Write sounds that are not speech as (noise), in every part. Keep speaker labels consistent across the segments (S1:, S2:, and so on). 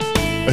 S1: A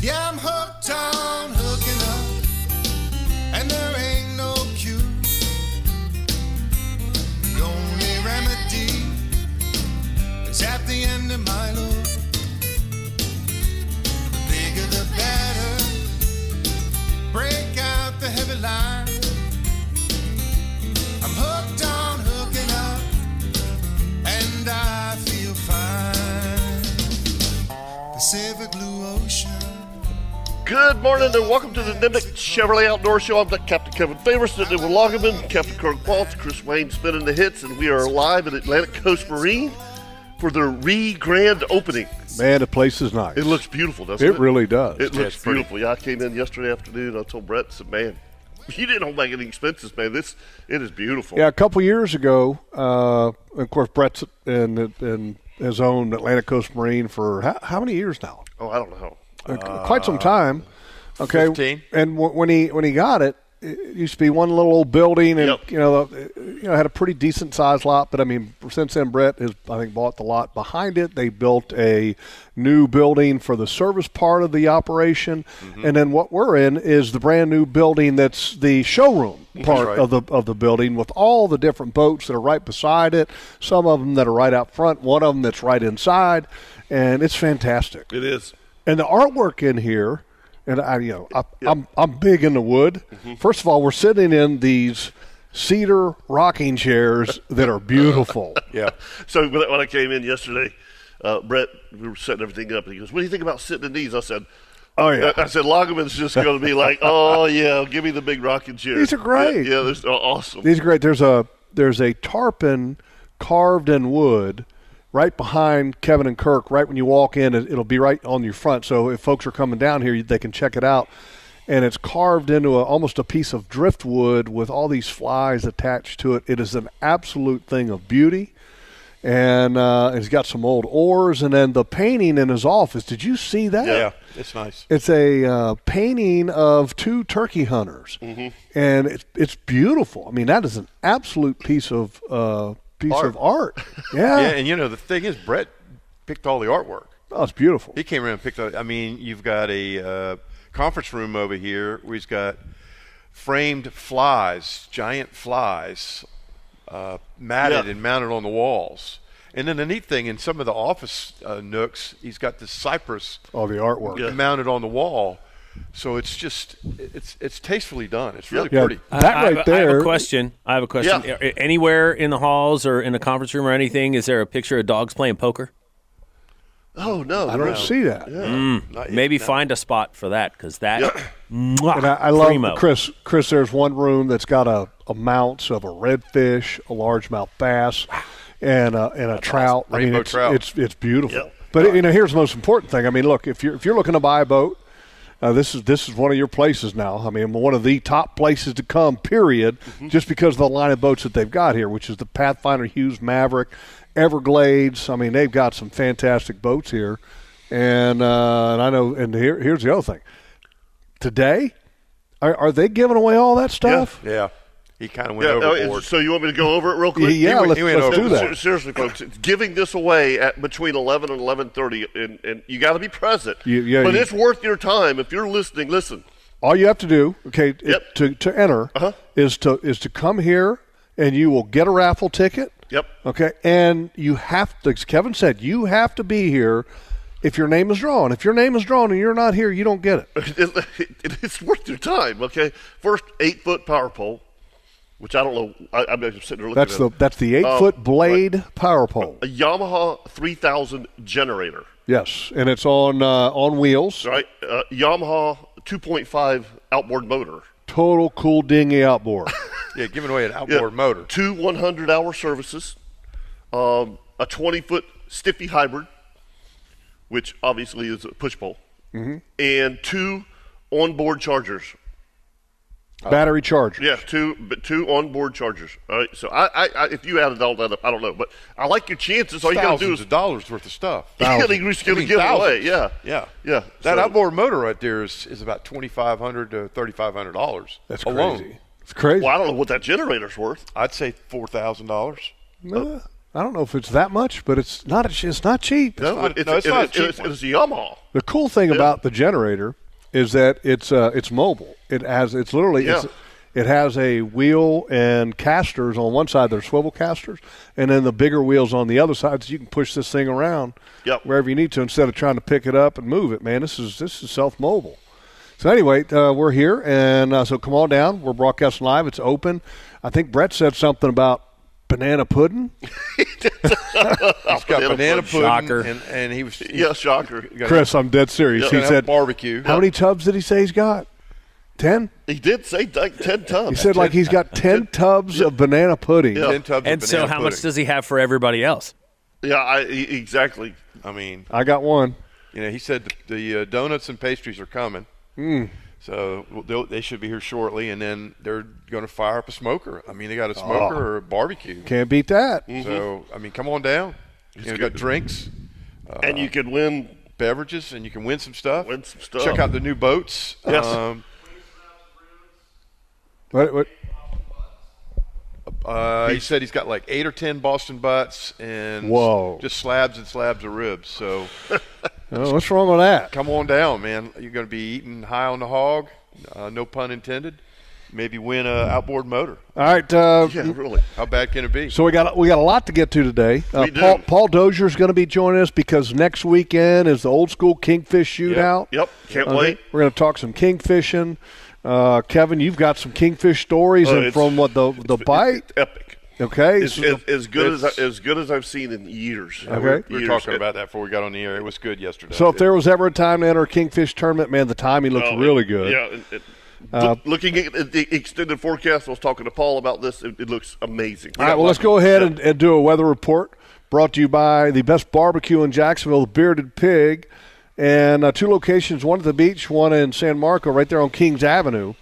S2: Yeah, I'm hooked on hooking up, and there ain't no cure. The only remedy is at the end of my loop. The bigger the better. Break out the heavy line. I'm hooked on hooking up, and I feel fine. Pacific Blue Ocean.
S1: Good morning and welcome to the Nimnik Chevrolet Outdoor Show. I'm Captain Kevin Favor, sitting in with Loggeman, Captain Kirk Waltz, Chris Wayne spinning the hits, and we are live at Atlantic Coast Marine for the re-grand opening.
S3: Man, the place is nice.
S1: It looks beautiful, doesn't it?
S3: It really does.
S1: It looks beautiful. Yeah, I came in yesterday afternoon. I told Brett, I said, man, (laughs) you didn't hold back any expenses, man. This, it is beautiful.
S3: yeah, a couple years ago, uh, of course, Brett's and and has owned Atlantic Coast Marine for how, how many years now?
S1: Oh, I don't know.
S3: Uh, quite some time. Okay,
S4: 15.
S3: and w- when he when he got it, it used to be one little old building, and
S1: Yep.
S3: you know, it- you know, had a pretty decent sized lot. But I mean, since then, Brett has I think bought the lot behind it. They built a new building for the service part of the operation, and then what we're in is the brand new building that's the showroom part
S4: right.
S3: of the of the building with all the different boats that are right beside it. Some of them that are right out front, one of them that's right inside, and it's fantastic
S1: It is.
S3: and the artwork in here, and I, you know, I, I'm I'm big in the wood.
S1: Mm-hmm.
S3: First of all, we're sitting in these cedar rocking chairs that are beautiful.
S4: Yeah.
S1: So when when I came in yesterday, uh, Brett, we were setting everything up, and he goes, "What do you think about sitting in these?" I said,
S3: Oh, yeah.
S1: I I said Loggeman's just going to be
S3: (laughs)
S1: like, "Oh yeah, give me the big rocking chair."
S3: These are great.
S1: Yeah, yeah they're awesome.
S3: These are great. There's a there's a tarpon carved in wood right behind Kevin and Kirk. Right when you walk in, it- it'll be right on your front. So if folks are coming down here, they can check it out. And it's carved into a, almost a piece of driftwood with all these flies attached to it. It is an absolute thing of beauty. And uh, he's got some old oars, and then the painting in his office. Did you see that?
S4: Yeah. It's nice.
S3: It's a uh, painting of two turkey hunters,
S4: Mm-hmm.
S3: and it's it's beautiful. I mean, that is an absolute piece of uh, piece of (laughs) art. Yeah,
S4: Yeah. And you know, the thing is, Brett picked all the artwork.
S3: oh, it's beautiful.
S4: He came around and picked up. I mean, you've got a uh, conference room over here. We've got framed flies, giant flies, uh, matted
S1: Yeah.
S4: and mounted on the walls. And then the neat thing in some of the office uh, nooks, he's got the cypress
S3: All Oh, the artwork.
S1: Yeah.
S4: mounted on the wall. So it's just it's it's tastefully done. It's really
S1: Yeah.
S4: pretty.
S3: Yeah. That
S5: I- I have
S3: right
S5: a- I have
S3: there-
S5: a question. I have a question.
S1: Yeah.
S5: A- Anywhere in the halls or in the conference room or anything, is there a picture of dogs playing poker?
S1: Oh no,
S3: I don't
S1: no.
S3: see that.
S4: Not-
S5: Hmm. Maybe
S4: not-
S5: find a spot for that because that. (coughs) Mwah,
S3: And I, I love
S5: primo.
S3: Chris. Chris, there's one room that's got a, a mounts of a redfish, a largemouth bass, and a, and a trout. I mean,
S4: Rainbow
S3: it's,
S4: trout.
S3: It's it's beautiful.
S1: Yep.
S3: But you know, here's the most important thing. I mean, look, if you're if you're looking to buy a boat, uh, this is this is one of your places now. I mean, one of the top places to come. Period. Just because of the line of boats that they've got here, which is the Pathfinder, Hughes, Maverick, Everglades. I mean, they've got some fantastic boats here. And uh, and I know. And here here's the other thing today? Are, are they giving away all that stuff?
S4: Yeah. He kind of went
S1: Yeah, oh, is-
S4: overboard.
S1: so you want me to go over it real quick?
S3: Yeah,
S1: He went-
S3: let's-
S1: he went
S3: let's
S1: over
S3: do
S1: it.
S3: that.
S1: Ser- Seriously, folks, it's giving this away at between eleven and eleven thirty, and, and you got to be present.
S3: You- yeah,
S1: but
S3: you-
S1: it's worth your time if you're listening. Listen,
S3: All you have to do, okay,
S1: Yep.
S3: to, to enter
S1: Uh-huh.
S3: is to is to come here and you will get a raffle ticket.
S4: Yep.
S3: Okay. And you have to, as Kevin said, you have to be here if your name is drawn. If your name is drawn and you're not here, you don't get
S1: (laughs)
S3: it.
S1: it, it- it's worth your time. Okay, first eight foot power pole, which I don't know. I, I'm just sitting there looking.
S3: That's
S1: at it.
S3: the
S1: Uh,
S3: that's the eight
S1: Um,
S3: foot blade power pole.
S1: a Yamaha 3000 generator,
S3: Yes, and it's on uh, on wheels.
S1: right? Uh, Yamaha 2.5 outboard motor.
S3: Total cool dinghy
S1: (laughs)
S3: outboard.
S4: Yeah, giving away an
S1: Yeah,
S4: outboard motor.
S1: Two 100 hour services, um, a 20 foot stiffy hybrid, which obviously is a push pole,
S3: Mm-hmm.
S1: and two onboard chargers
S3: Battery charger.
S1: Yeah, two but two onboard chargers. All right, so I, I, I if you added all that up, I don't know, but I like your chances. All you got to do
S4: Thousands
S1: is
S4: of dollars worth of stuff.
S1: (laughs) yeah, they just
S4: I
S1: going to
S4: mean,
S1: give it away.
S4: thousands.
S1: Yeah,
S4: Yeah.
S1: yeah.
S4: That
S1: so,
S4: outboard motor right there is, is about twenty five hundred to thirty five hundred dollars.
S3: That's crazy.
S4: alone.
S3: It's crazy.
S1: Well, I don't know what that generator's worth.
S4: I'd say four
S1: (laughs)
S4: thousand dollars.
S3: Nah, Uh, I don't know if it's that much, but it's not it's not cheap.
S1: No,
S4: not- no, it's not a cheap
S1: it's,
S4: one.
S1: it's a Yamaha.
S3: The cool thing about the generator is that it's uh, it's mobile. It has it's literally
S1: Yeah.
S3: it's, it has a wheel and casters on one side. There's swivel casters, and then the bigger wheels on the other side, so you can push this thing around
S1: Yep.
S3: wherever you need to instead of trying to pick it up and move it. Man, this is this is self mobile. So anyway, uh, we're here, and uh, so come on down. We're broadcasting live. It's open. I think Brett said something about banana pudding. (laughs)
S4: It's got banana
S1: pudding.
S4: pudding,
S5: Shocker.
S4: and, and he was he-
S1: Yeah, shocker.
S4: he got-
S3: Chris, I'm dead serious.
S4: he
S3: he
S4: got
S3: said
S4: barbecue.
S3: How many tubs did he say he's got? Ten.
S1: He did say like Oh, ten tons.
S3: He said like
S1: (laughs)
S3: he's got ten tubs of banana pudding.
S1: Yeah.
S4: ten tubs
S5: And
S4: of
S5: so,
S4: banana
S5: how
S4: pudding.
S5: much does he have for everybody else?
S1: yeah, I, e- exactly.
S4: I mean?
S3: I got one.
S4: You know, he said the, the uh, donuts and pastries are coming.
S3: Hmm.
S4: So well, they'll- they should be here shortly, and then they're going to fire up a smoker. I mean, they got a smoker or a barbecue.
S3: Oh. Can't beat that.
S4: So
S1: Mm-hmm.
S4: I mean, come on down. You know, got drinks, uh,
S1: and you could win.
S4: beverages, and you can win some stuff.
S1: Win some stuff.
S4: Check out the new boats. Um,
S1: Yes.
S3: What, what-
S4: uh, he said he's got like eight or ten Boston butts and
S3: Whoa.
S4: just slabs and slabs of ribs.
S1: (laughs)
S4: So
S3: oh, what's wrong with that?
S4: (laughs) come on down, man. You're going to be eating high on the hog. Uh, no pun intended. Maybe win a outboard motor.
S3: All right. Uh,
S1: Yeah, really.
S4: How bad can it be?
S3: So we got we got a lot to get to today. Uh,
S1: We do.
S3: Paul, Paul Dozier is going to be joining us because next weekend is the old school kingfish shootout.
S1: Yep, can't
S3: Okay,
S1: wait.
S3: We're going to talk some kingfishing. Uh, Kevin, you've got some kingfish stories
S1: Oh,
S3: and
S1: it's-
S3: from what the the bite.
S1: Epic.
S3: Okay,
S1: It's,
S3: so-
S1: as, as good as
S4: it's- (laughs)
S1: I, as good as I've seen in years.
S3: Okay.
S4: We were
S1: Years.
S4: talking about that before we got on the air. It was good yesterday.
S3: So if there was ever a time to enter a kingfish tournament, man, the time he looked
S1: Oh,
S3: really
S1: it-
S3: good.
S1: Yeah. it- it- look- looking at the- the extended forecast, I was talking to Paul about this. It, it looks amazing.
S3: All right, well, let's go ahead and, and do a weather report brought to you by the best barbecue in Jacksonville, the Bearded Pig, and uh, two locations, one at the beach, one in San Marco, right there on Kings Avenue.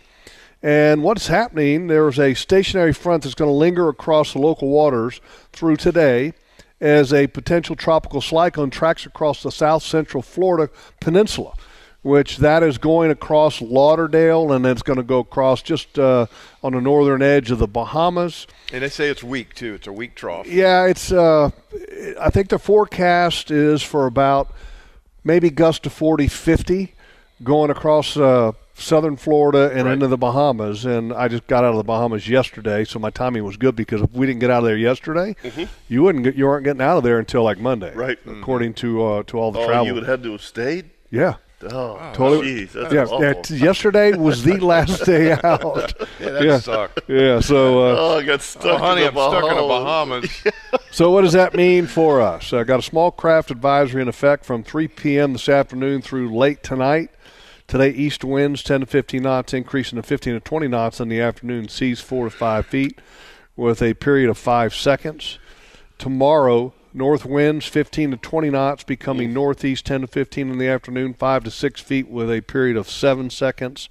S3: And what's happening, there's a stationary front that's going to linger across the local waters through today as a potential tropical cyclone tracks across the south central Florida peninsula, which that is going across Lauderdale and it's going to go across just uh, on the northern edge of the Bahamas.
S4: and they say it's weak too. It's a weak trough.
S3: Yeah, it's. Uh, I think the forecast is for about maybe gust to 40, 50 going across uh, southern Florida and into the Bahamas. And I just got out of the Bahamas yesterday, so my timing was good because if we didn't get out of there yesterday, you wouldn't. Get, you aren't getting out of there until like Monday,
S1: Mm-hmm. Right. Mm-hmm.
S3: According to uh, to all the
S1: Oh,
S3: travel.
S1: you would have had to have stayed.
S3: yeah.
S1: Oh,
S3: Totally.
S1: Jeez, that's
S3: yeah,
S1: awful.
S3: yeah, t- yesterday was
S1: (laughs)
S3: the last day out.
S4: Yeah, that
S3: yeah.
S4: sucked.
S3: Yeah, so uh,
S1: Oh, I got stuck.
S4: Oh, honey,
S1: in
S4: I'm
S1: the
S4: stuck in the
S1: Bahamas. (laughs)
S4: Bahamas.
S3: So what does that mean for us? I got a small craft advisory in effect from 3 p.m. this afternoon through late tonight. Today, east winds 10 to 15 knots, increasing to 15 to 20 knots in the afternoon. Seas 4 to 5 feet with a period of 5 seconds. Tomorrow, north winds 15 to 20 knots, becoming northeast 10 to 15 in the afternoon, 5 to 6 feet with a period of 7 seconds.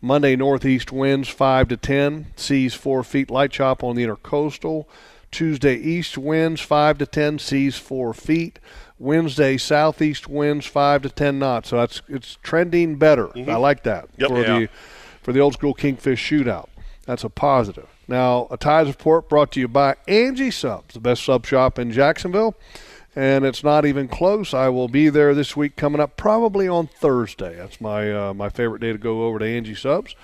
S3: Monday, northeast winds 5 to 10, seas 4 feet, light chop on the intercoastal. Tuesday, east winds 5 to 10, seas 4 feet. Wednesday, southeast winds 5 to 10 knots. So that's it's trending better. I like that
S1: Mm-hmm. Yep.
S3: for,
S1: Yeah.
S3: the, for the old school kingfish shootout. That's a positive. Now, a Tides report brought to you by Angie Subs, the best sub shop in Jacksonville. And it's not even close. I will be there this week coming up, probably on Thursday. That's my uh, my favorite day to go over to Angie Subs.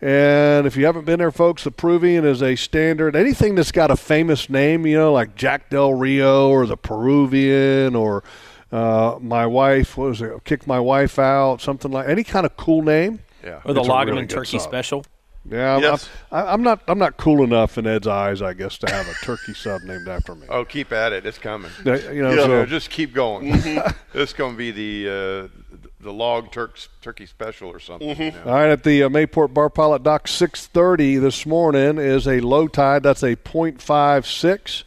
S3: And if you haven't been there, folks, the Peruvian is a standard. Anything that's got a famous name, you know, like Jack Del Rio or the Peruvian or uh, my wife, what was it? Kick my wife out, something like any kind of cool name.
S4: Yeah.
S5: Or the
S3: It's a
S5: Loggerman
S3: really good
S5: Turkey
S3: sub.
S5: Special.
S3: Yeah, I'm,
S4: Yes.
S3: I'm, I'm not. I'm not cool enough in Ed's eyes, I guess, to have a (laughs) turkey sub named after me.
S4: Oh, keep at it. It's coming.
S3: Uh, You know,
S4: Yeah,
S3: so-
S4: just keep going.
S1: Mm-hmm.
S4: (laughs) It's going to be the uh, the log Turks turkey special or something.
S1: Mm-hmm.
S4: you know.
S3: All right, at the uh, Mayport Bar Pilot Dock, 6:30 this morning is a low tide. That's a 0.56.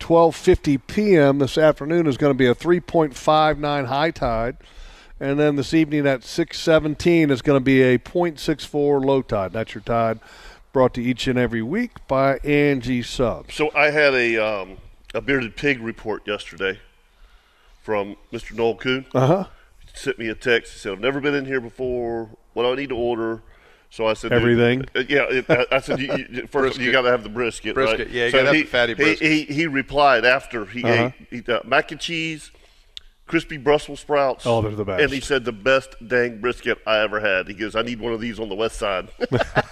S3: 12:50 p.m. this afternoon is going to be a 3.59 high tide, and then this evening at 6:17 is going to be a 0.64 low tide. That's your tide, brought to you each and every week by Angie Subs.
S1: So I had a um, a bearded pig report yesterday from Mr. Noel Kuhn.
S3: Uh huh.
S1: sent me a text. He said, "I've never been in here before. What do I need to order?" So I said, dude,
S3: Everything?
S1: uh, yeah, it, I, I said, you, you- you, first you got to have the brisket.
S4: Brisket,
S1: right?
S4: yeah, you
S1: so
S4: gotta have
S1: he,
S4: the fatty
S1: he-
S4: brisket.
S1: He, he replied after he
S3: Uh-huh.
S1: ate he, uh, mac and cheese, crispy Brussels sprouts.
S3: Oh, they're the best.
S1: And he said the best dang brisket I ever had. He goes, "I need one of these on the west side."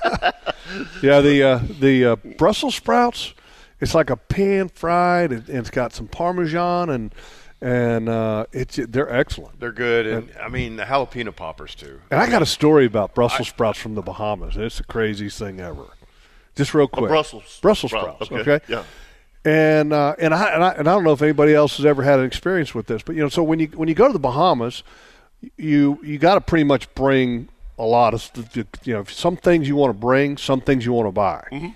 S3: (laughs) Yeah, the uh, the uh, Brussels sprouts. It's like a pan fried, and, and it's got some Parmesan, and and uh, it's they're excellent.
S4: They're good, and I mean the jalapeno poppers too.
S3: And I got a story about Brussels sprouts from the Bahamas. It's the craziest thing ever. Just real quick,
S1: Brussels
S3: Brussels
S1: sprout,
S3: sprouts.
S1: okay,
S3: Okay,
S1: yeah.
S3: And uh, and, I, and I and I don't know if anybody else has ever had an experience with this, but you know, so when you when you go to the Bahamas, you you got to pretty much bring a lot of st- you know some things you want to bring, some things you want to buy.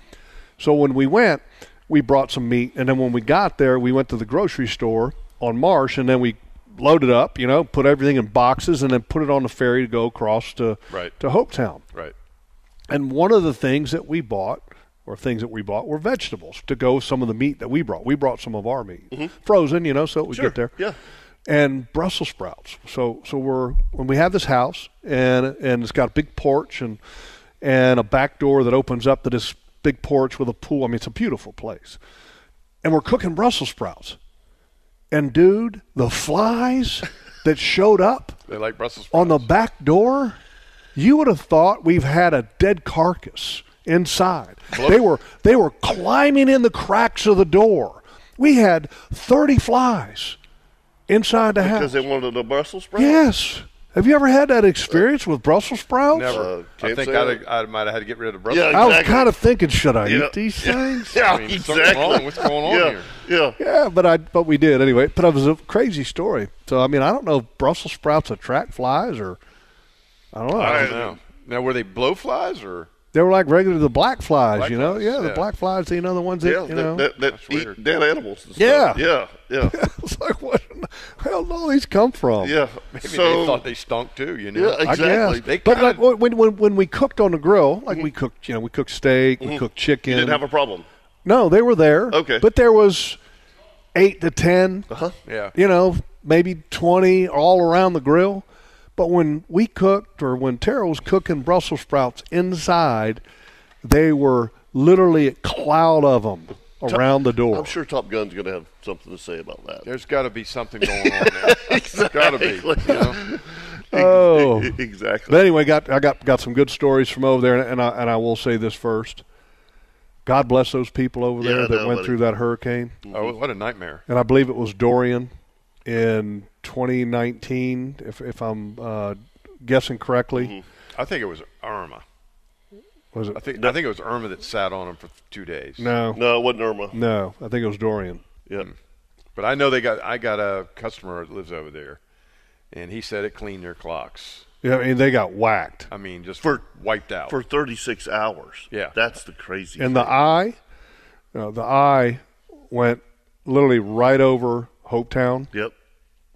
S3: So when we went, we brought some meat, and then when we got there, we went to the grocery store on Marsh, and then we loaded up, you know, put everything in boxes, and then put it on the ferry to go across to
S4: Right.
S3: to Hopetown.
S4: Right.
S3: And one of the things that we bought, or things that we bought, were vegetables to go with some of the meat that we brought. We brought some of our meat, frozen, you know, so we
S1: Mm-hmm. Sure,
S3: get there.
S1: yeah.
S3: And Brussels sprouts. So, so we're when we have this house, and and it's got a big porch and and a back door that opens up to this big porch with a pool. I mean, it's a beautiful place. And we're cooking Brussels sprouts. And dude, the flies that showed up
S4: They like Brussels sprouts.
S3: on the back door, you would have thought we've had a dead carcass inside. They were they were climbing in the cracks of the door. We had thirty flies inside
S1: (laughs)
S3: the
S1: Because
S3: house.
S1: they wanted a Brussels sprout.
S3: Yes. Have you ever had that experience with Brussels sprouts?
S4: Never.
S1: Uh,
S4: I
S1: can't
S4: think
S1: say
S4: I'd, I might have had to get rid of Brussels.
S1: Yeah,
S3: I was
S1: Exactly.
S3: kind of thinking, should I
S1: You know-
S3: eat
S4: (laughs)
S3: these things?
S1: Yeah,
S4: I mean, something's
S1: exactly.
S4: wrong. What's going on
S1: yeah,
S4: here?
S1: Yeah.
S3: Yeah, but I but we did anyway. But it was a crazy story. So I mean, I don't know if Brussels sprouts attract flies or I don't know.
S4: I don't know. Now were they blowflies or?
S3: They were like regular the black flies,
S4: Black
S3: you know.
S4: flies,
S3: yeah, the
S4: yeah.
S3: black flies, you know, the ones that
S1: Yeah,
S3: you
S1: that,
S3: know.
S1: that, that
S4: That's
S1: eat
S4: weird.
S1: dead animals. And
S3: Yeah.
S1: stuff. yeah,
S4: (laughs)
S1: yeah,
S3: (laughs) it's like, what? in the- Where did all these come from?
S1: yeah.
S4: Maybe
S1: so
S4: they thought they stunk too. You know.
S1: yeah,
S3: I
S1: exactly. Mm-hmm.
S3: guess.
S4: They
S3: but
S4: kinda-
S3: like when, when when we cooked on the grill, like we cooked, you know, we cooked steak, we
S4: Mm-hmm.
S3: cooked chicken.
S1: didn't have a problem.
S3: no, they were there.
S1: Okay. Uh-huh.
S3: but there was eight to 10
S4: Yeah.
S3: you know, maybe twenty all around the grill. But when we cooked, or when Tara was cooking Brussels sprouts inside, they were literally a cloud of them around the door.
S1: I'm sure Top Gun's going to have something to say about that.
S4: There's got to be something going on
S1: (laughs)
S4: there. Got to be. You know?
S3: (laughs) Oh.
S1: E- (laughs) exactly.
S3: But anyway, got I got got some good stories from over there, and I and I will say this first. God bless those people over
S1: Yeah,
S3: there
S1: I
S3: that
S1: know,
S3: went
S1: buddy. Mm-hmm.
S3: through that hurricane,
S4: Oh, what a nightmare.
S3: and I believe it was Dorian in 2019, if if I'm uh, guessing correctly.
S1: Mm-hmm.
S4: I think it was Irma.
S3: Was it?
S4: I think I think it was Irma that sat on him for two days. Hmm.
S3: no, no,
S1: no, it wasn't Irma.
S3: I think it was Dorian.
S1: Yeah.
S4: But I know they got. I got a customer that lives over there, and he said it cleaned their clocks.
S3: Yeah, I mean they got whacked
S4: I mean, just
S1: For-
S4: wiped out.
S1: For 36 hours.
S4: Yeah.
S1: That's the crazy.
S3: and the
S1: thing.
S3: eye, uh, the eye went literally right over Hopetown.
S1: Yep.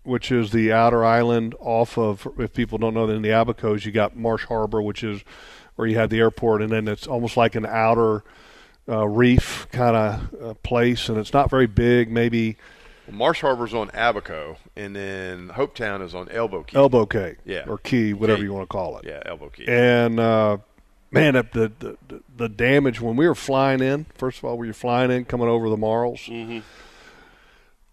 S3: which is the outer island off of, if people don't know, in the Abacos, you got Marsh Harbor, which is where you had the airport, and then it's almost like an outer uh, reef kind of uh, place, and it's not very big, maybe
S4: Well, Marsh Harbor's on Abaco, and then Hopetown is on Elbow Key.
S3: elbow key
S4: Yeah.
S3: or key, whatever
S4: Key.
S3: you want to call it.
S4: Yeah, Elbow Key.
S3: And uh, man, up the, the the- the damage when we were flying in. First of all, we were flying in, coming over the Marls.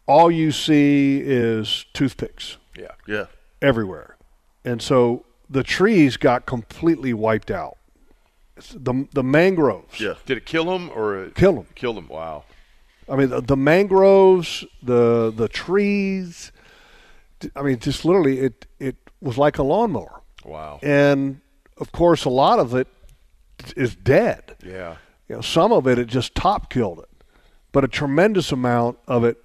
S3: All you see is toothpicks.
S4: yeah.
S1: Yeah.
S3: everywhere. And so the trees got completely wiped out. the the mangroves.
S1: Yeah.
S4: Did it kill him or
S3: Kill 'em.
S4: Kill him. Wow.
S3: I mean, the, the mangroves, the the trees. d- I mean, just literally, it it was like a lawnmower.
S4: Wow.
S3: And of course, a lot of it is dead.
S4: Yeah.
S3: You know, some of it it just top killed it, but a tremendous amount of it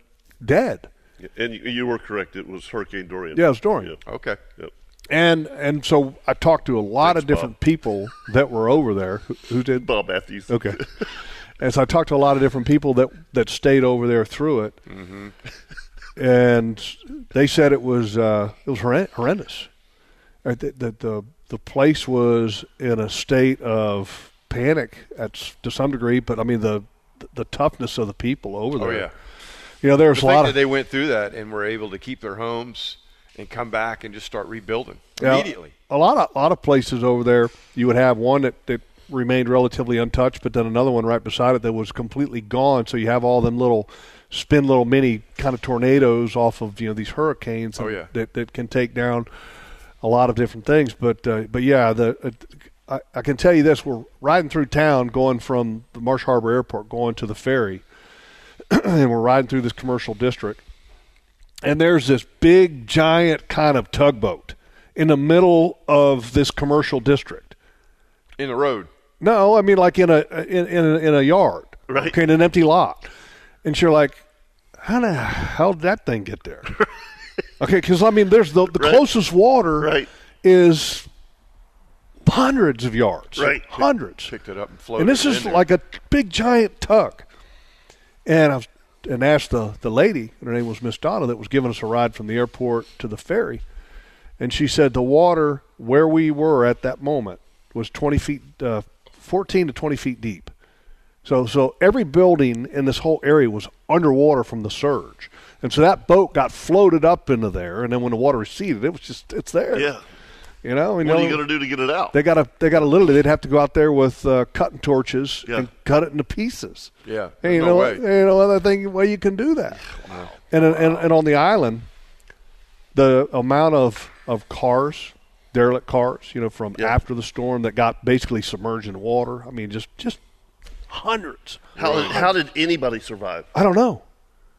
S3: dead.
S1: And you, you were correct. It was Hurricane Dorian.
S3: Yeah, it was Dorian.
S1: Yeah.
S4: Okay.
S1: Yep.
S3: And and so I talked to a lot
S1: Thanks,
S3: of different
S1: Bob.
S3: people that were over there who, who did
S1: Bob Matthews.
S3: Okay. and so I talked to a lot of different people that, that stayed over there through it,
S4: Mm-hmm.
S3: and they said it was uh, it was horren- horrendous. That the, the, the the place was in a state of panic at s- to some degree, but I mean the the toughness of the people over
S4: Oh
S3: there.
S4: yeah.
S3: You know,
S4: The
S3: there's a
S4: fact
S3: lot
S4: that
S3: of
S4: they went through that and were able to keep their homes and come back and just start rebuilding
S3: Yeah.
S4: immediately.
S3: A lot of a lot of places over there, you would have one that, that remained relatively untouched, but then another one right beside it that was completely gone. So you have all them little spin little mini kind of tornadoes off of you know these hurricanes.
S4: Oh, yeah.
S3: that that can take down a lot of different things. But uh, but yeah, the uh, I, I can tell you this: we're riding through town, going from the Marsh Harbor Airport, going to the ferry, (clears throat) and we're riding through this commercial district and there's this big giant kind of tugboat in the middle of this commercial district.
S4: In the road.
S3: No, I mean like in a in in a, in a yard,
S1: Right.
S3: Okay, in an empty lot, and you're like, how the hell did that thing
S1: (laughs)
S3: get there? okay, because I mean, there's the the
S1: Right.
S3: closest water
S1: Right.
S3: is hundreds of yards,
S1: Right.
S3: Hundreds.
S4: Picked it up and floated.
S3: And this
S4: it in
S3: is
S4: there.
S3: like a big giant tug. And I was, and asked the, the lady, and her name was Miss Donna, that was giving us a ride from the airport to the ferry. And she said the water where we were at that moment was 20 feet, uh, 14 to 20 feet deep. So, so every building in this whole area was underwater from the surge. And so that boat got floated up into there. And then when the water receded, it was just, it's there.
S1: Yeah.
S3: You know,
S1: What are you going to do to get it out?
S3: they got to they got to literally they'd have to go out there with uh, cutting torches
S1: Yeah.
S3: and cut it into pieces.
S4: Yeah,
S3: and you
S4: no
S3: know
S4: way.
S3: you know other thing way you can do that. And, and and on the island, the amount of of cars, derelict cars, you know, from
S1: Yeah.
S3: after the storm that got basically submerged in water. I mean, just just hundreds.
S1: How did, how did anybody survive?
S3: I don't know.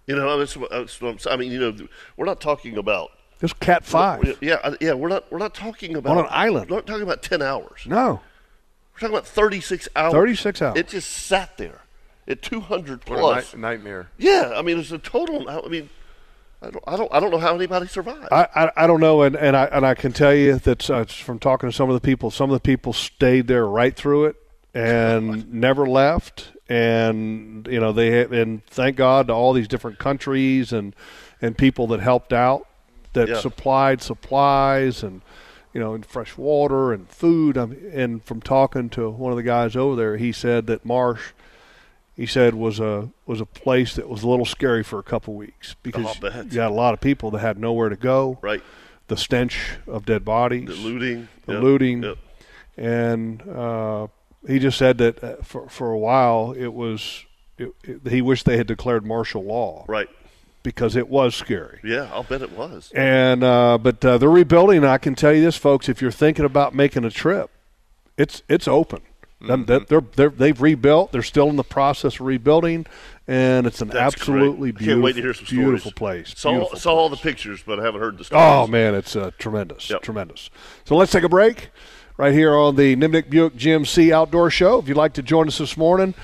S1: You know, that's, what- that's what I'm, s- I mean, you know, we're not talking about.
S3: There's Cat Five.
S1: Yeah, I- yeah, we're not we're not talking about
S3: an island.
S1: We're not talking about ten hours.
S3: No,
S1: We're talking about thirty six hours.
S3: 36 hours.
S1: It just sat there at two hundred
S4: What a
S1: plus.
S4: night- nightmare.
S1: Yeah, I mean, it's a total. I mean, I don't, I don't, I don't know how anybody survived.
S3: I, I, I don't know, and, and I and I can tell you that uh, from talking to some of the people, some of the people stayed there right through it
S1: (laughs)
S3: and never left, and you know they had- and thank God to all these different countries and and people that helped out that
S1: Yeah.
S3: supplied supplies and you know and fresh water and food. I mean, and from talking to one of the guys over there, he said that Marsh. He said was a was a place that was a little scary for a couple weeks because
S1: Oh, I'll bet.
S3: you had a lot of people that had nowhere to go.
S1: right,
S3: The stench of dead bodies,
S1: the looting,
S3: the
S1: yeah,
S3: looting.
S1: yeah.
S3: and uh, he just said that uh, for for a while it was. It, it, he wished they had declared martial law
S1: right.
S3: because it was scary.
S1: Yeah, I'll bet it was.
S3: And uh, but uh, they're rebuilding. and I can tell you this, folks. If you're thinking about making a trip, it's it's open.
S1: Mm-hmm.
S3: Them- that- They're, they're, they've rebuilt. They're still in the process of rebuilding, and it's an
S1: That's
S3: absolutely
S1: correct. I
S3: beautiful,
S1: Can't wait to hear some stories.
S3: beautiful place.
S1: Saw,
S3: beautiful
S1: saw
S3: place.
S1: all the pictures, but I haven't heard the stories.
S3: Oh man, it's uh, tremendous,
S1: Yep.
S3: tremendous. So let's take a break right here on the Nimnik Buick GMC Outdoor Show. If you'd like to join us this morning,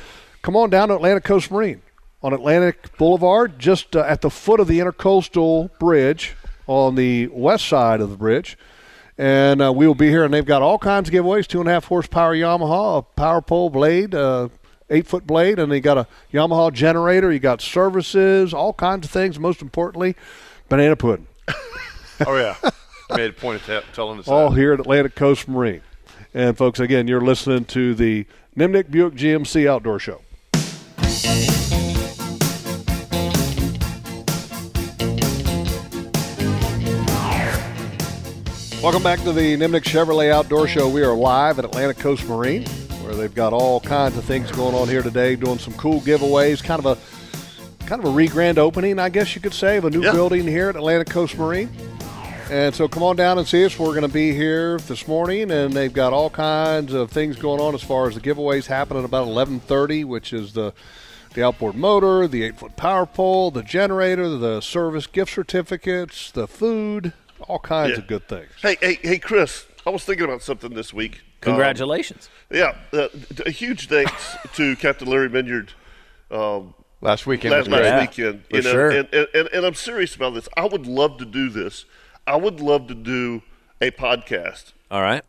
S3: come on down to Atlantic Coast Marine on Atlantic Boulevard, just uh, at the foot of the Intercoastal Bridge on the west side of the bridge. And uh, we will be here, and they've got all kinds of giveaways: two and a half horsepower Yamaha, a power pole blade, uh, eight foot blade, and they got a Yamaha generator. You got services, all kinds of things. Most importantly, banana pudding. (laughs)
S4: Oh yeah. I made a point of te- telling us
S3: all
S4: that.
S3: here at Atlantic Coast Marine. And folks, again, you're listening to the Nimnik Buick GMC Outdoor Show. Welcome back to the Nimnik Chevrolet Outdoor Show. We are live at Atlantic Coast Marine, where they've got all kinds of things going on here today, doing some cool giveaways, kind of a kind of a re-grand opening, I guess you could say, of a new
S1: Yeah.
S3: building here at Atlantic Coast Marine. And so come on down and see us. We're going to be here this morning, and they've got all kinds of things going on as far as the giveaways happening about 11:30, which is the the outboard motor, the eight foot power pole, the generator, the service gift certificates, the food, all kinds
S1: Yeah.
S3: of good things.
S1: Hey, hey, hey, Chris. I was thinking about something this week. Um,
S5: Congratulations.
S1: Yeah, uh, d- a huge
S5: (laughs)
S1: thanks to Captain Larry Minyard um,
S4: Last weekend
S1: last,
S4: was great.
S1: last
S5: Yeah,
S1: weekend.
S5: for sure.
S1: and, and, and, and I'm serious about this. I would love to do this. I would love to do a podcast,
S5: All right.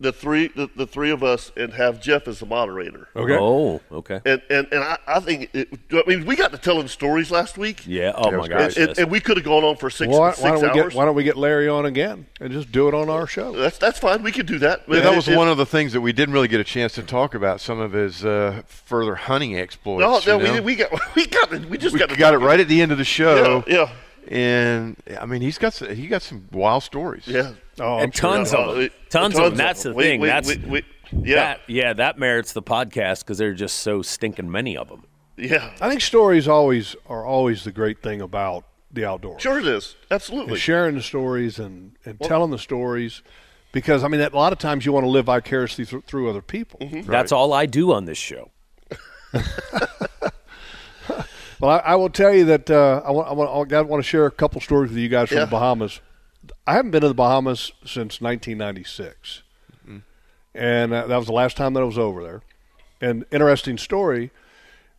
S1: the three the, the three of us, and have Jeff as the moderator.
S3: Okay.
S5: Oh, okay.
S1: And and, and I, I think it, I mean we got to telling stories last week.
S5: Yeah. Oh my
S4: was
S5: gosh. yes.
S1: and, and, and we could have gone on for six,
S3: Why,
S1: six
S3: why don't we
S1: hours. Uh,
S3: get Why don't we get Larry on again and just do it on our show?
S1: that's that's fine. We could do that.
S4: Yeah, that was one of the things that we didn't really get a chance to talk about. Some of his uh, further hunting exploits.
S1: No, no,
S4: you know?
S1: we, we got (laughs) we got to, we just
S4: We
S1: got to
S4: got it right at the end of the show.
S1: Yeah,
S4: And I mean, he's got s- he got some wild stories.
S1: yeah. yeah.
S3: Oh,
S5: and tons
S1: Yeah,
S5: of
S1: uh,
S5: them. Tons, of them. That's the
S1: We-
S5: thing.
S1: we-
S5: That's
S1: we- we- yeah,
S5: that. Yeah, that merits the podcast because there are just so stinking many of them.
S1: yeah.
S3: I think stories always are always the great thing about the outdoors.
S1: Sure, it is. Absolutely.
S3: and sharing the stories and, and telling the stories because I mean that a lot of times you want to live vicariously through, through other people.
S1: Mm-hmm.
S5: That's all I do on this show.
S3: Well, I, I will tell you that uh, I want I want I want to share a couple stories with you guys from
S1: Yeah.
S3: the Bahamas. I haven't been to the Bahamas since 1996, and uh, that was the last time that I was over there. And interesting story,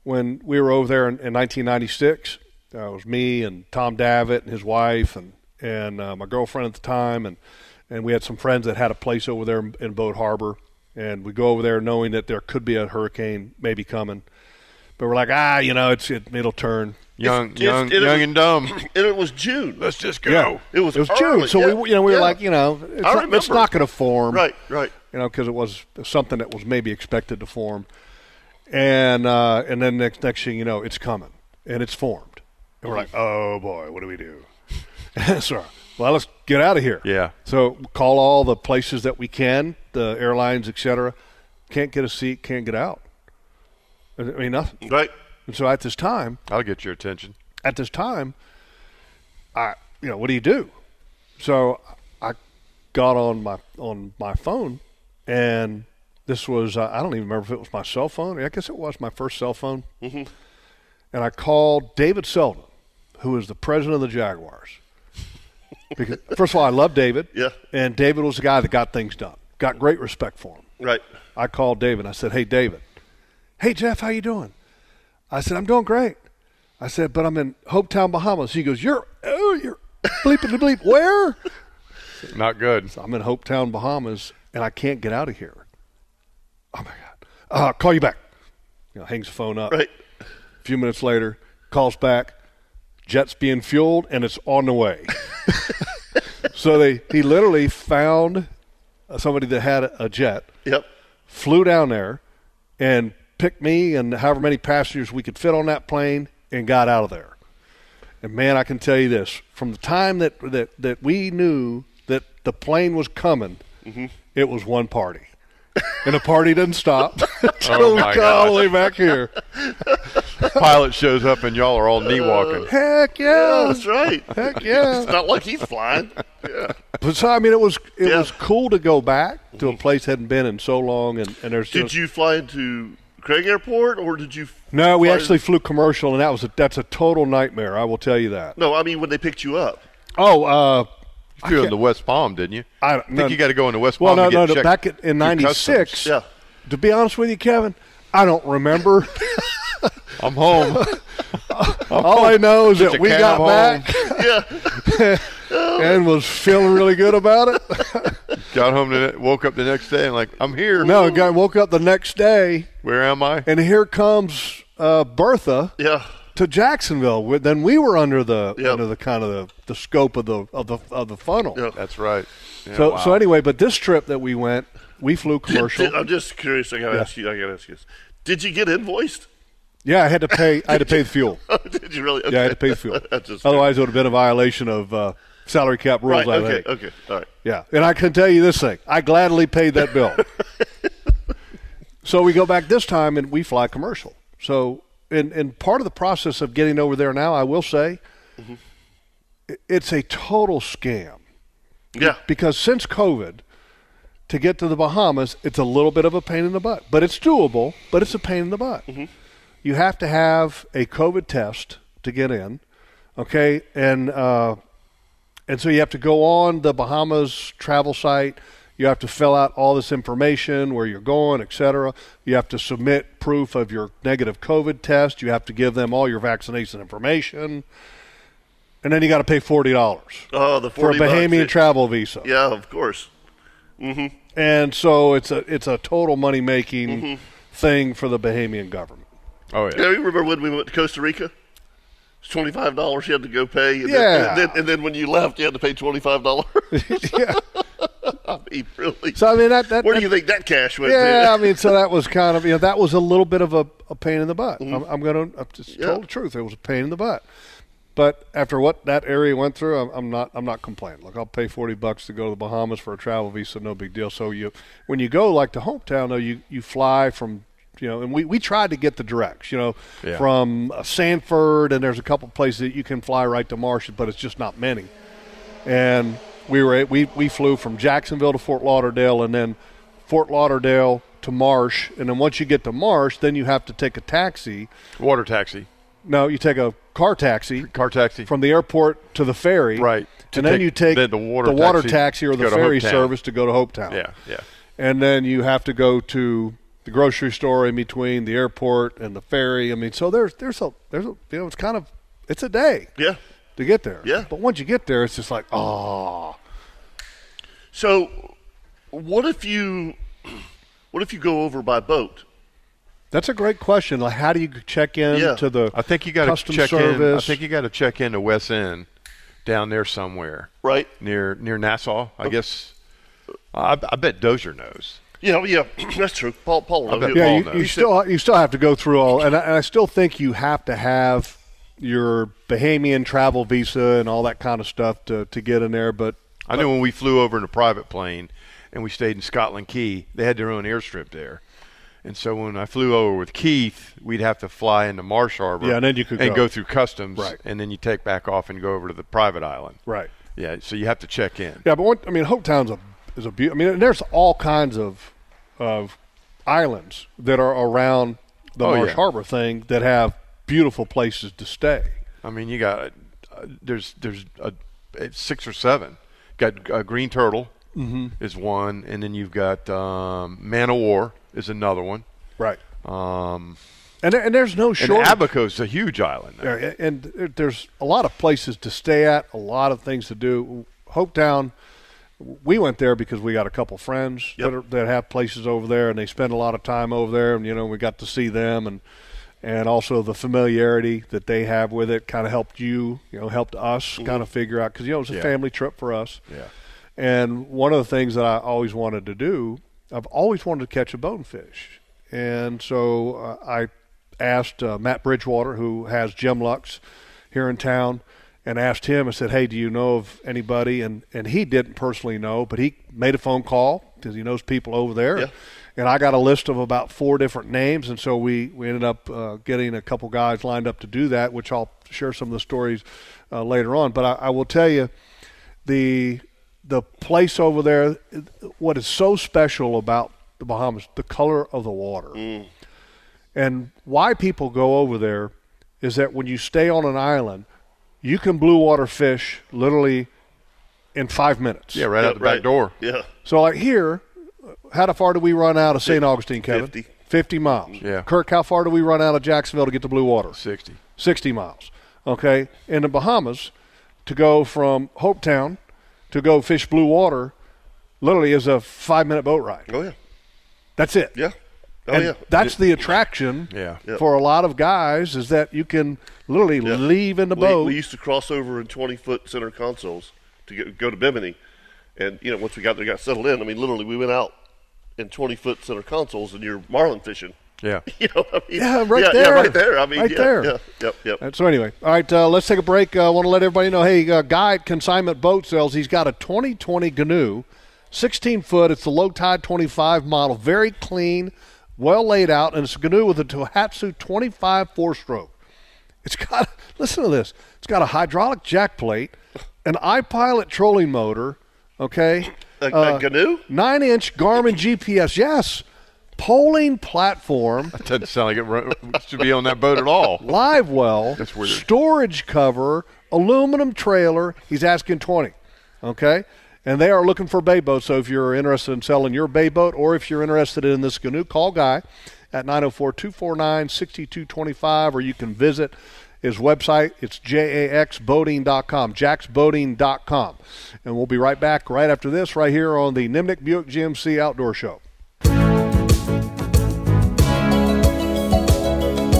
S3: when we were over there in, in 1996, uh, it was me and Tom Davitt and his wife and and uh, my girlfriend at the time, and and we had some friends that had a place over there in, in Boat Harbor, and we go over there knowing that there could be a hurricane maybe coming, but we're like ah you know it's it, it'll turn.
S4: Young,
S1: It's-
S4: young,
S1: it-
S4: young, and dumb.
S1: (laughs) and it was June.
S4: Let's just go.
S1: It was
S3: it was
S1: early.
S3: June, so
S1: Yeah.
S3: we you know we
S1: Yeah.
S3: were like you know it's
S1: I
S3: not, it's
S1: remember.
S3: not going to form
S1: Right, right.
S3: you know, because it was something that was maybe expected to form, and uh, and then next next thing you know, it's coming and it's formed, and we're like, oh boy, what do we do? (laughs) so, well, let's get out of here.
S4: Yeah.
S3: So call all the places that we can, the airlines, etc. Can't get a seat, can't get out. I mean nothing.
S1: Right.
S3: And so at this time,
S4: I'll get your attention.
S3: at this time, I you know what do you do? So I got on my on my phone, and this was uh, I don't even remember if it was my cell phone. I guess it was my first cell phone,
S1: Mm-hmm.
S3: and I called David Selden, who is the president of the Jaguars. Because (laughs) first of all, I love David.
S1: Yeah.
S3: and David was the guy that got things done. Got great respect for him.
S1: Right.
S3: I called David. I said, "Hey, David. Hey, Jeff. How you doing?" I said, "I'm doing great." I said, "But I'm in Hopetown, Bahamas." He goes, "You're oh, you're bleeping bleep. Where?"
S4: Not good.
S3: I'm in Hopetown, Bahamas, and I can't get out of here. Oh my god! Uh, call you back. You know, hangs the phone up.
S1: Right.
S3: A few minutes later, calls back. Jet's being fueled, and it's on the
S4: (laughs)
S3: way. so they he literally found somebody that had a- a jet
S1: Yep.
S3: flew down there and picked me and however many passengers we could fit on that plane and got out of there. And man, I can tell you this from the time that, that, that we knew that the plane was coming,
S4: Mm-hmm.
S3: it was one party. And the party didn't
S4: (laughs)
S3: stop (laughs) until
S4: Oh,
S3: we
S4: my
S3: got all the way back here.
S4: (laughs) Pilot shows up and y'all are all knee
S3: Uh,
S4: walking.
S3: Heck yeah.
S1: That's right.
S3: (laughs) Heck yeah.
S1: It's not like he's
S3: (laughs)
S1: flying. Yeah.
S3: But so I mean it was it
S1: Yeah.
S3: was cool to go back
S4: Mm-hmm.
S3: to a place hadn't been in so long and, and there's
S1: Did
S3: just-
S1: you fly into Craig Airport or did you?
S3: No, we
S1: fly-
S3: actually flew commercial and that was a, that's a total nightmare, I will tell you that.
S1: No, I mean when they picked you up.
S3: Oh, uh,
S4: You flew in the West Palm, didn't you?
S3: I don't-
S4: think
S3: no.
S4: you got to go into West
S3: well,
S4: Palm.
S3: no,
S4: to get
S3: no, no.
S4: checked
S3: Back at, in
S4: through
S3: '96,
S4: customs.
S1: Yeah.
S3: to be honest with you, Kevin, I don't remember.
S4: (laughs)
S3: (laughs)
S4: I'm home.
S3: All I know is that
S4: your
S3: we
S4: cab
S3: got
S4: home.
S3: back
S1: Yeah.
S3: (laughs) and was feeling really good about it.
S4: got home to woke up the next day and like (laughs) I'm here.
S3: no, a guy woke up the next day,
S4: where am I?
S3: and here comes uh, Bertha
S1: Yeah.
S3: to Jacksonville. We- Then we were under the
S1: Yep.
S3: under the kind of the, the scope of the of the of the funnel.
S1: Yep.
S4: That's right. Yeah,
S3: So
S4: wow.
S3: so anyway, but this trip that we went, we flew
S1: (laughs)
S3: commercial.
S1: Did- I'm just curious. I gotta ask you. I gotta ask you this. Did you get invoiced? (laughs)
S3: yeah, I had to pay. I had to pay the fuel.
S1: Oh, Did you really?
S3: Yeah, I had
S1: Okay.
S3: to pay
S1: (laughs)
S3: the fuel.
S1: That's just-
S3: Otherwise, it would have been a violation of uh, salary cap rules.
S1: Right.
S3: I
S1: Okay.
S3: think.
S1: Okay. All right.
S3: Yeah, and I can tell you this thing: I gladly paid
S1: (laughs)
S3: that bill. so we go back this time, and we fly commercial. So, and and part of the process of getting over there now, I will say, i- it's a total scam.
S1: Yeah.
S3: Because since COVID, to get to the Bahamas, it's a little bit of a pain in the butt, but it's doable. But it's a pain in the butt. You have to have a COVID test to get in, okay, and uh, and so you have to go on the Bahamas travel site. You have to fill out all this information, where you're going, et cetera. You have to submit proof of your negative COVID test. You have to give them all your vaccination information, and then you got to pay forty dollars
S1: Oh, the
S3: for a
S1: 40 bucks.
S3: Bahamian
S1: It-
S3: travel visa.
S1: Yeah, of course. Mm-hmm.
S3: And so it's a it's a total money making thing for the Bahamian government.
S4: Oh
S1: Mm-hmm. Yeah, you remember when we went to Costa Rica? It's twenty five dollars you had to go pay. And
S3: Yeah.
S1: Then, and, then, and then when you left, you had to pay twenty five dollars.
S3: (laughs) yeah.
S1: (laughs) I mean, really.
S3: So I mean that that
S1: Where do you think that cash went?
S3: yeah,
S1: (laughs) to?
S3: I mean so that was kind of you know that was a little bit of a, a pain in the butt. I'm, I'm gonna I'm just
S1: Mm-hmm. Yeah.
S3: told the truth. It was a pain in the butt. But after what that area went through, I'm, I'm not I'm not complaining. Look, I'll pay forty bucks to go to the Bahamas for a travel visa, no big deal. So you when you go like to hometown though, you you fly from you know, and we, we tried to get the directs, you know,
S4: Yeah.
S3: from uh, Sanford, and there's a couple places that you can fly right to Martian, but it's just not many. and we were we we flew from Jacksonville to Fort Lauderdale, and then Fort Lauderdale to Marsh, and then once you get to Marsh, then you have to take a taxi.
S4: Water taxi,
S3: No, you take a car taxi
S4: car taxi.
S3: from the airport to the ferry,
S4: Right. To
S3: and then
S4: take-
S3: you take
S4: then the water taxi
S3: taxi or
S4: to
S3: the
S4: go to
S3: ferry
S4: Hopetown.
S3: service to go to Hopetown.
S4: yeah, yeah.
S3: and then you have to go to the grocery store in between the airport and the ferry. I mean, so there's there's a there's a you know it's kind of it's a day
S1: yeah.
S3: to get there.
S1: Yeah.
S3: but once you get there, it's just like oh.
S1: So, what if you, what if you go over by boat?
S3: That's a great question. Like, how do you check in
S1: Yeah.
S3: to the?
S4: I think you got to
S3: custom
S4: check in. I
S3: service?
S4: think you got to check into West End, down there somewhere,
S1: Right.
S4: near near Nassau. I guess. I, I bet Dozier knows.
S1: Yeah. Yeah. (clears throat) That's true. Paul. Paul.
S4: I bet
S1: yeah.
S4: Paul-
S3: yeah,
S4: though.
S3: you, you
S4: You
S3: still you still have to go through all, and I, and I still think you have to have your Bahamian travel visa and all that kind of stuff to to get in there. But
S4: I knew when we flew over in a private plane and we stayed in Scotland Key, they had their own airstrip there. And so when I flew over with Keith, we'd have to fly into Marsh Harbor.
S3: Yeah, and then you could
S4: and
S3: go.
S4: go. through customs,
S3: Right.
S4: and then you take back off and go over to the private island.
S3: right,
S4: Yeah, so you have to check in.
S3: yeah, but one, I mean, Hopetown's a is a beautiful. I mean, and there's all kinds of of islands that are around the
S4: Oh,
S3: Marsh
S4: yeah.
S3: Harbor thing that have beautiful places to stay.
S4: I mean, you got uh, there's there's a, it's six or seven. Got uh, Green Turtle
S3: Mm-hmm.
S4: is one, and then you've got um, Man of War is another one.
S3: Right,
S4: Um,
S3: and there- and there's no
S4: and
S3: shortage.
S4: Abaco's a huge island. (laughs)
S3: Yeah, a- and there- there's a lot of places to stay at, a lot of things to do. Hopetown, we went there because we got a couple friends that, are, that have places over there, and they spend a lot of time over there, and you know we got to see them, and and also the familiarity that they have with it kind of helped you, you know, helped us kind of figure out because you know it's a
S4: Yeah.
S3: family trip for us.
S4: Yeah.
S3: And one of the things that I always wanted to do, I've always wanted to catch a bonefish. And so uh, I asked uh, Matt Bridgewater, who has Jim Lux here in town, and asked him, I said, hey, do you know of anybody? And, and he didn't personally know, but he made a phone call because he knows people over there.
S1: Yeah.
S3: And I got a list of about four different names. And so we, we ended up uh, getting a couple guys lined up to do that, which I'll share some of the stories uh, later on. But I, I will tell you, the the place over there what is so special about the Bahamas the color of the water and why people go over there is that when you stay on an island you can blue water fish literally in 5 minutes
S4: Yeah, right out the back door.
S1: Yeah.
S3: so like here how far do we run out of St. Augustine Kevin
S1: 50.
S3: 50 miles
S4: Yeah.
S3: Kirk how far do we run out of Jacksonville to get to blue water
S4: Sixty.
S3: 60 miles. Okay. In the Bahamas, to go from Hopetown to go fish blue water literally is a five minute boat ride.
S1: Oh yeah.
S3: That's it.
S1: Yeah. Oh
S3: And
S1: yeah.
S3: That's the attraction
S4: Yeah.
S1: Yep.
S3: for a lot of guys is that you can literally
S1: Yeah.
S3: leave in the
S1: we,
S3: boat.
S1: We used to cross over in 20 foot center consoles to get, go to Bimini. And, you know, once we got there, got settled in, I mean, literally, we went out in 20 foot center consoles and you're marlin fishing.
S4: Yeah.
S1: (laughs) You know what I mean?
S3: Yeah, right
S1: Yeah,
S3: there.
S1: right there. I mean,
S3: Right
S1: yeah,
S3: there.
S1: Yeah, yep, yep.
S3: And so anyway, all right, uh, let's take a break. I uh, want to let everybody know, hey, uh, Guy at Consignment Boat Sales, he's got a 2020 Gnu, 16 foot. It's the low tide 25 model, very clean, well laid out, and it's a Gnu with a Tohatsu 25 four stroke. It's got (laughs) listen to this. It's got a hydraulic jack plate, an iPilot trolling motor, Okay. Uh,
S1: A, a canoe?
S3: Nine inch Garmin GPS. Yes. Polling platform,
S4: That doesn't sound like it ru- should be on that boat at all.
S3: (laughs) live well,
S4: That's weird.
S3: storage cover, aluminum trailer. He's asking 20. Okay. And they are looking for bay boats. So if you're interested in selling your bay boat or if you're interested in this canoe, call Guy at 904 249 6225 or you can visit his website. It's jaxboating.com, jaxboating.com. And we'll be right back right after this, right here on the Nimnik Buick GMC Outdoor Show.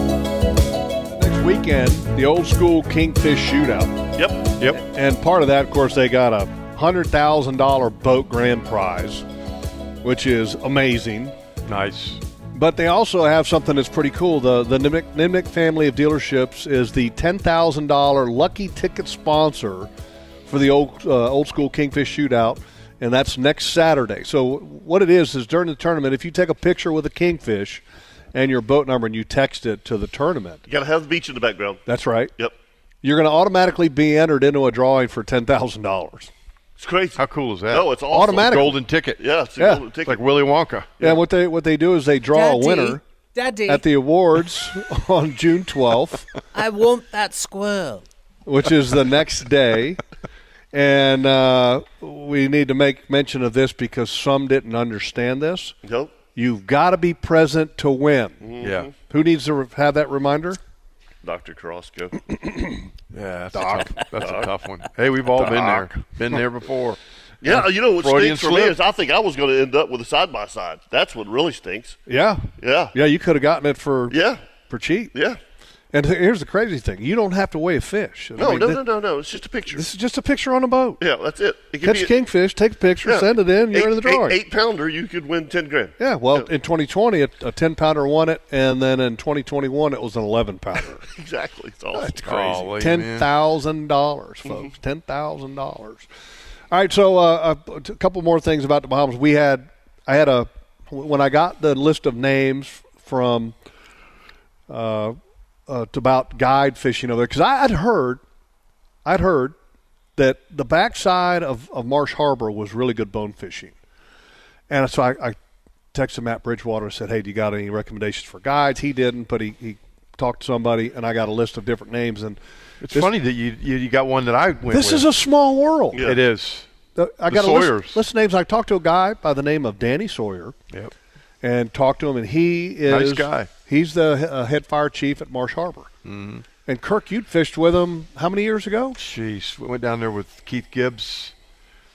S3: Next weekend, the old school Kingfish Shootout.
S1: Yep.
S4: Yep.
S3: And part of that, of course, they got a hundred thousand dollar boat grand prize, which is amazing.
S4: Nice.
S3: But they also have something that's pretty cool. The the Nimnik, Nimnik family of dealerships is the ten thousand dollar lucky ticket sponsor for the old uh, old school Kingfish Shootout, and that's next Saturday. So what it is is during the tournament, if you take a picture with a kingfish and your boat number and you text it to the tournament,
S1: You got to have the beach in the background.
S3: that's right.
S1: Yep.
S3: You're going to automatically be entered into a drawing for ten thousand dollars.
S1: It's crazy.
S4: How cool is that?
S1: No, it's awesome.
S3: Automatic.
S4: golden ticket.
S1: Yeah, it's a
S3: Yeah.
S1: golden
S4: It's
S1: ticket.
S4: like Willy Wonka.
S3: Yeah, what they what they do is they draw
S6: Daddy,
S3: a winner
S6: Daddy,
S3: at the awards (laughs) on June 12th,
S6: I want that squirrel.
S3: which is the next day. And uh, we need to make mention of this because some didn't understand this.
S1: Nope. Mm-hmm.
S3: You've got to be present to win.
S4: Yeah.
S3: Who needs to re- have that reminder?
S1: Dr.
S3: (clears throat)
S1: Carrasco.
S4: Yeah, that's, a tough, that's a tough one. Hey, we've all been there. Been there before.
S1: Yeah, you know what
S4: Freudian
S1: stinks for me
S4: slip.
S1: is I think I was going to end up with a side by side. That's what really stinks.
S3: Yeah,
S1: Yeah.
S3: yeah. You could have gotten it for
S1: Yeah.
S3: for cheap.
S1: Yeah.
S3: And th- here's the crazy thing: you don't have to weigh a fish. I
S1: No,
S3: mean,
S1: no,
S3: thi-
S1: no, no, no. It's just a picture.
S3: This is just a picture on a boat.
S1: Yeah, that's it. it could
S3: Catch
S1: be a-
S3: kingfish, take a picture,
S1: yeah.
S3: send it in. You're
S1: eight,
S3: in the drawing.
S1: Eight, eight pounder, you could win 10 grand. (laughs)
S3: Yeah, well, in 2020, a, a 10 pounder won it, and then in 2021, it was an 11 pounder.
S1: Exactly. It's Mm-hmm. awesome.
S4: (laughs) Golly,
S3: Ten
S4: man.
S3: thousand dollars, folks. Ten thousand dollars. All right, so uh, a, a couple more things about the Bahamas. We had, I had a when I got the list of names from uh, uh, to about guide fishing over there because I'd heard, I'd heard that the backside of, of Marsh Harbor was really good bone fishing, and so I, I texted Matt Bridgewater and said, "Hey, do you got any recommendations for guides?" He didn't, but he, he talked to somebody, and I got a list of different names. And
S4: It's
S3: this-
S4: funny that you, you you got one that I went
S3: This
S4: with.
S3: is a small world.
S1: Yeah.
S4: It is.
S3: The- I
S4: The
S3: got a list,
S4: Sawyers.
S3: list of names. I talked to a guy by the name of Danny Sawyer
S4: Yep.
S3: and talked to him, and he is
S4: Nice guy.
S3: He's the uh, head fire chief at Marsh Harbor. Mm-hmm. And Kirk, you'd fished with him how many years ago?
S4: Jeez, we went down there with Keith Gibbs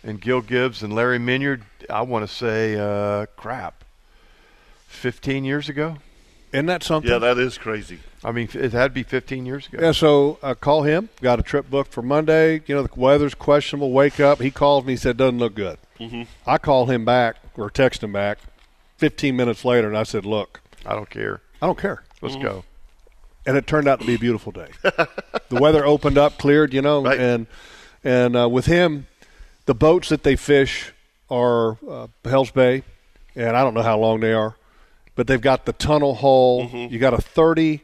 S4: and Gil Gibbs and Larry Minyard. I want to say, uh, crap, 15 years ago.
S3: Isn't that something?
S1: Yeah, that is crazy.
S4: I mean, it had to be 15 years ago.
S3: Yeah, so uh, call him. Got a trip booked for Monday. You know, the weather's questionable. Wake up. He calls me. He said, doesn't look good. Mm-hmm. I call him back or text him back 15 minutes later, and I said, look,
S4: I don't care.
S3: I don't care.
S4: Let's go.
S3: and it turned out to be a beautiful day. the weather opened up, cleared, you know,
S1: Right.
S3: and and uh, with him, the boats that they fish are uh, Hell's Bay, and I don't know how long they are, but they've got the tunnel hull. You got a 30,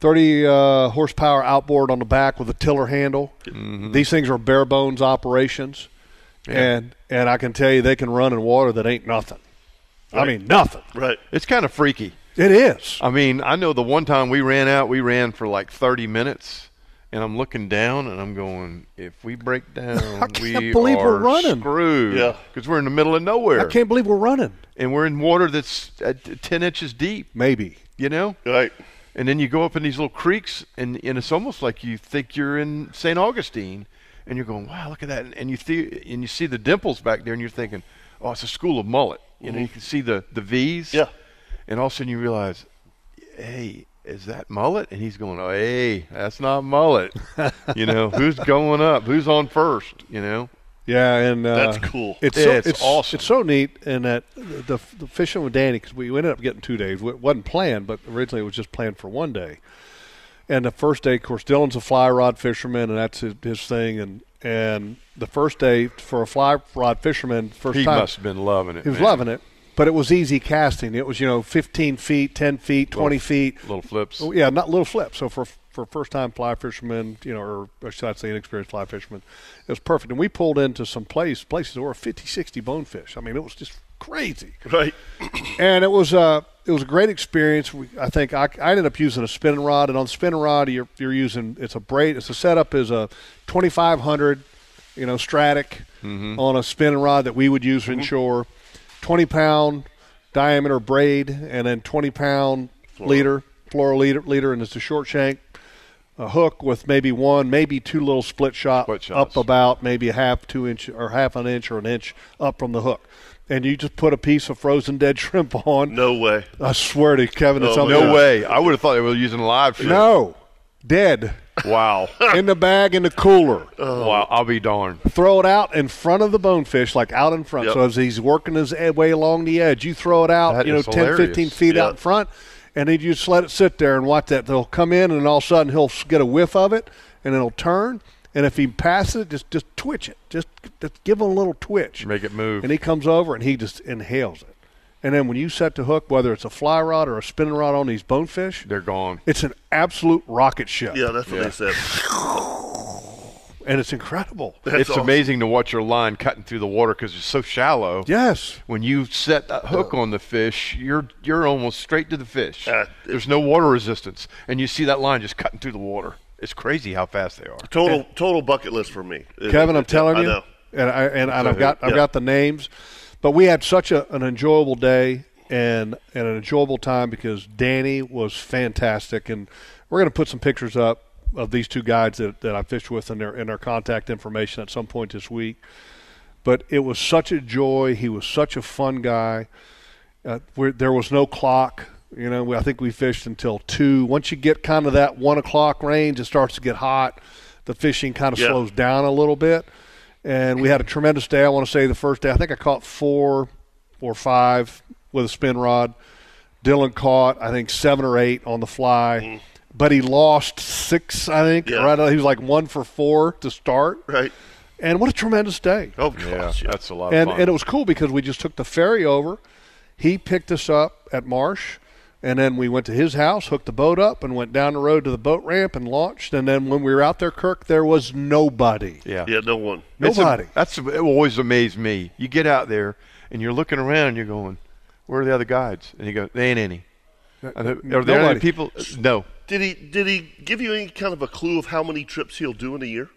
S3: 30 uh, horsepower outboard on the back with a tiller handle. These things are bare bones operations, and and I can tell you they can run in water that ain't nothing. I mean nothing.
S1: Right.
S4: It's kind of freaky.
S3: It is.
S4: I mean, I know the one time we ran out, we ran for like 30 minutes, and I'm looking down and I'm going, if we break down,
S3: (laughs) I can't
S4: we
S3: believe
S4: are
S3: we're running.
S4: screwed.
S1: Yeah.
S4: because we're in the middle of nowhere,
S3: I can't believe we're running.
S4: and we're in water that's uh, t- 10 inches deep.
S3: Maybe.
S4: You know,
S1: Right.
S4: and then you go up in these little creeks, and, and it's almost like you think you're in St. Augustine, and you're going, wow, look at that, and, and you see and you see the dimples back there, and you're thinking, oh, it's a school of mullet. You know, you can see the the V's.
S1: Mm-hmm. Yeah.
S4: And all of a sudden you realize, hey, is that mullet? And he's going, oh, hey, that's not
S1: (laughs)
S4: mullet. you know, who's going up? Who's on first? You know,
S3: Yeah, and uh,
S1: That's cool.
S3: It's
S4: Yeah,
S3: so,
S4: it's awesome.
S3: It's so neat, and that the, the fishing with Danny because we ended up getting two days. It wasn't planned, but originally it was just planned for one day. And the first day, of course, Dylan's a fly rod fisherman, and that's his, his thing. And and the first day for a fly rod fisherman, first
S4: he
S3: time
S4: must have been loving it.
S3: he was
S4: man.
S3: loving it, but it was easy casting. It was you know 15 feet, 10 feet, 20 feet.
S4: little flips.
S3: Oh, yeah, not little flips. So for for first time fly fishermen, you know, or, or should I say inexperienced fly fishermen, it was perfect. And we pulled into some place places that were 50, 60 bonefish. I mean, it was just crazy.
S1: Right.
S3: And it was uh, it was a great experience. We, I think I, I ended up using a spinning rod, and on spinning rod you're you're using it's a braid. It's a setup is a 2500, you know, Stratic on a spinning rod that we would use inshore, 20 pound diameter braid, and then 20 pound leader floral leader leader, and it's a short shank. A hook with maybe one, maybe two little split shot
S4: Split shots.
S3: up about maybe a half two inch or half an inch or an inch up from the hook, and you just put a piece of frozen dead (laughs) shrimp on.
S1: No way.
S3: I swear to Kevin, it's
S1: Oh,
S3: on
S1: man.
S4: No
S1: Yeah.
S4: way. I would have thought they were using live shit.
S3: No, dead
S4: Wow.
S3: in
S1: (laughs)
S3: the bag in the cooler.
S1: Oh.
S4: wow. I'll be darned.
S3: Throw it out in front of the bonefish, like out in front.
S1: Yep.
S3: So as he's working his ed- way along the edge, you throw it out,
S4: That
S3: you know,
S4: is
S3: 10,
S4: hilarious.
S3: 15 feet
S1: Yeah.
S3: out in front, and then you just let it sit there and watch that. They'll come in, and all of a sudden he'll s- get a whiff of it, and it'll turn. And if he passes it, just just twitch it. Just, just give him a little twitch.
S4: Make it move.
S3: And he comes over and he just inhales it. And then when you set the hook, whether it's a fly rod or a spinning rod on these bonefish,
S4: They're gone.
S3: It's an absolute rocket ship,
S1: Yeah, that's what they said.
S3: and it's incredible.
S1: That's
S4: it's
S1: awesome.
S4: amazing to watch your line cutting through the water because it's so shallow.
S3: Yes,
S4: When you set that hook on the fish, you're you're almost straight to the fish.
S1: Uh,
S4: There's no water resistance, and you see that line just cutting through the water. It's crazy how fast they are.
S1: Total total bucket list for me. It-
S3: Kevin, I'm
S1: it-
S3: telling
S1: I
S3: you,
S1: know.
S3: and I and, and I've got I've
S1: Yeah.
S3: got the names, but we had such a, an enjoyable day and and an enjoyable time because Danny was fantastic, and we're going to put some pictures up of these two guys that, that I fished with and their and their contact information at some point this week. But it was such a joy. He was such a fun guy. uh, where there was no clock. You know, we- I think we fished until two. Once you get kind of that one o'clock range, it starts to get hot. The fishing kind of
S1: Yeah.
S3: slows down a little bit. And we had a tremendous day. I want to say the first day, I think I caught four or five with a spin rod. Dylan caught, I think, seven or eight on the fly,
S4: Mm-hmm.
S3: but he lost six, I think.
S1: Yeah.
S3: Right, uh, he was like one for four to start.
S1: Right.
S3: And what a tremendous day!
S1: Oh gosh, yeah.
S4: that's a lot.
S3: and
S4: of fun.
S3: and it was cool because we just took the ferry over. He picked us up at Marsh, and then we went to his house, hooked the boat up, and went down the road to the boat ramp and launched. And then when we were out there, Kirk, there was nobody.
S4: yeah.
S1: Yeah, no one.
S4: It's a-
S3: Nobody.
S4: that's it always amazed me. You get out there and you're looking around. You're going, where are the other guides? And you go, there ain't any. Are there, are there
S3: Nobody.
S4: any people? No.
S1: Did he did he give you any kind of a clue of how many trips he'll do in a year?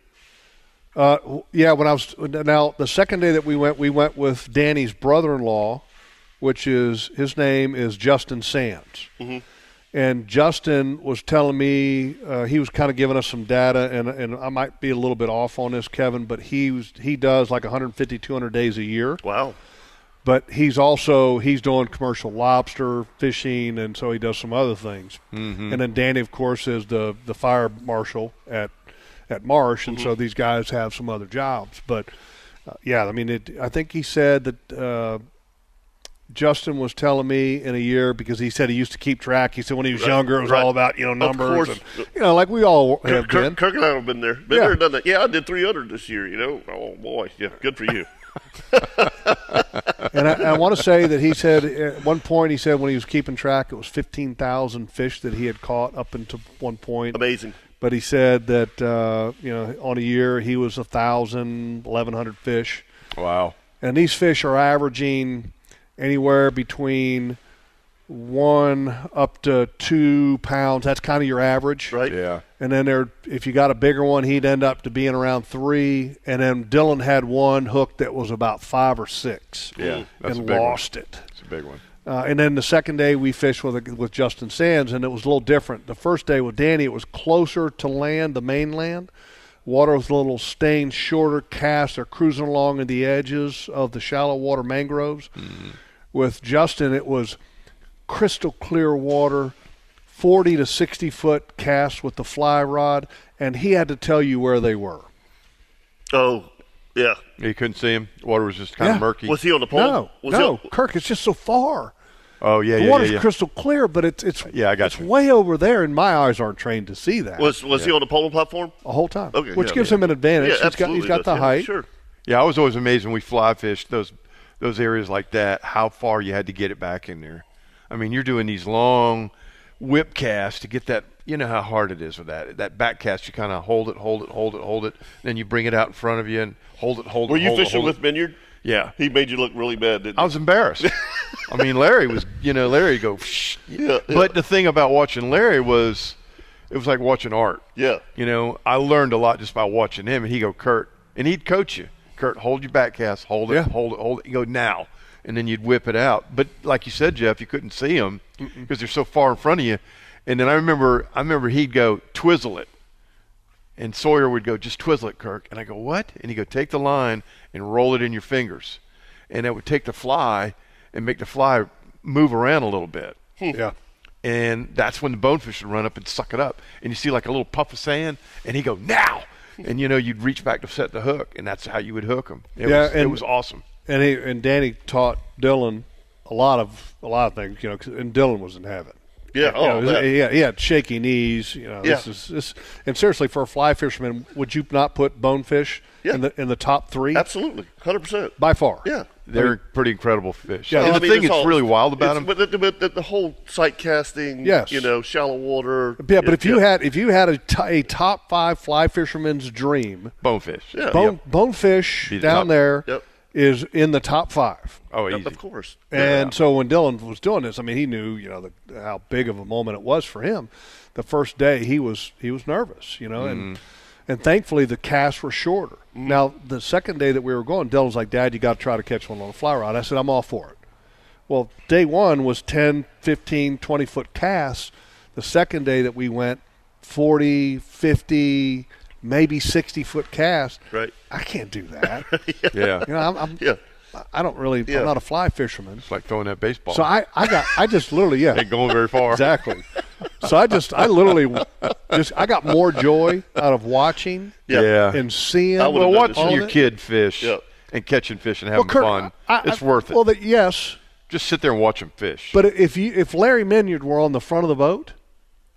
S3: Uh, w- yeah, when I was now the second day that we went, we went with Danny's brother-in-law, which is his name is Justin Sands, and Justin was telling me uh, he was kind of giving us some data, and and I might be a little bit off on this, Kevin, but he was, he does like 150, 200 days a year,
S1: Wow.
S3: but he's also he's doing commercial lobster fishing, and so he does some other things, and then Danny, of course, is the the fire marshal at at Marsh, and
S1: Mm-hmm.
S3: so these guys have some other jobs. But uh, yeah, I mean, it, I think he said that uh, Justin was telling me in a year because he said he used to keep track. He said when he was younger, it was
S1: right.
S3: all about you know numbers,
S1: course.
S3: and, you know, like we all have
S1: Kirk,
S3: been.
S1: Kirk, Kirk and I have been there. Been
S3: Yeah.
S1: there, done that. Yeah, I did 300 this year. You know. Oh boy. Yeah, good for you.
S3: (laughs) and I, I want to say that he said at one point he said when he was keeping track it was fifteen thousand fish that he had caught up until one point.
S1: Amazing.
S3: But he said that uh, you know on a year he was a thousand, eleven hundred fish,
S4: Wow.
S3: and these fish are averaging anywhere between one up to two pounds. That's kind of your average,
S1: Right.
S4: Yeah.
S3: and then there, if you got a bigger one, he'd end up to being around three. And then Dylan had one hook that was about five or six,
S4: Yeah, that's
S3: Mm.
S4: a
S3: and
S4: big one.
S3: lost it.
S4: It's a big one.
S3: Uh, and then the second day we fished with with Justin Sands, and it was a little different. The first day with Danny, it was closer to land, the mainland. Water was a little stained, shorter cast. They're cruising along in the edges of the shallow water mangroves.
S4: Mm-hmm.
S3: With Justin, it was crystal clear water, 40 to 60 foot cast with the fly rod, and he had to tell you where they were.
S1: Oh. Yeah.
S4: You couldn't see him. Water was just kind
S3: Yeah.
S4: of murky.
S1: Was he on the pole?
S3: No,
S1: Was
S3: no,
S1: He on,
S3: Kirk, it's just so far.
S4: oh yeah,
S3: The
S4: yeah,
S3: water's
S4: yeah, yeah.
S3: crystal clear, but it's it's
S4: Yeah, I got
S3: it's
S4: you.
S3: way over there, and my eyes aren't trained to see that
S1: was was he on the polling platform?
S3: the whole time.
S1: Okay,
S3: which
S1: yeah,
S3: gives
S1: yeah.
S3: him an advantage.
S1: Yeah,
S3: he's got he's
S1: absolutely
S3: got the
S1: does. Yeah,
S3: height.
S1: Sure.
S4: Yeah, I was always amazed when we fly fished those those areas like that. How far you had to get it back in there. I mean, you're doing these long whip casts to get that you know how hard it is with that that back cast. You kind of hold it, hold it, hold it, hold it, then you bring it out in front of you and hold it, hold it.
S1: Were you
S4: hold it,
S1: fishing
S4: hold
S1: with
S4: it.
S1: Vineyard?
S4: Yeah.
S1: He made you look really bad, didn't
S4: I was embarrassed. I mean, Larry was, you know, Larry go. Psh.
S1: Yeah, yeah.
S4: But the thing about watching Larry was, it was like watching art.
S1: Yeah.
S4: You know, I learned a lot just by watching him. And he go, Kurt, and he'd coach you, Kurt, hold your back cast, hold it,
S3: Yeah.
S4: hold it, hold it. You go now, and then you'd whip it out. But like you said, Jeff, you couldn't see him because they're so far in front of you. And then I remember, I remember he'd go twizzle it. And Sawyer would go, just twizzle it, Kirk. And I go, what? And he'd go, take the line and roll it in your fingers. And that would take the fly and make the fly move around a little bit.
S1: Hmm.
S3: Yeah.
S4: And that's when the bonefish would run up and suck it up. And you see like a little puff of sand. And he'd go, now. And, you know, you'd reach back to set the hook. And that's how you would hook them. It,
S3: Yeah,
S4: was, it
S3: and-
S4: was awesome.
S3: And he and Danny taught Dylan a lot of a lot of things, you know. 'cause- And Dylan was in heaven.
S1: Yeah,
S3: You
S1: oh,
S3: know,
S1: that.
S3: he, had, he had shaky knees. You know, this
S1: Yeah.
S3: is this. And seriously, for a fly fisherman, would you not put bonefish
S1: Yeah.
S3: in the in the top three?
S1: you? Absolutely. 100%.
S3: by far.
S1: Yeah.
S4: They're pretty incredible fish.
S3: Yeah,
S4: and
S1: I
S4: the
S1: mean,
S4: thing
S1: it's
S4: that's
S1: all-
S4: really wild about
S1: it's-
S4: them.
S1: But the, but the, the whole sight casting,
S3: Yes.
S1: you know, shallow water.
S3: Yeah, but if you
S1: yeah.
S3: had if you had a to- a top five fly fisherman's dream,
S4: bonefish.
S1: Yeah.
S3: bone, bonefish
S4: Be the
S3: down
S4: top.
S3: there is
S1: Yep.
S3: in the top five.
S4: Oh,
S1: Yep,
S4: easy.
S1: Of course.
S3: And so when Dylan was doing this, I mean, he knew you know the, how big of a moment it was for him. The first day, he was he was nervous, you know, and and thankfully the casts were shorter. Now the second day that we were going, Dylan's like, "Dad, you got to try to catch one on a fly rod." I said, "I'm all for it." Well, day one was 10, 15, 20 foot casts. The second day that we went, 40, 50, maybe 60 foot casts.
S1: Right.
S3: I can't
S1: (laughs)
S3: do that.
S4: Yeah.
S3: You know, I'm, I'm,
S1: (laughs) Yeah.
S3: I don't really,
S1: Yeah.
S3: I'm not a fly fisherman.
S4: It's like throwing that baseball.
S3: So I, I got, I just literally, yeah,
S4: (laughs) ain't going very far.
S3: exactly. So I just, I literally, just, I got more joy out of watching
S1: Yeah.
S4: Yeah.
S3: and seeing.
S1: I would've
S4: Well,
S1: done
S3: all
S1: this
S4: watching
S1: all
S4: your
S3: of it.
S4: kid fish
S1: Yep.
S4: and catching fish and
S3: Well,
S4: having
S3: Kurt,
S4: fun,
S3: I- I-
S4: it's worth it.
S3: Well, that yes,
S4: Just sit there and watch them fish.
S3: but if you, if Larry Minyard were on the front of the boat,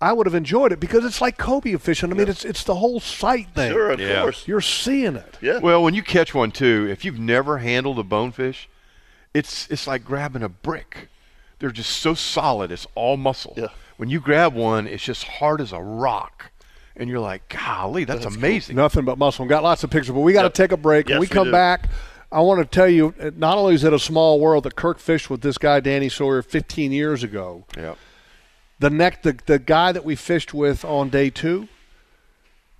S3: I would have enjoyed it because it's like Kobe fishing. I mean, it's it's the whole sight thing.
S1: Sure, of
S4: Yeah.
S1: course.
S3: You're seeing it.
S1: Yeah.
S4: well, when you catch one too, if you've never handled a bonefish, it's it's like grabbing a brick. They're just so solid. It's all muscle.
S1: Yeah.
S4: When you grab one, it's just hard as a rock, and you're like, "Golly, that's, amazing."
S3: Nothing but muscle. And got lots of pictures, but we got to take a break.
S1: Yes,
S3: when we
S1: we
S3: come
S1: do.
S3: back, I want to tell you uh, not only is it a small world that Kirk fished with this guy Danny Sawyer 15 years ago.
S4: Yeah.
S3: The neck, the the guy that we fished with on day two,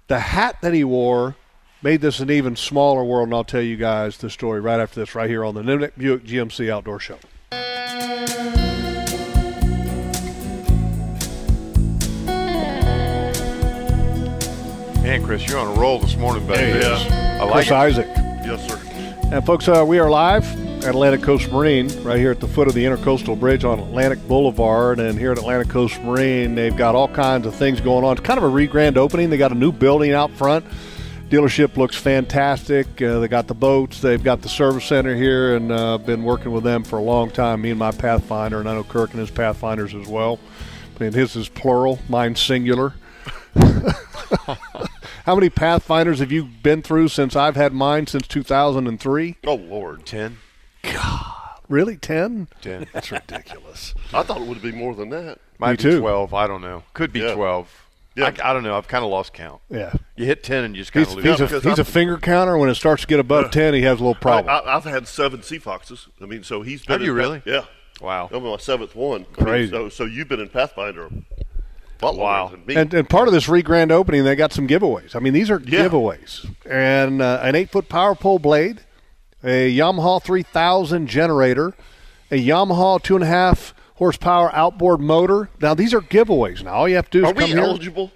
S3: the hat that he wore made this an even smaller world. And I'll tell you guys the story right after this, right here on the Nimnik Buick GMC Outdoor Show.
S4: Man, Chris, you're on a roll this morning, buddy.
S1: Hey,
S4: I
S3: Chris
S4: like it.
S3: Isaac.
S1: yes, sir.
S3: And folks, uh, we are live at Atlantic Coast Marine, right here at the foot of the Intercoastal Bridge on Atlantic Boulevard. And here at Atlantic Coast Marine, they've got all kinds of things going on. It's kind of a re-grand opening. They got a new building out front. Dealership looks fantastic. Uh, they got the boats. They've got the service center here, and uh, been working with them for a long time. Me and my Pathfinder, and I know Kirk and his Pathfinders as well. And his is plural, mine's singular. (laughs) How many Pathfinders have you been through since I've had mine since 2003?
S1: Oh, Lord.
S4: Ten.
S3: Really, 10?
S4: Ten.
S3: That's ridiculous.
S1: I thought it would be more than that.
S4: Might
S3: Me
S4: be
S3: too.
S4: twelve. I don't know. Could be
S1: Yeah.
S4: twelve.
S1: Yeah.
S4: I, I don't know. I've kind of lost count.
S3: Yeah.
S4: You hit ten and you just kind
S3: He's,
S4: of lose.
S3: he's,
S4: it.
S1: Yeah,
S3: a,
S1: because
S3: he's a
S1: I'm-
S3: finger counter. When it starts to get above 10, he has a little
S1: I,
S3: problem.
S1: I, I've had seven sea foxes. I mean, so he's been.
S4: Have
S1: in
S4: you
S1: Path-
S4: really?
S1: Yeah.
S4: Wow.
S1: I'm on my seventh one. I mean,
S3: Crazy.
S1: so, so you've been in Pathfinder. A lot
S4: Wow. uh,
S1: longer than me.
S3: and, and part of this re-grand opening, they got some giveaways. I mean, these are
S1: Yeah.
S3: giveaways. And uh, an eight-foot power pole blade, a Yamaha 3000 generator, a Yamaha two and a half horsepower outboard motor. Now, these are giveaways. Now, all you have to do is
S1: Are
S3: come
S1: we
S3: here. Oh.
S1: eligible?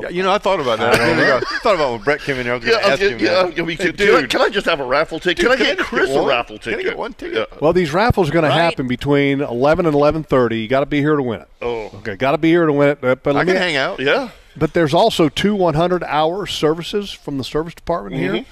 S4: Yeah, you know, I thought about that. I, thought about when Brett came in here. I was going
S1: Yeah,
S4: to
S1: I-
S4: ask him.
S1: yeah,
S4: that.
S1: I mean, can,
S4: Hey,
S1: can I-
S4: dude,
S1: can I just have a raffle ticket? can
S4: Dude,
S1: I
S4: can I
S1: get
S4: just
S1: Chris
S4: get one?
S1: a raffle
S4: Can I
S1: ticket?
S4: get one ticket?
S1: Yeah.
S3: Well, these raffles are going to happen between 11 and 11:30. You got to be here to win it.
S1: Oh.
S3: okay, got to be here to win it. But but
S4: I
S3: let
S4: can
S3: me-
S4: hang out.
S1: Yeah.
S3: But there's also two 100-hour services from the service department here, and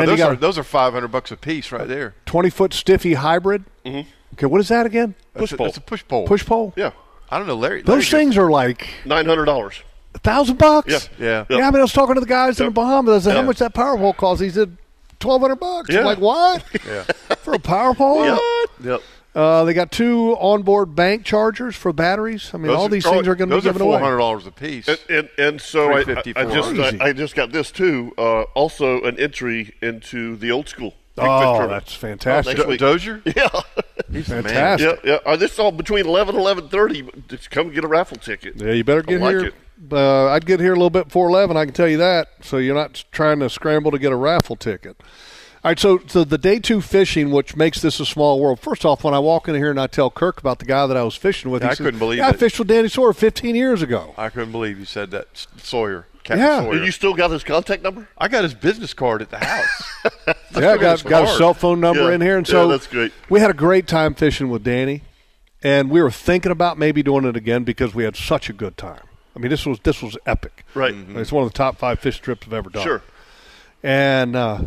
S3: then you
S4: those,
S3: got
S4: are, those are 500 bucks a piece right there.
S3: a 20-foot stiffy hybrid. Mm-hmm. Okay, what is that again?
S4: That's a, that's a push pole.
S3: Push pole.
S1: Yeah.
S4: I don't know, Larry. Larry
S3: Those
S4: gets-
S3: things are like
S1: Nine hundred dollars.
S3: a thousand bucks.
S1: Yeah.
S4: Yeah.
S3: Yeah. I mean, I was talking to the guys in the
S1: Yep.
S3: Bahamas. I said,
S1: Yeah.
S3: How much that power pole costs? He said, twelve hundred bucks. I'm
S1: Yeah.
S4: (laughs)
S3: like, what?
S4: Yeah.
S3: For a power pole?
S1: Yep. Yep.
S3: Uh, they got two onboard bank chargers for batteries. I mean, all these things are going to be
S4: those
S3: given
S4: are four hundred
S3: away.
S4: dollars a piece.
S1: And, and, and so I, I,
S4: 350,
S1: I just I,
S4: 400.
S1: I just got this too. Uh, also, an entry into the old school. Big Fish
S3: Oh,
S1: tournament.
S3: that's
S1: next
S3: fantastic!
S1: week.
S4: Dozier,
S1: (laughs) Yeah,
S4: he's the man.
S3: Fantastic.
S1: yeah, yeah. Uh, this is all between 11 and 11.30. Just come get a raffle ticket.
S3: Yeah, you better
S1: I
S3: get
S1: like
S3: here.
S1: it.
S3: Uh, I'd get here a little bit before eleven. I can tell you that. So you're not trying to scramble to get a raffle ticket. All right. So, so the day two fishing, which makes this a small world. First off, when I walk in here and I tell Kirk about the guy that I was fishing with,
S4: Yeah,
S3: he
S4: I
S3: says,
S4: couldn't believe
S3: "Yeah, I
S4: it."
S3: fished with Danny Sawyer 15 years
S1: (laughs)
S3: ago.
S4: I couldn't believe you said that, S- Sawyer. Captain
S3: Yeah.
S4: Sawyer.
S1: And you still got his contact number?
S4: I got his business card at
S1: (laughs)
S4: the house.
S3: yeah, I
S4: look at
S3: got
S4: his
S3: got a
S4: card.
S3: cell phone number
S1: Yeah.
S3: in here, and
S1: Yeah,
S3: so
S1: that's great.
S3: We had a great time fishing with Danny, and we were thinking about maybe doing it again because we had such a good time. I mean, this was this was epic.
S1: Right.
S3: It's one of the top five fish trips I've ever done.
S1: Sure.
S3: And uh,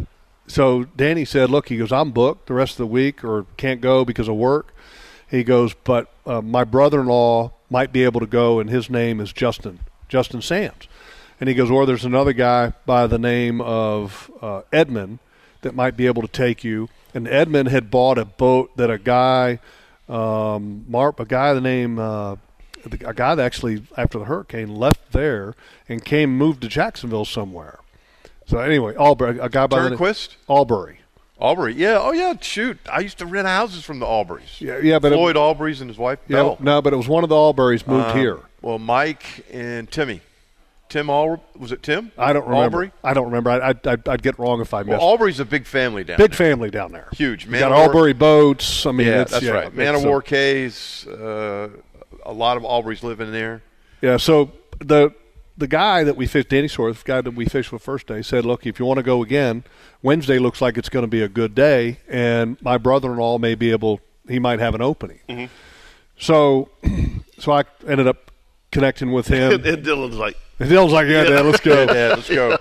S3: so Danny said, "Look, he goes, I'm booked the rest of the week, or can't go because of work." He goes, "But uh, my brother-in-law might be able to go, and his name is Justin Justin Sands." And he goes, "Or there's another guy by the name of uh, Edmund that might be able to take you." And Edmund had bought a boat that a guy, um, Mark, a guy the name. Uh, the- a guy that actually, after the hurricane, left there and came moved to Jacksonville somewhere. So anyway, Albury, a guy by the name,
S4: Turnquist?
S3: Albury.
S4: Aubrey, yeah, oh yeah, shoot, I used to rent houses from the Aubreys.
S3: Yeah, yeah, but it-
S4: Floyd Aubreys and his wife
S3: Yeah,
S4: Belle.
S3: no, but it was one of the Alburys
S4: Uh,
S3: moved here.
S4: Well, Mike and Timmy, Tim Al was it Tim?
S3: I don't remember.
S4: Aubrey.
S3: I don't remember. I, I, I'd, I'd get wrong if I missed.
S4: Well, Aubrey's a big family down
S3: Big
S4: there.
S3: family down there.
S4: Huge.
S3: You got
S4: Man of war-
S3: Albury boats. I mean,
S4: Yeah,
S3: it's,
S4: that's
S3: yeah,
S4: right. Man
S3: it's
S4: of
S3: a-
S4: War K's, uh, a lot of Aubreys living there.
S3: Yeah. So the the guy that we fished, Danny Sworth, the guy that we fished with first day, said, "Look, if you want to go again, Wednesday looks like it's going to be a good day, and my brother-in-law may be able. He might have an opening." So, (clears throat) so I ended up connecting with him.
S1: And, (laughs) and Dylan's like,
S3: And Dale's like, yeah, Dad, let's
S1: (laughs)
S3: go.
S4: Yeah, let's go.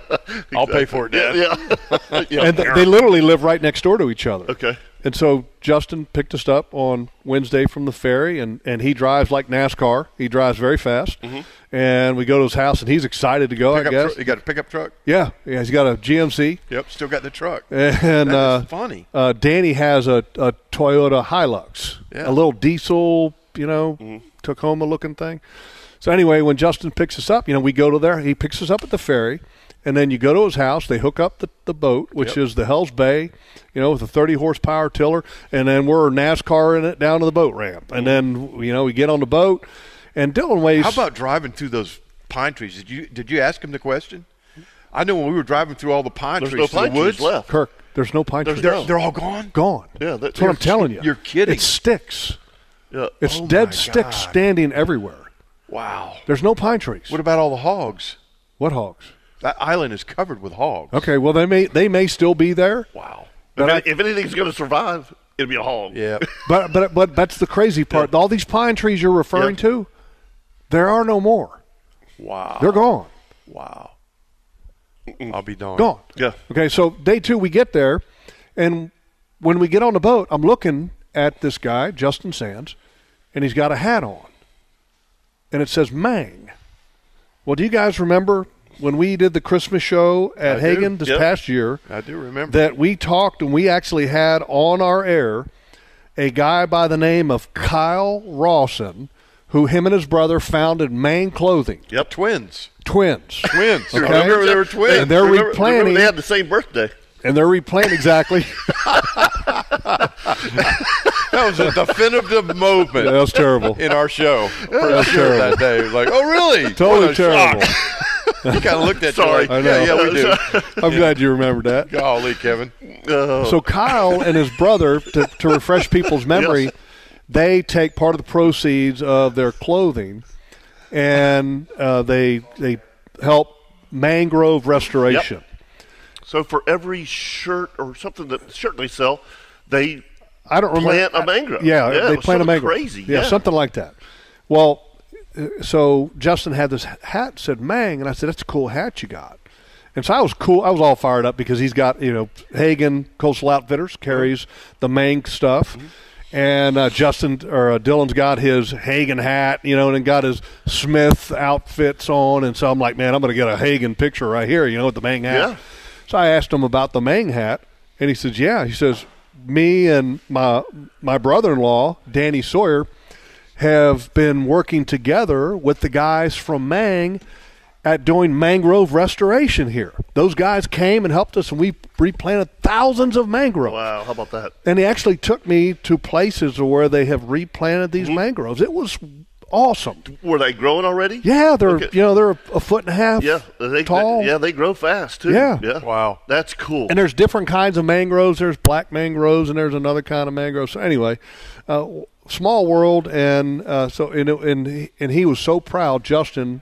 S4: I'll pay for it, Dad.
S1: yeah.
S4: (laughs)
S1: yeah. (laughs)
S3: And th- they literally live right next door to each other.
S1: Okay.
S3: And so Justin picked us up on Wednesday from the ferry, and, and he drives like NASCAR. He drives very fast. And we go to his house, and he's excited to go, I
S4: Mm-hmm. Pickup
S3: guess.
S4: tru- you got a pickup truck?
S3: yeah, yeah, he's got a GMC.
S4: Yep, still got the truck.
S3: And
S4: That is
S3: uh,
S4: funny.
S3: Uh, Danny has a, a Toyota Hilux,
S4: Yeah. Mm-hmm.
S3: a little diesel, you know, Tacoma looking thing. So anyway, when Justin picks us up, you know, we go to there. He picks us up at the ferry, and then you go to his house. They hook up the, the boat, which is the Hell's Bay, you know, with a 30 horsepower tiller, and then we're NASCAR in it down to the boat ramp, and then you know we get on the boat, and Dylan weighs.
S4: Mm-hmm. How about driving through those pine trees? Did you did you ask him the question? I know when we were driving through all the pine
S1: There's no
S4: trees, through
S1: pine
S4: the woods,
S1: trees left.
S3: Kirk? There's no pine
S1: There's
S3: trees.
S4: They're,
S1: No.
S4: they're all gone.
S3: gone.
S1: Yeah, that-
S3: that's what I'm
S1: you're-
S3: telling you.
S4: you're kidding.
S3: It sticks.
S1: Yeah.
S3: It's
S4: Oh,
S3: dead
S4: my
S3: sticks
S4: God.
S3: standing everywhere.
S4: Wow.
S3: There's no pine trees.
S4: What
S3: What,
S4: about all the hogs?
S3: hogs?
S4: That island is covered with hogs.
S3: Okay, well they may they may still be there,
S4: Wow.
S3: but I,
S1: if, if anything's going to survive, it'll be a hog.
S4: Yeah.
S1: (laughs)
S3: but but but that's the crazy part. All these pine trees you're referring
S1: Yeah.
S3: to, there are no more.
S4: wow.
S3: They're gone,
S4: Wow. I'll be darned.
S3: gone.
S1: Yeah.
S3: Okay, so day two we get there, and when we get on the boat, I'm looking at this guy Justin Sands, and he's got a hat on, and it says Mang. Well, do you guys remember when we did the Christmas show at
S4: I do.
S3: Hagen this
S1: Yep.
S3: past year?
S4: I do remember.
S3: that we talked and we actually had on our air a guy by the name of Kyle Rawson, who him and his brother founded Main Clothing
S1: Yep.
S4: Twins. (laughs)
S3: Twins.
S4: Twins. I
S3: Okay.
S4: remember they were twins.
S3: And they're
S1: Remember- remember
S3: replanting.
S1: They had the same birthday.
S3: and they're replanting
S4: (laughs)
S3: exactly.
S4: that
S3: (laughs)
S4: was a definitive moment
S3: yeah, that was terrible.
S4: in our show. For
S3: was
S4: sure
S3: terrible.
S4: that day. It was Like, oh, really?
S3: (laughs)
S4: What
S3: Totally
S4: a
S3: terrible.
S4: shock. (laughs) You kind of
S3: (laughs)
S4: looked at
S1: Sorry.
S4: you like,
S1: I
S4: yeah,
S3: know.
S4: yeah, we do.
S3: I'm glad you remembered that.
S4: (laughs) Golly, Kevin.
S1: Oh.
S3: So Kyle and his brother, to, to refresh people's memory,
S1: Yes.
S3: they take part of the proceeds of their clothing, and uh, they they help mangrove restoration.
S1: So for every shirt or something that shirt they sell, they
S3: I don't remember.
S1: Plant a mangrove.
S3: Yeah,
S1: Yeah, it
S3: they
S1: was
S3: plant a
S1: something
S3: mangrove.
S1: crazy,
S3: Yeah,
S1: yeah.
S3: something like that. Well, uh, so Justin had this hat said Mang, and I said that's a cool hat you got. And so I was cool. I was all fired up because he's got you know Hagen Coastal Outfitters carries the Mang stuff. And uh, Justin or uh, Dylan's got his Hagen hat, you know, and then got his Smith outfits on, and so I'm like, man, I'm going to get a Hagen picture right here, you know, with the Mang hat.
S1: Yeah.
S3: So I asked him about the Mang hat, and he says, "Yeah." He says, me and my my brother-in-law Danny Sawyer have been working together with the guys from Mang at doing mangrove restoration here. Those guys came and helped us, and we replanted thousands of mangroves.
S1: Wow, how about that?
S3: And he actually took me to places where they have replanted
S1: Mm-hmm.
S3: these mangroves. It was awesome.
S1: Were they growing already?
S3: Yeah, they're
S1: Okay.
S3: you know they're a, a foot and a half
S1: Yeah, they,
S3: tall.
S1: Yeah, they grow fast too.
S3: Yeah.
S4: Wow.
S1: that's cool.
S3: And there's different kinds of mangroves. There's black mangroves, and there's another kind of mangrove. So anyway, uh, w- small world, and uh, so and it- and he- and he was so proud. Justin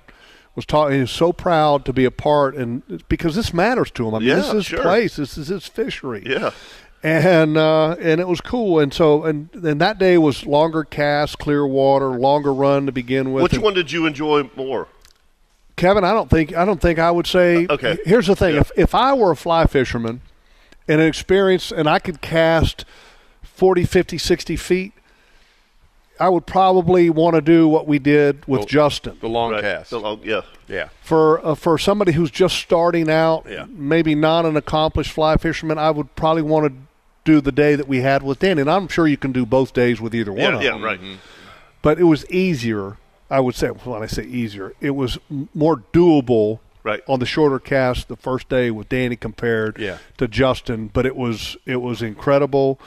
S3: was talking. He was so proud to be a part, and because this matters to him. I mean,
S1: Yeah,
S3: this is his
S1: sure.
S3: place. This is his fishery.
S1: Yeah.
S3: And uh, and it was cool. And so and and that day was longer cast, clear water, longer run to begin with.
S1: Which
S3: And-
S1: one did you enjoy more?
S3: Kevin, I don't think I don't think I would say.
S1: Uh, Okay.
S3: Here's the thing:
S1: Yeah.
S3: if if I were a fly fisherman and an experienced, and I could cast 40, 50, 60 feet, I would probably want to do what we did
S1: Oh.
S3: with Justin.
S4: The long
S1: Right.
S4: cast.
S1: The long- yeah.
S4: yeah.
S3: For uh, for somebody who's just starting out,
S1: Yeah.
S3: maybe not an accomplished fly fisherman, I would probably want to do the day that we had with Danny. And I'm sure you can do both days with either one
S1: Yeah,
S3: of
S1: yeah,
S3: them
S1: right.
S4: Mm-hmm.
S3: but it was easier. I would say well, when I say easier, it was m- more doable
S1: Right.
S3: on the shorter cast the first day with Danny compared
S4: Yeah.
S3: to Justin. But it was it was incredible.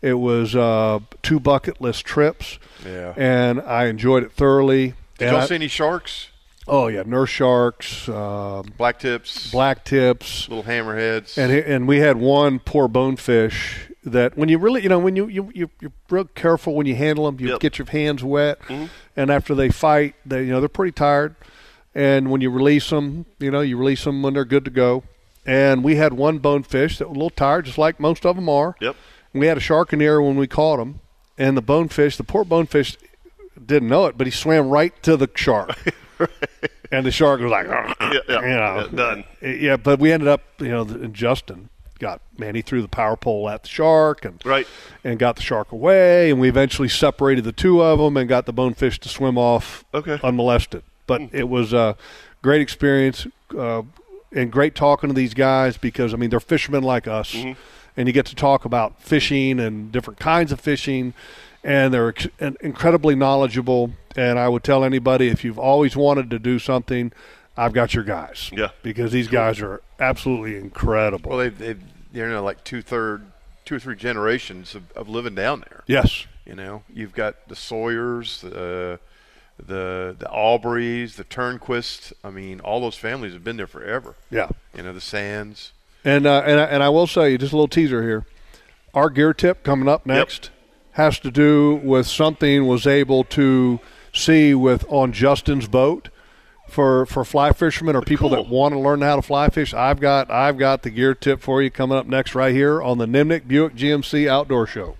S3: It was uh, two bucket list trips,
S4: Yeah.
S3: and I enjoyed it thoroughly.
S4: Did
S3: And
S4: y'all
S3: I-
S4: see any sharks?
S3: oh yeah, nurse sharks, um
S4: Black tips,
S3: black tips,
S4: little hammerheads.
S3: and he- and we had one poor bonefish that when you really you know when you you you you're real careful when you handle them you
S1: Yep.
S3: get your hands wet and after they fight they you know they're pretty tired and when you release them you know you release them when they're good to go and we had one bonefish that was a little tired just like most of them are
S1: Yep.
S3: we had a shark in the air when we caught him and the bonefish the poor bonefish didn't know it but he swam right to the shark and the shark was like
S1: Yeah, yeah,
S3: you know,
S1: yeah, done.
S3: Uh, yeah, but we ended up, you know, and Justin got man, he threw the power pole at the shark and
S1: Right.
S3: and got the shark away, and we eventually separated the two of them and got the bonefish to swim off
S1: Okay. Hmm.
S3: unmolested. But it was a great experience uh, and great talking to these guys because I mean they're fishermen like us,
S1: Mm-hmm.
S3: and you get to talk about fishing and different kinds of fishing. And they're ex- and incredibly knowledgeable. And I would tell anybody if you've always wanted to do something, I've got your guys.
S1: Yeah.
S3: Because these guys are absolutely incredible.
S4: well, they they they're in like two third, two or three generations of, of living down there.
S3: yes.
S4: You know, you've got the Sawyers, the the the Aubreys, the Turnquist. I mean, all those families have been there forever.
S3: Yeah.
S4: You know, the Sands.
S3: And uh, and I- and I will say just a little teaser here. Our gear tip coming up next has to do with something was able to see with on Justin's boat for for fly fishermen or people that
S1: Cool.
S3: want to learn how to fly fish. I've got I've got the gear tip for you coming up next right here on the Nimnik Buick GMC Outdoor Show.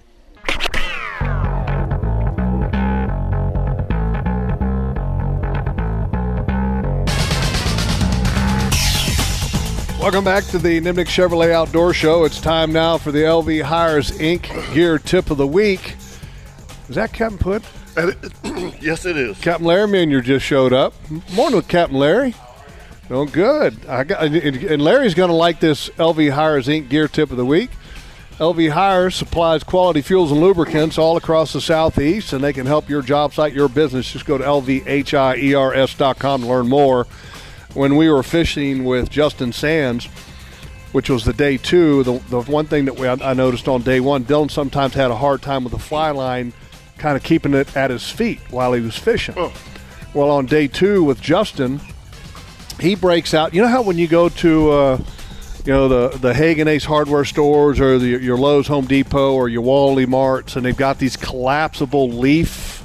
S3: Welcome back to the Nimnik Chevrolet Outdoor Show. It's time now for the LV Hires Inc. Gear Tip of the Week. Is that Captain Put?
S1: And it- (clears throat) yes, it is.
S3: Captain Larry Minier just showed up. Morning, Captain Larry. Oh, good. I got, and- and Larry's going to like this LV Hires Inc. Gear Tip of the Week. LV Hires supplies quality fuels and lubricants all across the Southeast, and they can help your job site, your business. Just go to E lvhires.com to learn more. When we were fishing with Justin Sands, which was the day two, the, the one thing that we, I, I noticed on day one, Dylan sometimes had a hard time with the fly line, kind of keeping it at his feet while he was fishing. Well, on day two with Justin, he breaks out. You know how when you go to, uh, you know, the the Hagen Ace hardware stores or the, your Lowe's Home Depot or your Wally Marts, and they've got these collapsible leaf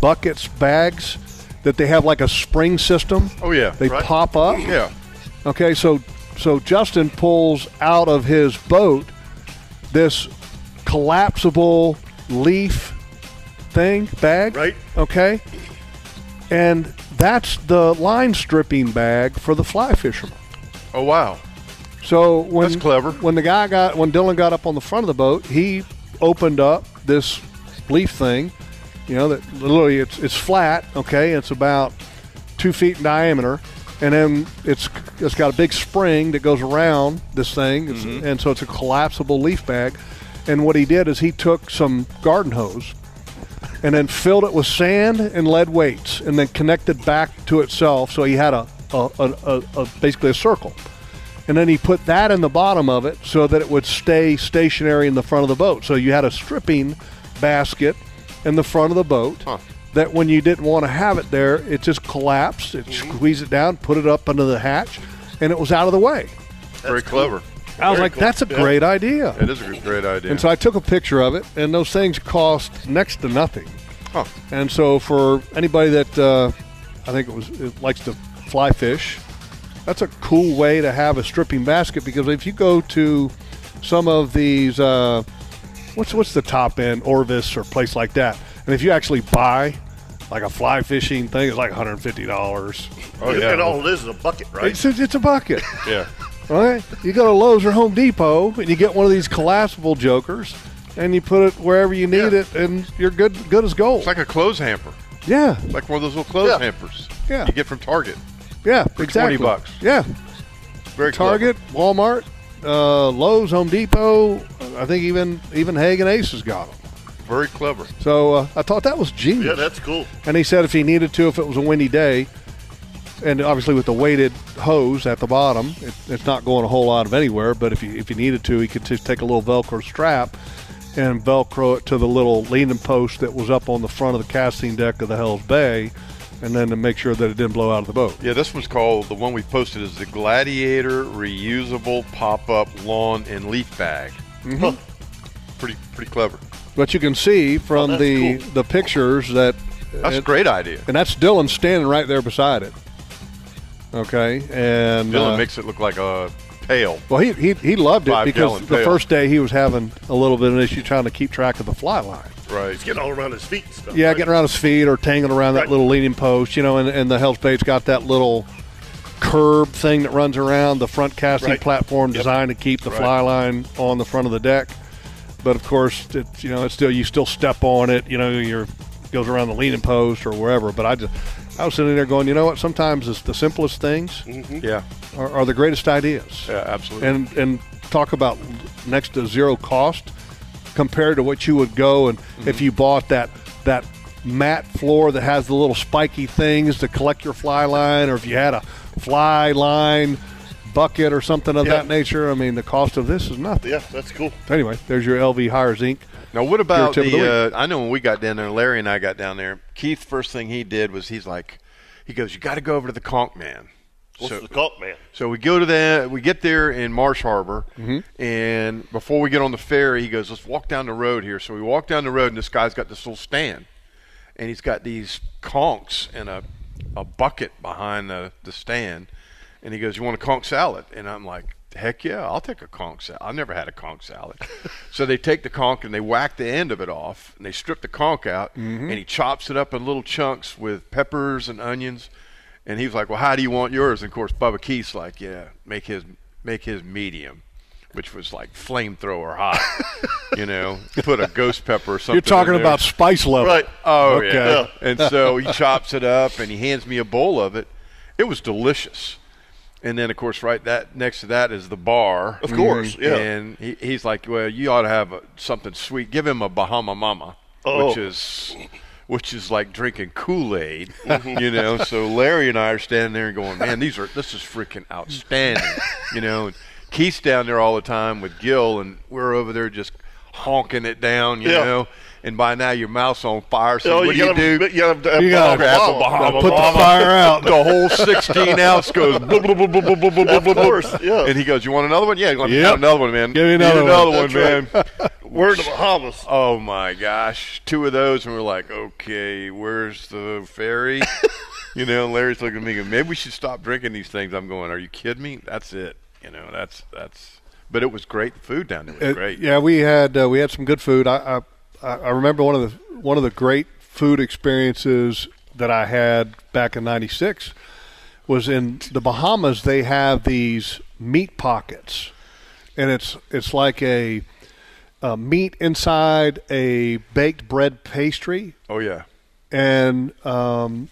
S3: buckets, bags that they have like a spring system.
S4: Oh, yeah,
S3: They
S4: right.
S3: pop up.
S4: Yeah.
S3: Okay, so so Justin pulls out of his boat this collapsible leaf thing bag.
S1: Right.
S3: Okay. And that's the line stripping bag for the fly fisherman.
S4: Oh wow.
S3: So when
S4: That's clever.
S3: When the guy got when Dylan got up on the front of the boat, he opened up this leaf thing. You know that literally it's it's flat. Okay, it's about two feet in diameter, and then it's it's got a big spring that goes around this thing, it's, and so it's a collapsible leaf bag. And what he did is he took some garden hose and then filled it with sand and lead weights and then connected back to itself so he had a, a, a, a, a basically a circle and then he put that in the bottom of it so that it would stay stationary in the front of the boat so you had a stripping basket in the front of the boat that when you didn't want to have it there it just collapsed it squeezed it down put it up under the hatch and it was out of the way
S4: Very clever.
S3: i was like that's a great idea
S4: It is a great idea.
S3: and so I took a picture of it, and those things cost next to nothing.
S4: Huh.
S3: And so for anybody that uh, I think it was it likes to fly fish, that's a cool way to have a stripping basket because if you go to some of these, uh, what's what's the top end Orvis or place like that, and if you actually buy like a fly fishing thing, it's like 150 dollars.
S4: oh, yeah.
S1: And all this is a bucket, right?
S3: It's a, it's a bucket. (laughs)
S4: yeah.
S3: All right, you go to Lowe's or Home Depot and you get one of these collapsible jokers, and you put it wherever you need
S4: Yeah.
S3: it, and you're good, good as gold.
S4: It's like a clothes hamper,
S3: yeah,
S4: like one of those little clothes
S1: Yeah.
S4: hampers
S3: Yeah.
S4: you get from Target.
S3: yeah, for exactly.
S4: bucks.
S3: Yeah,
S4: Very
S3: Target, Walmart, uh, Lowe's, Home Depot. I think even even Hagen Ace has got them.
S4: clever. Very clever.
S3: So uh, I thought that was genius.
S1: Yeah, that's cool.
S3: And he said if he needed to, if it was a windy day, and obviously with the weighted hose at the bottom, it, it's not going a whole lot of anywhere. But if you if you needed to, he could just take a little Velcro strap and Velcro it to the little leaning post that was up on the front of the casting deck of the Hell's Bay, and then to make sure that it didn't blow out of the boat.
S4: Yeah, this one's called the one we posted is the Gladiator reusable pop-up lawn and leaf bag.
S1: Huh.
S4: Pretty pretty clever.
S3: But you can see from
S1: Oh, that's
S3: the
S1: cool.
S3: the pictures that
S4: That's a
S3: it-
S4: great idea.
S3: and that's Dylan standing right there beside it. Okay, and
S4: Dylan
S3: uh,
S4: makes it look like a pail.
S3: Well, he, he, he loved it
S4: Five
S3: because
S4: gallon
S3: the
S4: pail.
S3: first day he was having a little bit of an issue trying to keep track of the fly line.
S4: Right.
S1: It's getting all around his feet and stuff.
S3: Yeah,
S1: right?
S3: getting around his feet or tangling around that
S1: Right.
S3: little leaning post, you know, and, and the Hell's Bait's got that little curb thing that runs around the front casting
S1: Right.
S3: platform designed to keep the fly line on the front of the deck. But of course, it's you know, it's still you still step on it, you know, your goes around the leaning post or wherever. But I just I was sitting there going, you know what? Sometimes it's the simplest things
S1: Mm-hmm.
S4: Yeah.
S3: are, are the greatest ideas
S4: Yeah, absolutely.
S3: and and talk about next to zero cost compared to what you would go and
S1: Mm-hmm.
S3: if you bought that that mat floor that has the little spiky things to collect your fly line or if you had a fly line bucket or something of
S1: Yeah.
S3: that nature i mean the cost of this is nothing
S1: Yeah, that's cool.
S3: anyway there's your lv hires inc
S4: Now, what about
S3: tip of the
S4: the? uh, I know when we got down there, Larry and I got down there. Keith, first thing he did was he's like, he goes, "You got to go over to the Conk Man."
S1: What's
S4: So-
S1: the cop, man?
S4: So we go to the we get there in Marsh Harbor, and before we get on the ferry, he goes, "Let's walk down the road here." So we walk down the road, and this guy's got this little stand, and he's got these conchs and a a bucket behind the the stand, and he goes, "You want a conch salad?" And I'm like. Heck yeah, I'll take a conch salad. I've never had a
S3: (laughs)
S4: conch salad. so they take the conch and they whack the end of it off and they strip the conch out
S3: Mm-hmm.
S4: and he chops it up in little chunks with peppers and onions. And he was like, "Well, how do you want yours?" And of course, Bubba Keith's like, "Yeah, make his make his medium," which was like
S3: (laughs)
S4: flamethrower hot. you know, put a ghost pepper or something.
S3: you're talking
S4: in there.
S3: about spice level
S1: Right.
S4: Oh
S3: Okay.
S4: yeah. And
S3: (laughs)
S4: so he chops it up and he hands me a bowl of it. It was delicious. And then of course, right that next to that is the bar. Mm-hmm.
S1: Of course, yeah.
S4: And he, he's like, "Well, you ought to have a, something sweet. Give him a Bahama Mama,
S1: Oh.
S4: which is." Which is like drinking Kool Aid,
S1: Mm-hmm.
S4: you know. So Larry and I are standing there and going, "Man, these are this is freaking outstanding," you know. And Keith's down there all the time with Gil, and we're over there just honking it down, you
S1: Yeah.
S4: know. And by now your mouth's on fire, so
S1: Oh,
S4: what do you
S1: gotta-
S4: do?
S1: You gotta,
S3: You gotta
S4: grab
S1: Bahama.
S4: a Bahama
S3: put the
S4: Mama.
S3: fire out
S4: The whole 16 ounce goes. blub, blub, blub, blub, blub, blub, blub,
S1: Of
S4: blub.
S1: course, (laughs) yeah.
S4: And he goes, "You want another one? Yeah, you want
S3: Yep.
S4: another one, man.
S3: Give me
S4: Need
S3: another one."
S4: one, man."
S1: That's (laughs) We're in the Bahamas.
S4: Oh my gosh, two of those, and we're like, "Okay, where's the
S1: (laughs)
S4: ferry?" you know, Larry's looking at me, going, "Maybe we should stop drinking these things." I'm going, "Are you kidding me? That's it. You know, that's that's." But it was great. The food down there was
S3: Uh,
S4: great.
S3: Yeah, we had uh, we had some good food. I, I I remember one of the one of the great food experiences that I had back in '96 was in the Bahamas. They have these meat pockets, and it's it's like a, a meat inside a baked bread pastry,
S4: Oh yeah.
S3: and um,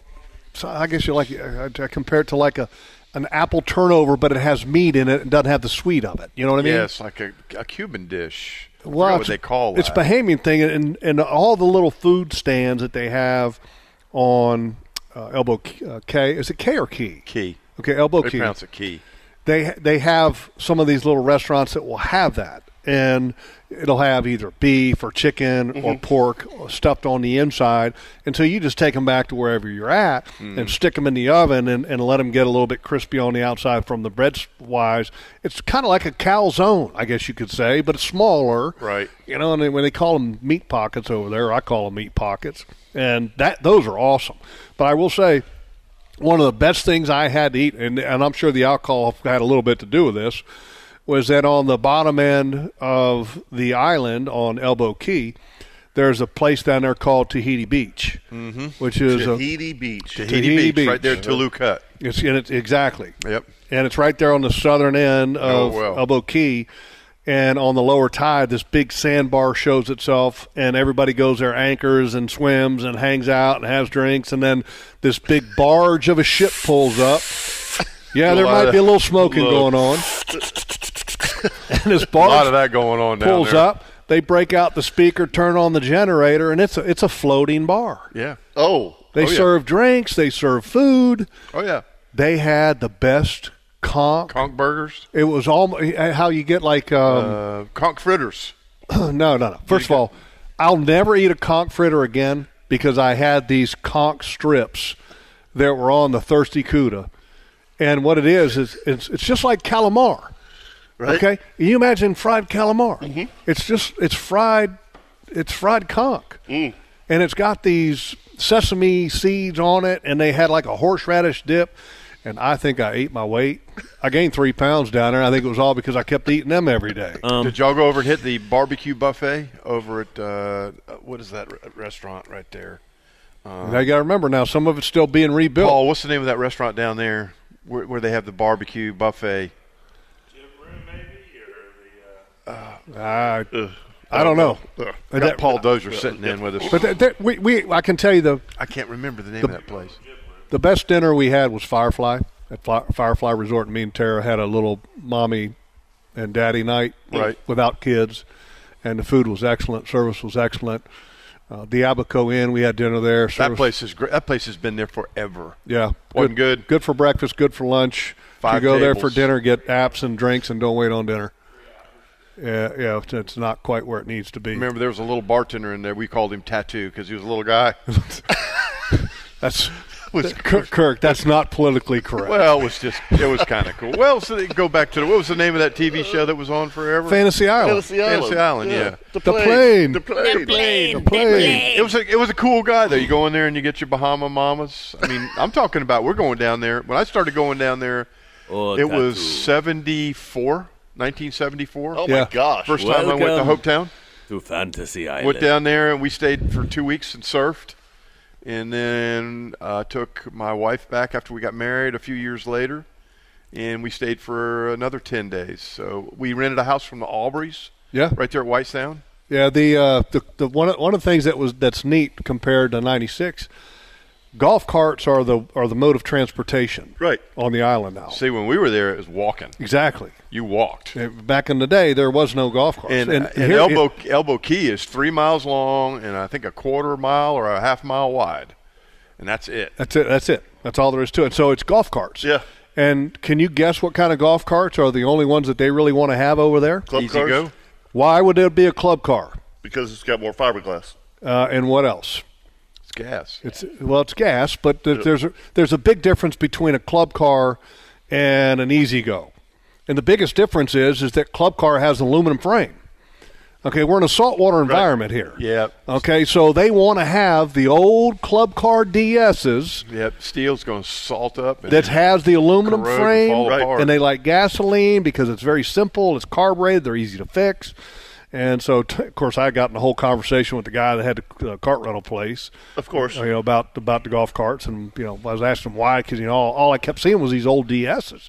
S3: so I guess you like I, I compare it to like a an apple turnover, but it has meat in it and doesn't have the sweet of it. You know what I mean?
S4: Yeah, it's like a, a Cuban dish. forgot
S3: it's-
S4: what they call
S3: it's
S4: that.
S3: Bahamian thing, and and all the little food stands that they have on uh, Elbow K- uh, K. Is it K or Key?
S4: Key.
S3: Okay, Elbow
S4: They
S3: Key.
S4: pronounce it key.
S3: They they have some of these little restaurants that will have that, and it'll have either beef or chicken or pork stuffed on the inside, and so you just take them back to wherever you're at and stick them in the oven and, and let them get a little bit crispy on the outside from the bread wise. It's kind of like a calzone, I guess you could say, but it's smaller,
S4: Right.
S3: You know, and they, when they call them meat pockets over there, I call them meat pockets, and that those are awesome. But I will say one of the best things I had to eat, and, and I'm sure the alcohol had a little bit to do with this, was that on the bottom end of the island on Elbow Key, there's a place down there called Tahiti Beach, mm-hmm. which is a,
S1: Tahiti Beach.
S4: Tahiti,
S3: Tahiti
S4: Beach, right there,
S3: Beach.
S4: Tulu Cut.
S3: it's, and it's exactly
S4: Yep.
S3: and it's right there on the southern end of
S4: Oh, well.
S3: Elbow Key. And on the lower tide, this big sandbar shows itself, and everybody goes there, anchors and swims and hangs out and has drinks. And then this big barge of a ship pulls up. Yeah, there
S4: A lot
S3: might be a
S4: of-
S3: little smoking
S4: a little-
S3: going
S4: (laughs)
S3: on. and this
S4: A lot
S3: barge
S4: of that going on down
S3: pulls
S4: there.
S3: up. They break out the speaker, turn on the generator, and it's a, it's a floating bar.
S4: Yeah.
S1: Oh,
S3: They
S4: Oh, yeah.
S3: serve drinks, they serve food.
S4: Oh yeah.
S3: They had the best conch
S4: Conch burgers.
S3: it was almost how you get like um,
S4: Uh, conch fritters.
S3: (clears throat) no, no, no. First of all, I'll never eat a conch fritter again because I had these conch strips that were on the thirsty Cuda, and what it is is it's it's just like calamar.
S1: Right.
S3: Okay, Can you imagine fried calamar.
S4: Mm-hmm.
S3: It's just it's fried, it's fried conch,
S4: Mm.
S3: and it's got these sesame seeds on it, and they had like a horseradish dip. And I think I ate my weight. I gained three pounds down there. I think it was all because I kept eating them every day.
S4: Did y'all go over and hit the barbecue buffet over at uh, what is that re- restaurant right there? Uh,
S3: Now you got to remember now, some of it's still being rebuilt.
S4: Paul, what's the name of that restaurant down there where, where they have the barbecue buffet?
S3: I, uh, I don't know.
S4: Got
S3: Uh, that-
S4: Paul Dozier sitting in with us.
S3: But that, that, we, we, I can tell you the
S4: I can't remember the name of that place.
S3: the best dinner we had was Firefly at Fly, Firefly Resort. Me and Tara had a little mommy and daddy night,
S4: Right.
S3: without kids, and the food was excellent. Service was excellent. Uh, the Abaco Inn, we had dinner there.
S4: That
S3: service-
S4: place is great. That place has been there forever.
S3: yeah,
S4: Wasn't good.
S3: Good for breakfast. Good for lunch.
S4: Five
S3: you go there for
S4: tables.
S3: dinner, get apps and drinks, and don't wait on dinner. Yeah, yeah, it's- it's not quite where it needs to be.
S4: Remember, there was a little bartender in there. We called him Tattoo because he was a little guy.
S3: (laughs) That's
S4: (laughs) Was-
S3: Kirk, Kirk. That's not politically correct.
S4: well, it was just it was kind of cool. Well, so they go back to the what was the name of that TV show that was on forever?
S3: Fantasy Island.
S1: Fantasy Island.
S4: Fantasy Island, yeah.
S1: The
S3: The
S1: plane.
S3: plane.
S1: The plane.
S3: The plane.
S4: It was a, it was a cool guy though. You go in there and you get your Bahama mamas. I mean, I'm talking about we're going down there. When I started going down there,
S5: Oh,
S4: it was
S5: tattoo.
S4: 74, 1974.
S1: Oh,
S3: Yeah.
S1: my gosh.
S4: First time I went to
S5: Welcome.
S4: Hopetown.
S5: to Fantasy Island.
S4: Went down there and we stayed for two weeks and surfed, and then uh, took my wife back after we got married a few years later, and we stayed for another ten days. So we rented a house from the Aubreys.
S3: Yeah.
S4: right there at White Sound.
S3: Yeah, the uh, the, the one of- one of the things that was that's neat compared to '96, golf carts are the are the mode of transportation
S4: Right.
S3: on the island now.
S4: See, when we were there, it was walking.
S3: Oh. Exactly.
S4: You walked.
S3: Uh, Back in the day, there was no golf carts.
S4: And, uh, and,
S3: here-
S4: elbow elbow key is three miles long and I think a quarter mile or a half mile wide, and that's it.
S3: that's it. That's it. That's all there is to it. So it's golf carts.
S1: Yeah.
S3: And can you guess what kind of golf carts are the only ones that they really want to have over there?
S1: Club
S4: Easy
S1: cars?
S4: go.
S3: Why would there be a club car?
S1: Because it's got more fiberglass.
S3: Uh, and what else?
S4: It's gas.
S3: It's well, it's gas, but th- there's a, there's a big difference between a club car and an Easy Go, and the biggest difference is is that club car has an aluminum frame. Okay, we're in a saltwater environment here.
S4: Yep.
S3: Okay, so they want to have the old club car DSs
S4: Yep. Steel's going to salt up. And
S3: that has the aluminum
S4: Corrode and
S3: frame,
S4: fall apart.
S3: and they like gasoline because it's very simple. It's carbureted. They're easy to fix. And so, t- of course, I got in a whole conversation with the guy that had the uh, cart rental place
S1: Of course.
S3: you know about about the golf carts, and you know I was asking him why because you know all, all I kept seeing was these old DSs,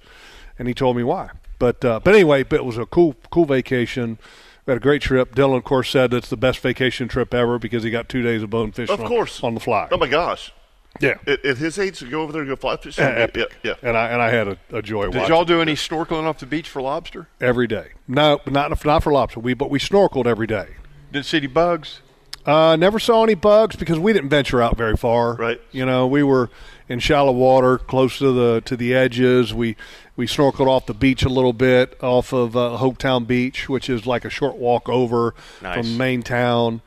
S3: and he told me why. But uh, but anyway, but it was a cool cool vacation. We had a great trip. Dylan, of course, said it's the best vacation trip ever because he got two days of bone fishing.
S1: Of course.
S3: on, on the fly.
S1: Oh, my gosh.
S3: Yeah.
S1: At, at his age, to go over there and go fly fishing.
S3: Yeah, E, epic.
S1: Yeah, yeah.
S3: And I and I had a, a joy.
S4: Did y'all do any snorkeling off the beach for lobster?
S3: every day? No, but not not for lobster. We but we snorkeled every day.
S4: Did city bugs?
S3: Uh, never saw any bugs because we didn't venture out very far.
S1: Right.
S3: You know, we were in shallow water, close to the to the edges. We we snorkeled off the beach a little bit, off of uh, Hopetown Beach, which is like a short walk over
S4: Nice.
S3: from main town.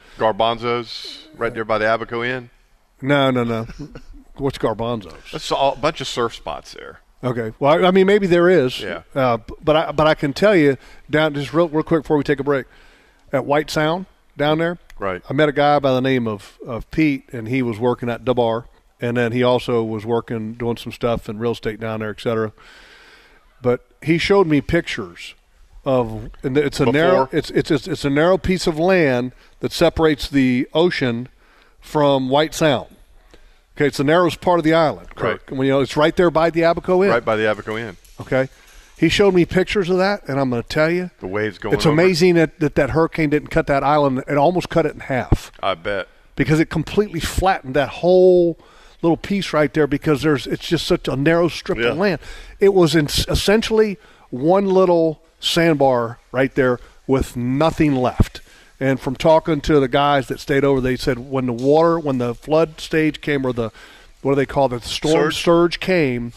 S4: Garbanzos right there by the Abaco Inn.
S3: No, no, no. (laughs) What's garbanzos?
S4: That's all- a bunch of surf spots there.
S3: Okay. Well, I, I mean, maybe there is.
S4: Yeah.
S3: Uh, b- but I but I can tell you down just real real quick before we take a break at White Sound down there.
S4: Right.
S3: I met a guy by the name of of Pete, and he was working at Dubar, and then he also was working doing some stuff in real estate down there, et cetera. But he showed me pictures of and it's a narrow
S4: Before?
S3: it's, it's it's it's a narrow piece of land that separates the ocean from White Sound. Okay, it's the narrowest part of the island.
S4: Correct.
S3: Well, you know, it's right there by the Abaco Inn.
S4: Right by the Abaco Inn.
S3: Okay. He showed me pictures of that, and I'm going to tell you,
S4: The waves going.
S3: it's
S4: over.
S3: amazing that, that that hurricane didn't cut that island. It almost cut it in half
S4: I bet.
S3: because it completely flattened that whole little piece right there because there's it's just such a narrow strip
S1: Yeah.
S3: of land. It was in, essentially one little sandbar right there with nothing left. And from talking to the guys that stayed over, they said when the water, when the flood stage came, or the what do they call it, the storm
S1: Surge?
S3: surge came,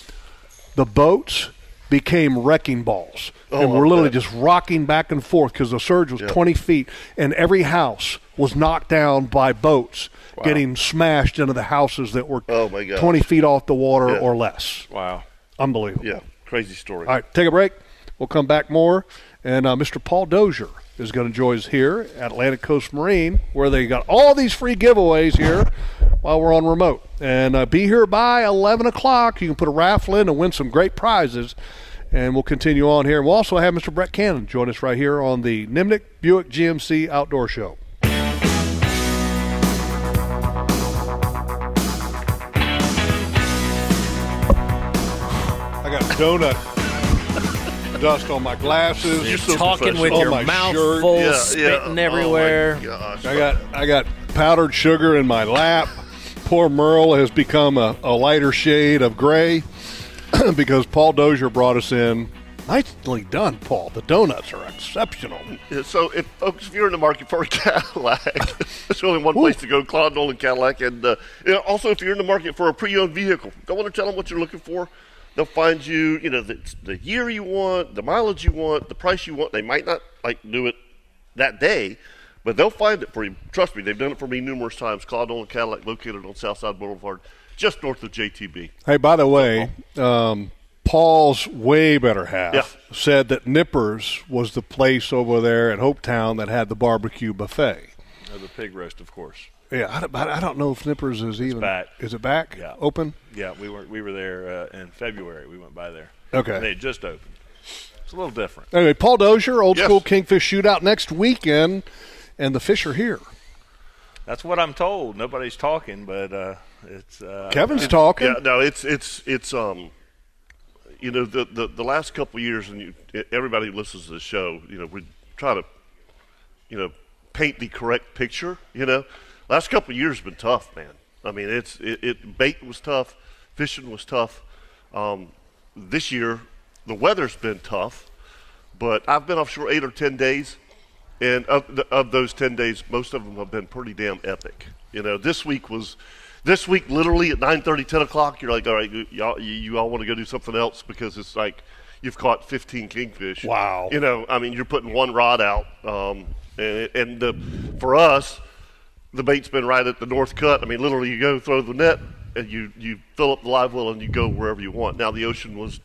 S3: the boats became wrecking balls
S1: Oh,
S3: and we're literally just rocking back and forth because the surge was 20 feet and every house was knocked down by boats getting smashed into the houses that were
S1: Oh, my gosh.
S3: 20 feet off the water
S1: Yeah.
S3: or less
S4: Wow.
S3: unbelievable
S1: Yeah. Crazy story.
S3: all right take a break we'll come back more and uh, mr paul dozier is going to join us here at atlantic coast marine where they got all these free giveaways here while we're on remote and uh, be here by 11 o'clock you can put a raffle in and win some great prizes and we'll continue on here. We'll also have Mr. Brett Cannon join us right here on the Nimnik Buick GMC Outdoor Show. I got donut dust on my glasses.
S1: You're so
S5: Talking with
S1: professional.
S5: your
S3: my
S5: mouth
S3: shirt.
S5: full,
S1: Yeah, yeah.
S5: spitting
S1: Oh,
S5: everywhere.
S1: my gosh.
S3: I got I got powdered sugar in my lap. Poor Merle has become a, a lighter shade of gray (clears throat) because Paul Dozier brought us in. Nicely done, Paul. The donuts are exceptional.
S1: Yeah, so, if, folks, if you're in the market for a (laughs) Cadillac, there's only one place to go: Cloud Nolan Cadillac. And uh, you know, also, if you're in the market for a pre-owned vehicle, go in and tell them what you're looking for. They'll find you, you know, the, the year you want, the mileage you want, the price you want. They might not like do it that day, but they'll find it for you. Trust me, they've done it for me numerous times. Cloud Nolan Cadillac, located on Southside Boulevard, just north of JTB.
S3: Hey, by the way, um, Paul's way better half
S1: Yeah.
S3: said that Nippers was the place over there at Hopetown that had the barbecue buffet.
S7: The pig roast, of course.
S3: Yeah, I don't, but I don't know if Nippers is even
S7: back.
S3: is it back?
S7: Yeah.
S3: open.
S7: Yeah, we were we were there uh, in February. We went by there.
S3: Okay.
S7: And they had just opened. It's a little different.
S3: Anyway, Paul Dozier, old
S1: Yes.
S3: school kingfish shootout next weekend, and the fish are here.
S7: That's what I'm told. Nobody's talking, but uh, it's uh,
S3: Kevin's talking.
S1: Yeah, no, it's it's it's um, you know, the the, the last couple of years, and you, everybody who listens to the show, you know, we try to, you know, paint the correct picture. You know, last couple of years have been tough, man. I mean, it's it, it bait was tough, fishing was tough. Um, this year, the weather's been tough, but I've been offshore eight or ten days. And of, the, of those 10 days, most of them have been pretty damn epic. You know, this week was, this week literally at 9.30, 10 o'clock, you're like, all right, y- y'all, you, you all want to go do something else because it's like you've caught 15 kingfish.
S3: Wow.
S1: You know, I mean, you're putting one rod out. Um, and and the, for us, the bait's been right at the north cut. I mean, literally, you go throw the net and you, you fill up the live well and you go wherever you want. Now the ocean was,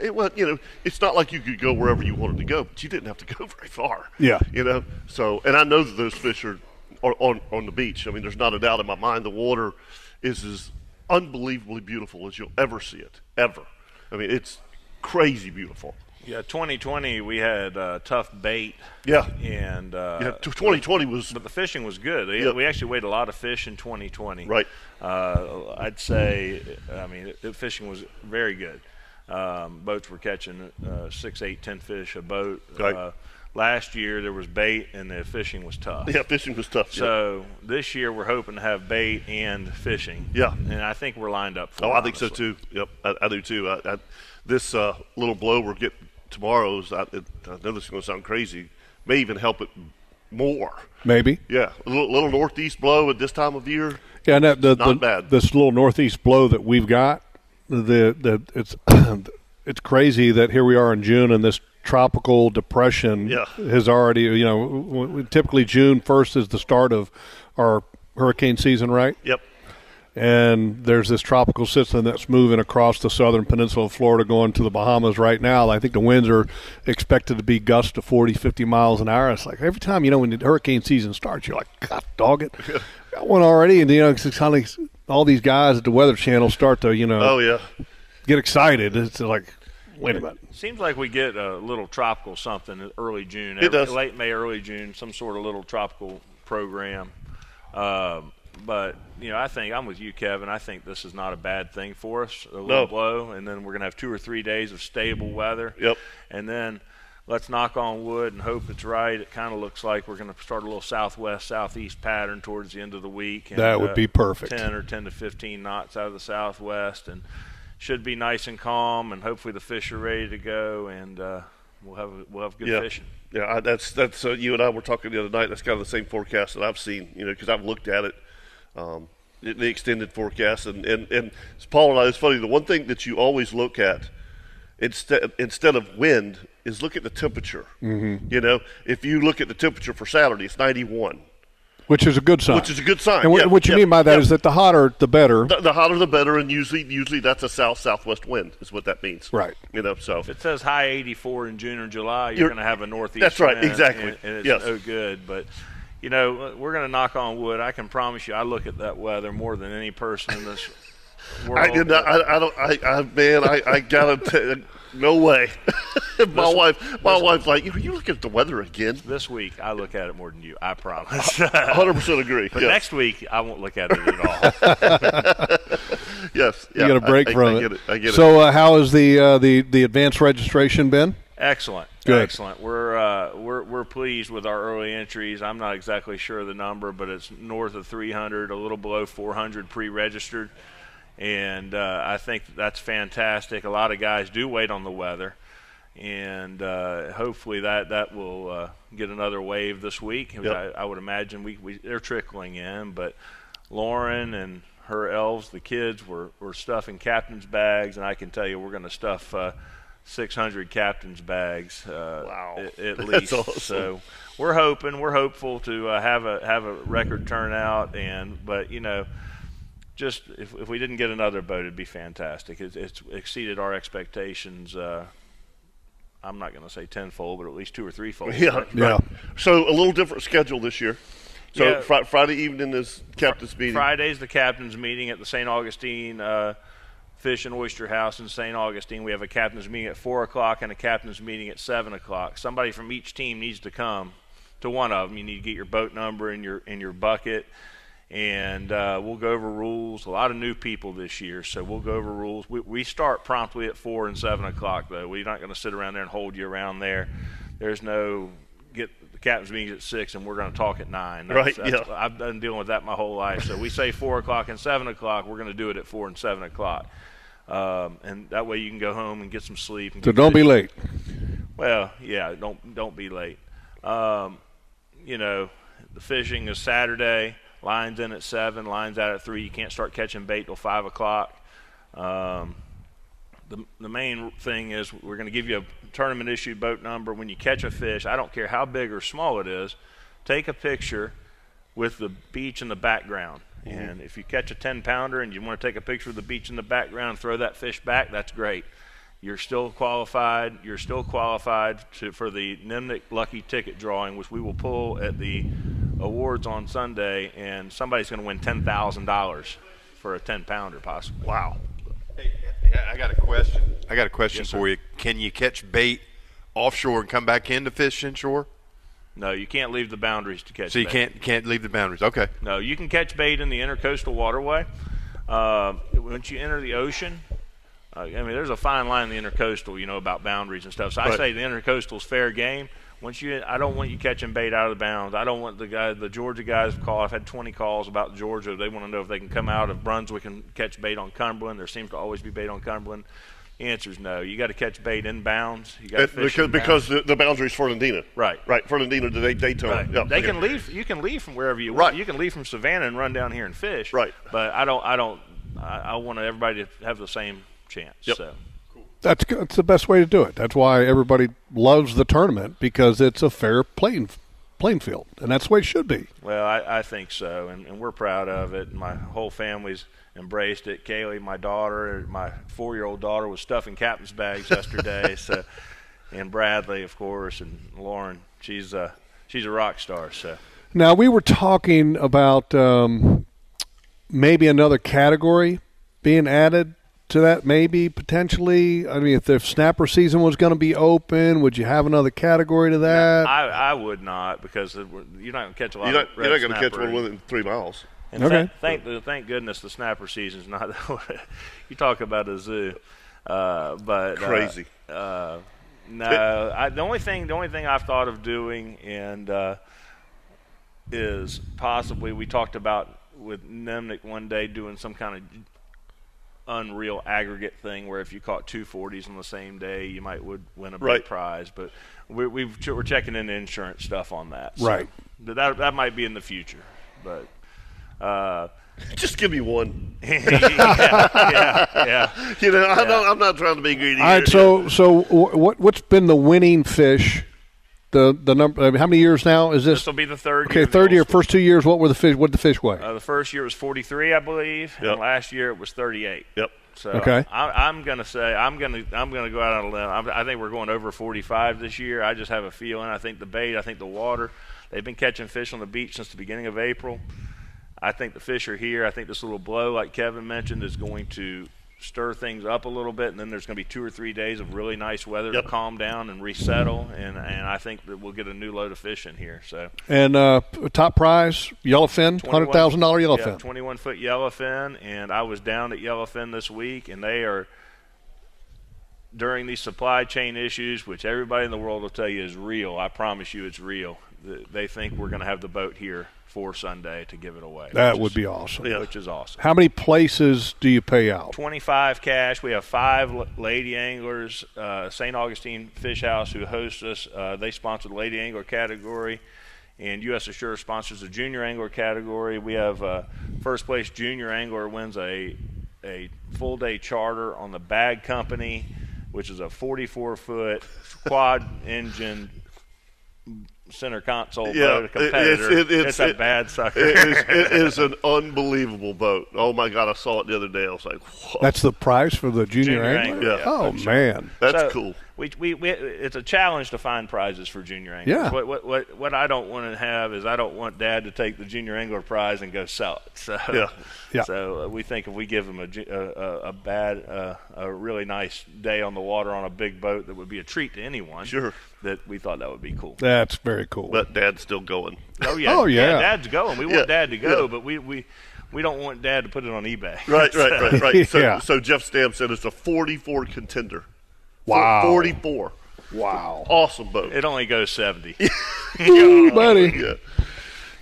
S1: it was you know, it's not like you could go wherever you wanted to go, but you didn't have to (laughs) go very far.
S3: Yeah.
S1: you know. So, and I know that those fish are, are on on the beach. I mean, there's not a doubt in my mind. The water is as unbelievably beautiful as you'll ever see it, ever. I mean, it's crazy beautiful.
S7: yeah. 2020, we had uh, tough bait.
S1: Yeah.
S7: And uh,
S1: Yeah, t- 2020 was
S7: But the fishing was good. They-
S1: Yeah.
S7: We actually weighed a lot of fish in 2020.
S1: Right.
S7: Uh, I'd say, I mean, it, it- fishing was very good. Um, boats were catching uh, six, eight, ten fish a boat.
S1: Right.
S7: Uh, last year there was bait and the fishing was tough.
S1: Yeah, fishing was tough. yeah.
S7: So this year we're hoping to have bait and fishing.
S1: Yeah.
S7: and I think we're lined up for.
S1: Oh,
S7: it,
S1: I think so
S7: honestly.
S1: too. Yep, I, I do too. I, I, this uh, little blow we're getting tomorrow's, I, it, I know this is going to sound crazy, may even help it more.
S3: Maybe.
S1: Yeah, a little, little northeast blow at this time of year.
S3: Yeah, and that, the,
S1: Not
S3: the-
S1: bad.
S3: This little northeast blow that we've got, the the it's (clears throat) it's crazy that here we are in June and this tropical depression
S1: Yeah.
S3: has already you know w- w- typically June first is the start of our hurricane season, right?
S1: Yep.
S3: and there's this tropical system that's moving across the southern peninsula of Florida going to the Bahamas right now. I think the winds are expected to be gusts to 40, 50 miles an hour. It's like every time, you know, when the hurricane season starts, you're like, God, dog it. (laughs) Got one already. And, you know, it's kind of like all these guys at the Weather Channel start to, you know,
S1: Oh yeah.
S3: get excited. It's like, wait a minute.
S7: Seems like we get a little tropical something in early June.
S1: It does.
S7: Late May, early June, some sort of little tropical program. Um, but you know, I think I'm with you, Kevin. I think this is not a bad thing for us. A little
S1: No.
S7: blow, and then we're gonna have two or three days of stable weather.
S1: Yep.
S7: And then let's knock on wood and hope it's right. It kind of looks like we're gonna start a little southwest southeast pattern towards the end of the week. And, uh,
S3: That would be perfect.
S7: 10 or 10 to 15 knots out of the southwest and should be nice and calm and hopefully the fish are ready to go and uh, we'll have we'll have good
S1: Yeah.
S7: fishing.
S1: Yeah, I, that's that's uh, you and I were talking the other night. That's kind of the same forecast that I've seen, you know, because I've looked at it, um, the the extended forecast, and and and Paul and I. It's funny. The one thing that you always look at instead instead of wind is look at the temperature. You know, if you look at the temperature for Saturday, it's 91.
S3: Which is a good sign.
S1: Which is a good sign.
S3: And what,
S1: Yeah,
S3: what you
S1: yeah,
S3: mean by that is
S1: yeah.
S3: that the hotter, the better. (laughs)
S1: The, (laughs) the hotter the better, and usually usually that's a south southwest wind is what that means.
S3: Right.
S1: You know, so
S7: If it says high 84 in June or July, you're,
S1: You're-
S7: going to have a northeast.
S1: That's right,
S7: wind,
S1: exactly.
S7: And, and it's
S1: Yes.
S7: no good. But you know, we're going to knock on wood. I can promise you, I look at that weather more than any person in this world.
S1: (laughs) I did not. I, I don't. I, I man. I, I gotta. T-
S7: (laughs)
S1: no way. (laughs) my wife. My wife's like, you, you look at the weather again.
S7: this week, I look at it more than you. I
S1: (laughs)
S7: promise.
S1: 100 percent agree.
S7: but
S1: yes.
S7: next week, I won't look at it at all.
S1: (laughs) yes.
S3: you
S1: yeah,
S3: got a break
S1: I, I-
S3: from
S1: I
S3: it.
S1: Get it. I get it.
S3: so, uh, how is the uh, the the advanced registration been?
S7: Excellent.
S3: Good.
S7: Excellent. We're, uh, we're, we're pleased with our early entries. I'm not exactly sure of the number, but it's north of 300, a little below 400 pre registered. And uh, I think that's fantastic. A lot of guys do wait on the weather. And uh, hopefully that, that will uh, get another wave this week.
S1: Yep.
S7: I, I would imagine we, we, they're trickling in, but Lauren and her elves, the kids, were, were stuffing captain's bags, and I can tell you we're going to stuff uh, 600 captain's bags. Uh,
S1: Wow.
S7: at, at
S1: (laughs) That's
S7: least.
S1: awesome.
S7: So we're hoping, we're hopeful to uh, have a have a record turnout, and but you know, just if, if we didn't get another boat, it'd be fantastic. It's, it's exceeded our expectations. Uh, I'm not going to say tenfold, but at least two or threefold.
S1: (laughs) Yeah. right.
S3: Yeah.
S1: So a little different schedule this year. So
S7: Yeah.
S1: Fri- Friday evening is captain's meeting.
S7: Friday's the captain's meeting at the St. Augustine uh, Fish and Oyster House in St. Augustine. We have a captain's meeting at four o'clock and a captain's meeting at seven o'clock. Somebody from each team needs to come to one of them. You need to get your boat number and your and your bucket, and uh, we'll go over rules. A lot of new people this year, so we'll go over rules. We, we start promptly at four and seven o'clock though. We're not going to sit around there and hold you around there. There's no get the captain's meeting at six and we're going to talk at nine. That's-
S1: Right,
S7: that's-
S1: yeah.
S7: I've been dealing with that my whole life. So we say four o'clock and seven o'clock. We're going to do it at four and seven o'clock, um, and that way you can go home and get some sleep. And
S3: So
S7: get
S3: don't be
S7: fit.
S3: late.
S7: Well, yeah, don't don't be late. Um, you know, the fishing is Saturday. Lines in at seven. Lines out at three. You can't start catching bait till five o'clock. Um, the, the main thing is we're going to give you a tournament issued boat number. When you catch a fish, I don't care how big or small it is, take a picture with the beach in the background. And if you catch a 10 pounder and you want to take a picture of the beach in the background and throw that fish back, that's great. You're still qualified. You're still qualified to, for the Nimnik Lucky Ticket drawing, which we will pull at the awards on Sunday, and somebody's going to win $10,000 for a 10 pounder, possibly.
S1: Wow.
S4: Hey, I got a question. I got a question for you. Can you catch bait offshore and come back in to fish inshore?
S7: No, you can't leave the boundaries to catch.
S4: So you
S7: bait.
S4: can't can't leave the boundaries. Okay.
S7: No, you can catch bait in the intercoastal waterway. Uh, once you enter the ocean, uh, I mean, there's a fine line in the intercoastal, you know, about boundaries and stuff. So I
S1: Right.
S7: say the intercoastal's fair game. Once you, I don't want you catching bait out of the bounds. I don't want the guy, the Georgia guys call. I've had 20 calls about Georgia. They want to know if they can come out of Brunswick and catch bait on Cumberland. There seems to always be bait on Cumberland. The answer is no. You got to catch bait in bounds. You got to
S1: It-
S7: fish
S1: because
S7: in
S1: because
S7: bounds.
S1: the, the boundary is Fernandina.
S7: Right.
S1: Right. Fernandina to Day- Daytona.
S7: Right.
S1: Yeah,
S7: they
S1: okay.
S7: can leave. (laughs) You can leave from wherever you
S1: Right.
S7: want. You can leave from Savannah and run down here and fish.
S1: Right.
S7: But I don't. I don't. I, I want everybody to have the same chance.
S1: Yep.
S7: So
S3: That's g- that's the best way to do it. That's why everybody loves the tournament because it's a fair playing playing field, and that's the way it should be.
S7: well, I, I think so, and, and we're proud of it. My whole family's embraced it. Kaylee, my daughter, my four-year-old daughter was stuffing captain's bags yesterday.
S1: (laughs)
S7: so, and Bradley, of course, and Lauren. She's a she's a rock star. So
S3: Now we were talking about um, maybe another category being added to that, maybe potentially. I mean, if the snapper season was going to be open, would you have another category to that?
S7: I, I would not because it- you're not going to catch a lot
S1: You're not,
S7: of
S1: you're
S7: red
S1: not going to catch
S7: snapper.
S1: one within three miles.
S7: And
S3: Okay.
S7: thank, thank thank goodness the snapper season's not. (laughs) you talk about a zoo, uh, but uh,
S1: Crazy.
S7: Uh, no, I, the only thing the only thing I've thought of doing and uh, is possibly we talked about with Nemnick one day doing some kind of unreal aggregate thing where if you caught two 40s on the same day you might would win a big
S1: Right.
S7: prize but we, we've ch- we're checking into insurance stuff on that so
S3: Right.
S7: th- that that might be in the future but uh,
S1: Just give me one.
S7: (laughs) yeah, yeah, yeah.
S1: (laughs) You know, I don't, I'm not trying to be greedy.
S3: All right.
S1: here.
S3: So, so wh- what what's been the winning fish? The the number. I mean, how many years now is this?
S7: This will be the third.
S3: Okay,
S7: year of the
S3: third
S7: Gold
S3: year.
S7: Swim.
S3: First two years, what were the fish? What did the fish weigh?
S7: Uh, the first year was 43, I believe,
S1: Yep.
S7: and last year it was 38.
S1: Yep.
S7: So
S3: Okay.
S7: I, I'm gonna say I'm gonna I'm gonna go out on a limb. I'm, I think we're going over 45 this year. I just have a feeling. I think the bait. I think the water. They've been catching fish on the beach since the beginning of April. I think the fish are here. I think this little blow, like Kevin mentioned, is going to stir things up a little bit, and then there's going to be two or three days of really nice weather
S1: Yep.
S7: to calm down and resettle. And and I think that we'll get a new load of fish in here. So
S3: And uh, p- top prize, yellowfin, hundred thousand dollar yellowfin.
S7: Twenty-one foot yellowfin, and I was down at yellowfin this week, and they are during these supply chain issues, which everybody in the world will tell you is real. I promise you, it's real. th- They think we're going to have the boat here for Sunday to give it away.
S3: that
S7: which
S3: would
S7: is-
S3: be awesome.
S7: which is awesome.
S3: How many places do you pay out?
S7: 25 cash. We have five l- lady anglers. Uh, St. Augustine Fish House, who hosts us, uh, they sponsor the lady angler category, and U.S. Assure sponsors the junior angler category. We have uh, first place junior angler wins a a full day charter on the Bag Company, which is a 44 foot
S1: (laughs)
S7: quad engine center console
S1: Yeah,
S7: boat. A
S1: it- it's-
S7: competitor.
S1: it- it's-
S7: a
S1: it-
S7: bad sucker.
S1: It
S7: (laughs)
S1: is, it is an unbelievable boat. Oh my god, I saw it the other day. I was like, Whoa,
S3: That's the price for the junior,
S7: Junior
S3: angler.
S7: angler, yeah,
S3: oh man,
S1: that's
S7: So,
S1: cool.
S7: We, we, we, it's a challenge to find prizes for junior anglers.
S3: Yeah.
S7: What, what, what, what I don't want to have is I don't want dad to take the junior angler prize and go sell it. So,
S1: Yeah.
S3: Yeah.
S7: so uh, we think if we give him a, ju- a, a, a bad, uh, a really nice day on the water on a big boat that would be a treat to anyone.
S1: Sure.
S7: That we thought that would be cool.
S3: that's very cool.
S1: But Dad's still going.
S7: Oh yeah.
S3: Oh, yeah.
S7: Dad's going. We want
S1: Yeah,
S7: dad to go,
S1: yeah.
S7: but we, we, we don't want dad to put it on eBay. (laughs)
S1: Right, right, (laughs) right, right. So,
S3: (laughs) Yeah.
S1: so Jeff Stam said it's a 44 contender.
S3: Wow.
S1: 44. (laughs)
S3: wow,
S1: Awesome boat.
S7: It only goes (laughs)
S1: (laughs)
S7: 70.
S3: Ooh, buddy.
S1: yeah,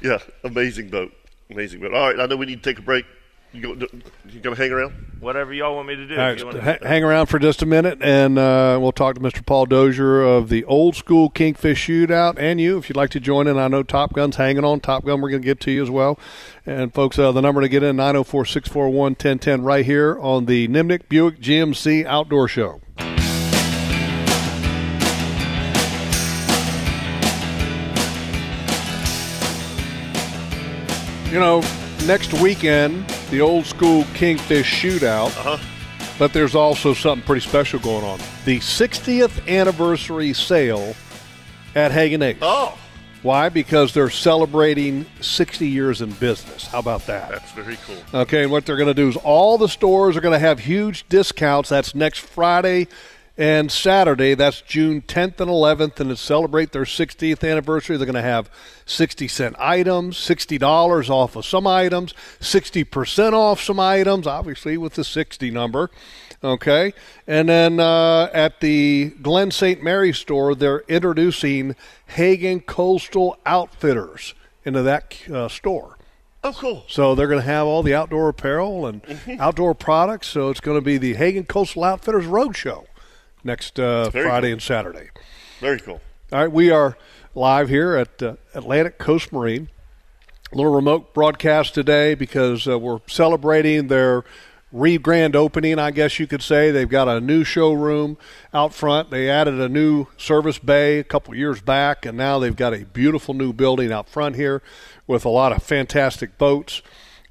S1: yeah. Amazing boat. Amazing boat. All right, I know we need to take a break. You, go, you gonna hang around?
S7: Whatever y'all want me to do.
S3: All
S7: if
S3: right,
S7: you wanna-
S3: ha- hang around for just a minute, and uh, we'll talk to Mr. Paul Dozier of the Old School Kingfish Shootout, and you if you'd like to join in. I know Top Gun's hanging on. Top Gun, we're going to get to you as well. And folks, uh, the number to get in 904-641-1010 right here on the Nimnik Buick GMC Outdoor Show. You know, next weekend, the Old School Kingfish Shootout. But there's also something pretty special going on. The 60th anniversary sale at Hagen Ace.
S1: Oh,
S3: Why? Because they're celebrating 60 years in business. How about that?
S1: that's very cool.
S3: Okay, and what they're going to do is all the stores are going to have huge discounts. That's next Friday and Saturday. That's June 10th and 11th, and to celebrate their 60th anniversary, they're going to have 60 cent items, $60 off of some items, 60% off some items, obviously with the 60 number. Okay, and then uh, at the Glen St. Mary store, they're introducing Hagen Coastal Outfitters into that uh, store.
S1: Oh, cool.
S3: So they're going to have all the outdoor
S1: (laughs)
S3: apparel and outdoor products. So it's going to be the Hagen Coastal Outfitters Road Show next uh,
S1: Very
S3: Friday
S1: cool.
S3: and Saturday.
S1: Very cool.
S3: All right, we are live here at uh, Atlantic Coast Marine. A little remote broadcast today because uh, we're celebrating their re grand opening, I guess you could say. They've got a new showroom out front. They added a new service bay a couple years back, and now they've got a beautiful new building out front here with a lot of fantastic boats.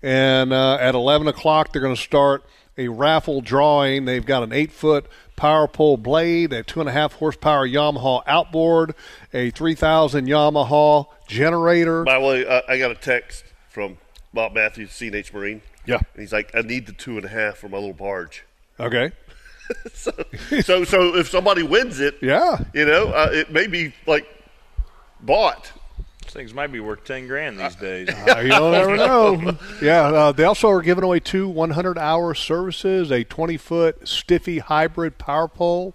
S3: And uh, at 11 o'clock, they're going to start a raffle drawing. They've got an eight foot power pole blade, a two and a half horsepower Yamaha outboard, a 3000 Yamaha generator.
S1: By the way, uh, I, I got a text from Bob Matthews, CNH Marine.
S3: Yeah.
S1: And he's like, I need the two and a half for my little barge. (laughs)
S3: Okay.
S1: so, so, so if somebody wins it,
S3: Yeah.
S1: you know, uh, it may be like bought.
S7: These things might be worth ten grand these
S3: (laughs)
S7: days.
S3: Uh, you don't ever
S7: (laughs)
S3: know. (laughs) Yeah, uh, they also are giving away two 100 hour services, a 20 foot stiffy hybrid power pole,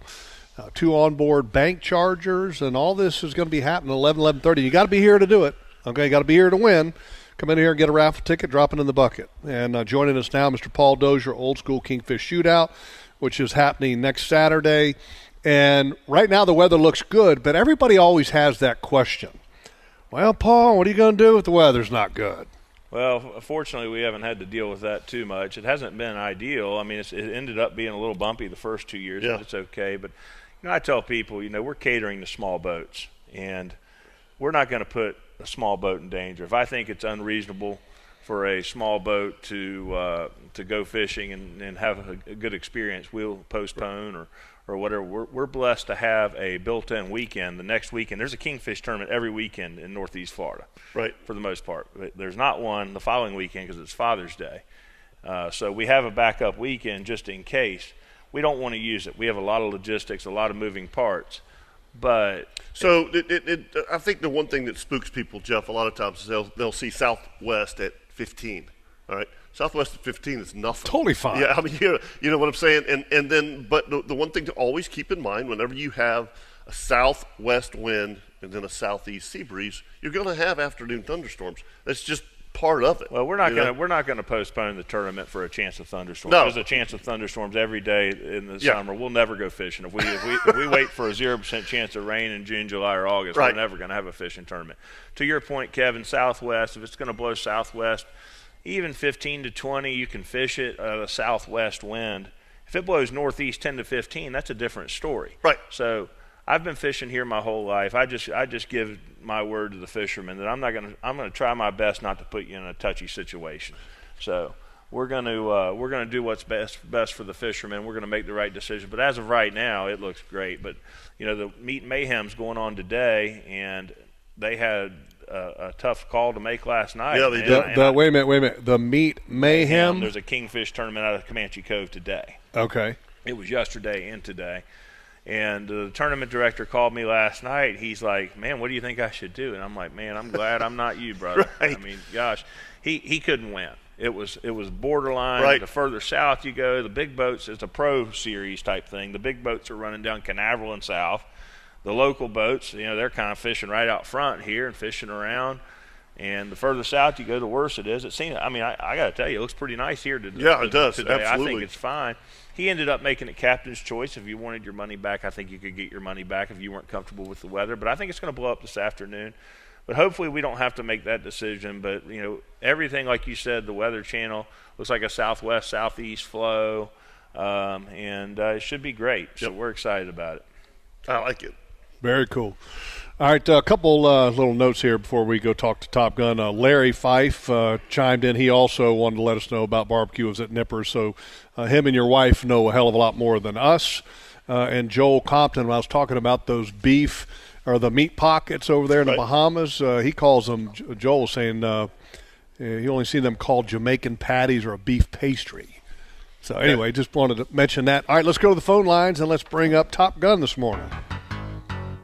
S3: uh, two onboard bank chargers, and all this is going to be happening at 11, 11.30. You got to be here to do it. Okay, you got to be here to win. Come in here and get a raffle ticket, drop it in the bucket. And uh, joining us now, Mr. Paul Dozier, Old School Kingfish Shootout, which is happening next Saturday. And right now, the weather looks good, but everybody always has that question. Well, Paul, what are you going to do if the weather's not good?
S7: Well, fortunately, we haven't had to deal with that too much. It hasn't been ideal. I mean, it's, it ended up being a little bumpy the first two years,
S1: Yeah.
S7: but it's okay. But you know, I tell people, you know, we're catering to small boats, and we're not going to put a small boat in danger. If I think it's unreasonable for a small boat to uh, to go fishing and, and have a, a good experience, we'll postpone or or whatever. We're, we're blessed to have a built-in weekend. The next weekend, there's a kingfish tournament every weekend in Northeast Florida
S1: Right.
S7: for the most part. But There's not one the following weekend because it's Father's Day. Uh, so we have a backup weekend just in case. We don't want to use it. We have a lot of logistics, a lot of moving parts. But
S1: So it, it, it, I think the one thing that spooks people, Jeff, a lot of times is they'll, they'll see Southwest at 15. All right. Southwest at 15 is nothing.
S3: Totally fine.
S1: Yeah. I mean, (laughs) you know, you know what I'm saying? And, and then, but the, the one thing to always keep in mind whenever you have a southwest wind and then a southeast sea breeze, you're going to have afternoon thunderstorms. That's just part of it.
S7: well, we're not
S1: you
S7: going to
S1: know?
S7: we're not going to postpone the tournament for a chance of thunderstorms.
S1: No.
S7: There's a chance of thunderstorms every day in the
S1: Yeah.
S7: summer. We'll never go fishing if we if we, if we wait for a zero percent chance of rain in June, July, or August.
S1: Right.
S7: We're never going to have a fishing tournament. To your point, Kevin, Southwest. If it's going to blow Southwest, even 15 to 20, you can fish it at a Southwest wind. If it blows Northeast 10 to 15, that's a different story.
S1: Right.
S7: So I've been fishing here my whole life. I just I just give my word to the fishermen that I'm not gonna I'm gonna try my best not to put you in a touchy situation. So we're gonna uh, we're gonna do what's best best for the fishermen. We're gonna make the right decision. But as of right now, it looks great. But you know the meat mayhem's going on today, and they had a, a tough call to make last night.
S1: Yeah, they
S7: And-
S1: did.
S7: and
S3: the, the,
S7: I-
S3: wait a minute, wait a minute. The meat mayhem.
S7: um, there's a kingfish tournament out of Comanche Cove today.
S3: okay.
S7: It was yesterday and today. And uh, the tournament director called me last night. He's like, "Man, what do you think I should do?" And I'm like, "Man, I'm glad I'm not you,
S1: (laughs)
S7: brother. I
S1: Right.
S7: mean, gosh, he he couldn't win. It was it was borderline.
S1: Right.
S7: The further south you go, the big boats. It's a pro series type thing. The big boats are running down Canaveral and south. The local boats, you know, they're kind of fishing right out front here and fishing around. And the further south you go, the worse it is. It seems. I mean, I, I got to tell you, it looks pretty nice here today.
S1: Yeah, it does.
S7: Today. I think
S1: Absolutely.
S7: it's it's fine. He ended up making it captain's choice. If you wanted your money back, I think you could get your money back if you weren't comfortable with the weather. But I think it's going to blow up this afternoon. But hopefully we don't have to make that decision. But you know everything, like you said, the Weather Channel looks like a southwest southeast flow, um, and uh, it should be great. So we're excited about it.
S1: I like it.
S3: Very cool. All right, a couple uh, little notes here before we go talk to Top Gun. Uh, Larry Fife uh, chimed in. He also wanted to let us know about barbecue. It was at Nippers, so uh, him and your wife know a hell of a lot more than us. Uh, and Joel Compton, when I was talking about those beef or the meat pockets over there in the Bahamas, uh, he calls them. J- Joel eh, was saying uh, he only seen them called Jamaican patties or a beef pastry. So anyway, just wanted to mention that. All right, let's go to the phone lines and let's bring up Top Gun this morning.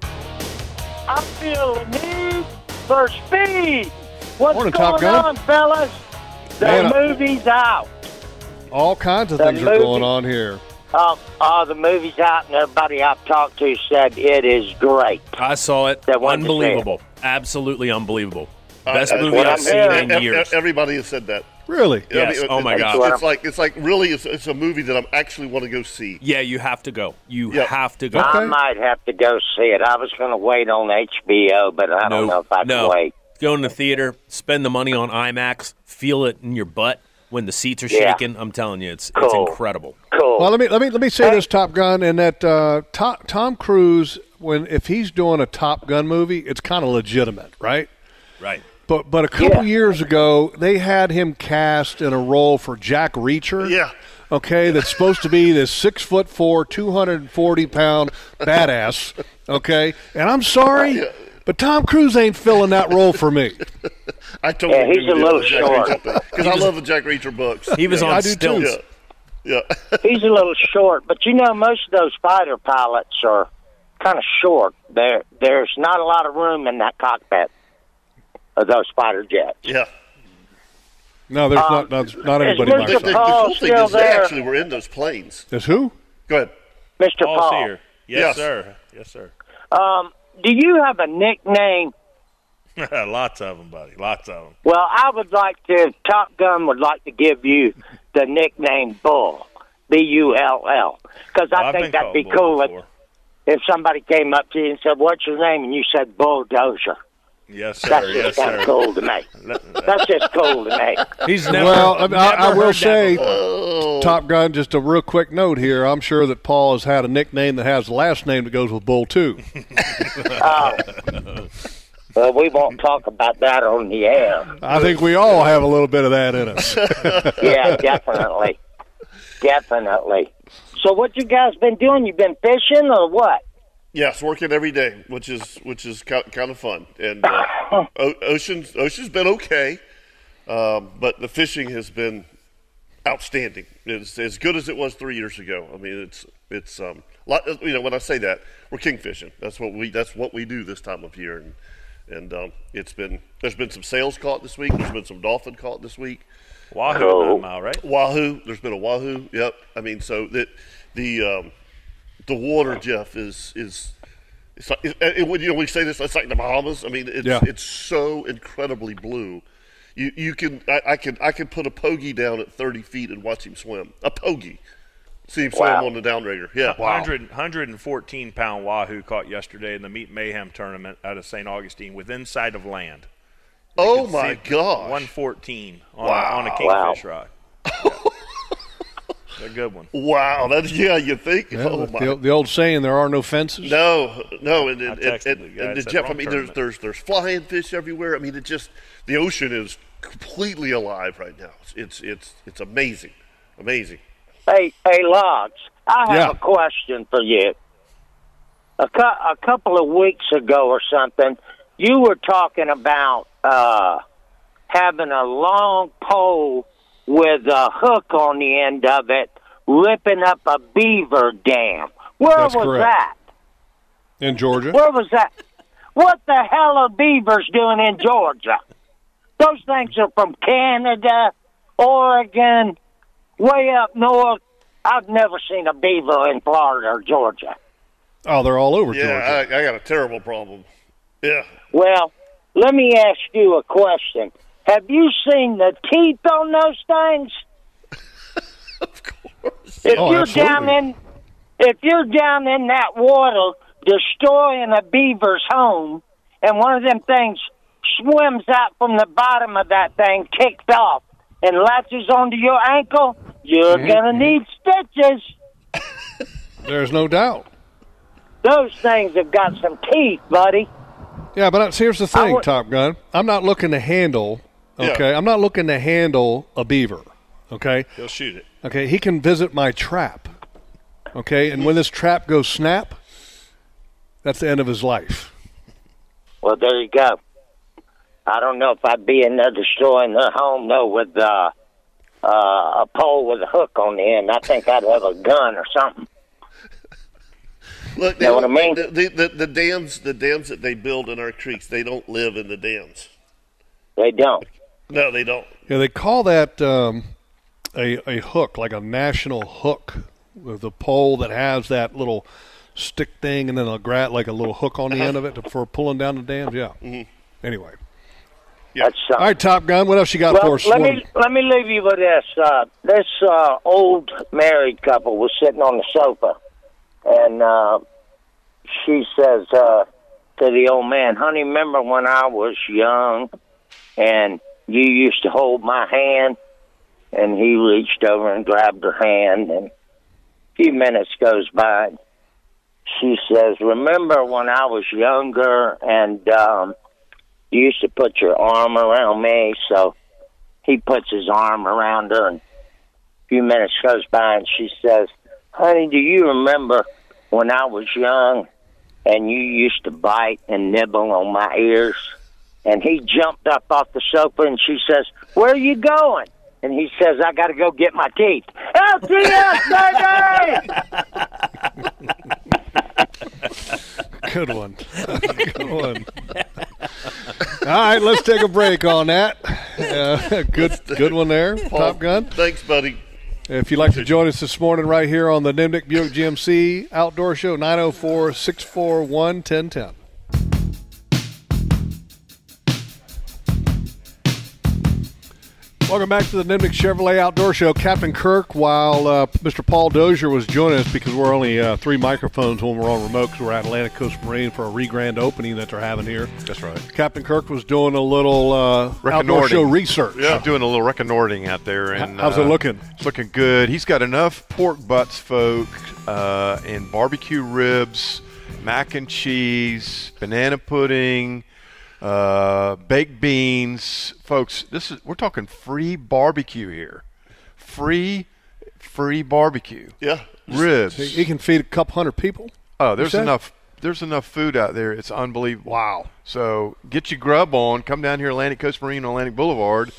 S8: I feel the need for speed. What's
S3: Morning, Top
S8: going
S3: Gun.
S8: on, fellas? The
S3: Man, I-
S8: movie's out.
S3: All kinds of
S8: The
S3: things are going
S8: movie.
S3: on here.
S8: Um, oh, the movie's out, and everybody I've talked to said it is great.
S5: I saw it.
S8: That one
S5: unbelievable. Absolutely unbelievable. Best
S1: Uh, That's
S5: movie
S1: what I'm
S5: I've seen
S1: hearing.
S5: in
S1: Ev-
S5: years.
S1: ev- Everybody has said that.
S3: Really?
S1: Yeah, I
S5: Yes.
S1: mean,
S5: Oh, my
S1: it's-
S5: God.
S1: It's, like it's like really it's, it's a movie that I'm actually want to go see.
S5: Yeah, you have to go. You
S1: Yeah.
S5: have to go.
S8: I might have to go see it. I was going to wait on HBO, but I don't know if I
S5: no.
S8: can wait.
S5: Go in the theater, spend the money on IMAX, feel it in your butt when the seats are
S8: Yeah.
S5: shaking. I'm telling you, it's
S8: Cool.
S5: it's incredible.
S8: Cool.
S3: Well, let me let me let me say this, Top Gun, and that uh, Tom, Tom Cruise, when if he's doing a Top Gun movie, it's kind of legitimate, right?
S5: Right.
S3: But but a couple
S8: Yeah.
S3: years ago, they had him cast in a role for Jack Reacher.
S1: Yeah.
S3: Okay, that's supposed to be this six foot four, two hundred and forty pound badass. Okay, and I'm sorry, but Tom Cruise ain't filling that role for me.
S1: I totally
S8: Yeah, he's
S1: agree with you
S8: a
S1: on
S8: little
S1: the Jack
S8: short.
S1: Reacher because I love the Jack Reacher books.
S5: He was
S1: yeah.
S5: on
S3: I do too.
S5: stilts.
S1: Yeah, yeah.
S8: (laughs) He's a little short, but you know most of those fighter pilots are kind of short. There, there's not a lot of room in that cockpit of those fighter jets.
S1: yeah.
S3: No, there's
S8: Um,
S3: not not, not anybody.
S1: The,
S3: like
S1: the,
S8: Mr.
S1: the
S3: that.
S1: cool
S8: Paul's
S1: thing
S8: still
S1: is they
S8: there.
S1: actually were in those planes.
S3: Is who?
S1: Go ahead.
S8: Mr.
S7: Paul's
S8: Paul,
S7: here. Yes,
S1: Yes.
S7: sir. Yes, sir.
S8: Um, do you have a nickname?
S7: (laughs) Lots of them, buddy. Lots of them.
S8: Well, I would like to. Top Gun would like to give you the nickname Bull, B U L L, because I think that'd be cool if, if somebody came up to you and said, "What's your name?" and you said Bulldozer.
S7: Yes,
S8: That's
S7: sir. Yes,
S8: just kind
S7: sir.
S8: of cool
S3: (laughs)
S8: to me. That's just cool to me.
S5: He's never.
S3: well, I, I, I
S5: never
S3: will
S5: heard that
S3: say,
S5: before.
S1: Oh.
S3: Top Gun. Just a real quick note here. I'm sure that Paul has had a nickname that has a last name that goes with Bull too. (laughs)
S8: Uh, Well, we won't talk about that on the air.
S3: I think we all have a little bit of that
S1: (laughs)
S3: in us.
S8: Yeah, definitely, definitely. So, what you guys been doing? You been fishing or what?
S1: Yes, working every day, which is which is kind of fun. And uh, o- ocean's ocean's been okay, um, but the fishing has been outstanding. It's as good as it was three years ago. I mean, it's it's um, lot, you know when I say that we're kingfishing. That's what we that's what we do this time of year, and and um, it's been there's been some sails caught this week. There's been some dolphin caught this week.
S7: Wahoo
S8: Cool.
S7: nine mile, right?
S1: Wahoo. There's been a Wahoo. Yep. I mean, so that the um, the water, Jeff, is is it's like it, it, when you know, we say this, it's like the Bahamas. I mean, it's
S3: Yeah.
S1: it's so incredibly blue. You you can I, I can I can put a pogie down at 30 feet and watch him swim. A pogie. See him
S8: Wow.
S1: swim on the downrigger. Yeah.
S7: 100, 114 pound wahoo caught yesterday in the Meat Mayhem tournament out of St. Augustine with inside of land.
S1: Oh my gosh.
S7: 114 on,
S1: Wow.
S7: a, on a kingfish
S8: Wow.
S7: rod. Yeah. It's a good one.
S1: Wow. That's yeah. You think?
S3: Yeah,
S1: oh my.
S3: the, the old saying, there are no fences.
S1: No, Oh, no, and, and, and,
S7: texted
S1: and,
S7: the guy and
S1: and
S7: said
S1: Jeff, I
S7: wrong
S1: mean, there's
S7: tournament.
S1: there's there's flying fish everywhere. I mean, it just the ocean is completely alive right now. It's it's it's, it's amazing, amazing.
S8: Hey, hey, Logs, I have
S3: Yeah.
S8: a question for you. A, cou- a couple of weeks ago or something, you were talking about uh, having a long pole with a hook on the end of it, ripping up a beaver dam. Where
S3: That's
S8: was
S3: correct.
S8: that?
S3: In Georgia?
S8: Where was that? What the hell are beavers doing in Georgia? Those things are from Canada, Oregon, way up north. I've never seen a beaver in Florida or Georgia.
S3: Oh, they're all over Georgia.
S1: Yeah, I, I got a terrible problem. Yeah,
S8: Well, let me ask you a question. Have you seen the teeth on those things?
S1: (laughs) of course.
S8: If
S3: Oh,
S8: you're down
S3: absolutely.
S8: in if you're down in that water destroying a beaver's home and one of them things swims out from the bottom of that thing kicked off and latches onto your ankle, you're
S3: Mm-hmm.
S8: gonna need stitches.
S3: There's no doubt.
S8: Those things have got some teeth, buddy.
S3: Yeah, but that's- here's the thing,
S8: would-
S3: Top Gun. I'm not looking to handle.
S1: Yeah.
S3: Okay, I'm not looking to handle a beaver. Okay,
S7: He'll shoot it.
S3: okay, he can visit my trap. Okay, and when this trap goes snap, that's the end of his life.
S8: Well, there you go. I don't know if I'd be in there destroying their home though with uh, uh, a pole with a hook on the end. I think I'd have a gun or something.
S1: Look, they
S8: Know what
S1: don't-
S8: I mean?
S1: The, the, the, the dams, the dams that they build in our creeks, they don't live in the dams.
S8: They don't.
S1: No, they don't.
S3: Yeah, they call that um, a a hook, like a national hook, with the pole that has that little stick thing, and then a grat like a little hook on the end of it to, for pulling down the dams. Yeah. Anyway,
S8: That's something.
S3: all right, Top Gun. What else you got for
S8: Mm-hmm. Well,
S3: us?
S8: let
S3: Swan?
S8: me let me leave you with this. Uh, this uh, old married couple was sitting on the sofa, and uh, she says uh, to the old man, "Honey, remember when I was young, and you used to hold my hand?" And he reached over and grabbed her hand, and a few minutes goes by. and She says, "Remember when I was younger and um, you used to put your arm around me?" So he puts his arm around her and a few minutes goes by and she says, Honey, do you remember when I was young and you used to bite and nibble on my ears? And he jumped up off the sofa and she says, Where are you going? And he says, I gotta go get my teeth. LTS baby
S3: Good one. good one. All right, let's take a break on that. Uh, good, good one there, Top Gun.
S1: Thanks, buddy.
S3: If you'd like to join us this morning, right here on the Nimnik Buick GMC Outdoor Show, 904 641 1010. Welcome back to the Nimnik Chevrolet Outdoor Show. Captain Kirk, while uh, Mr. Paul Dozier was joining us, because we're only uh, three microphones when we're on remote, because we're at Atlantic Coast Marine for a re grand opening that they're having here.
S4: That's right.
S3: Captain Kirk was doing a little uh, outdoor
S4: Reconnoitering.
S3: show research.
S4: Yeah. I'm doing a little reconnoitering out there. And uh,
S3: How's it looking?
S4: It's looking good. He's got enough pork butts, folk, uh, and barbecue ribs, mac and cheese, banana pudding, uh, baked beans, folks. This is we're talking free barbecue here, free, free barbecue.
S1: Yeah.
S4: Ribs.
S3: He- He can feed a couple hundred people.
S4: Oh, there's
S3: You said?
S4: enough. There's enough food out there. It's unbelievable. Wow. So get your grub on. Come down here, Atlantic Coast Marine, on Atlantic Boulevard.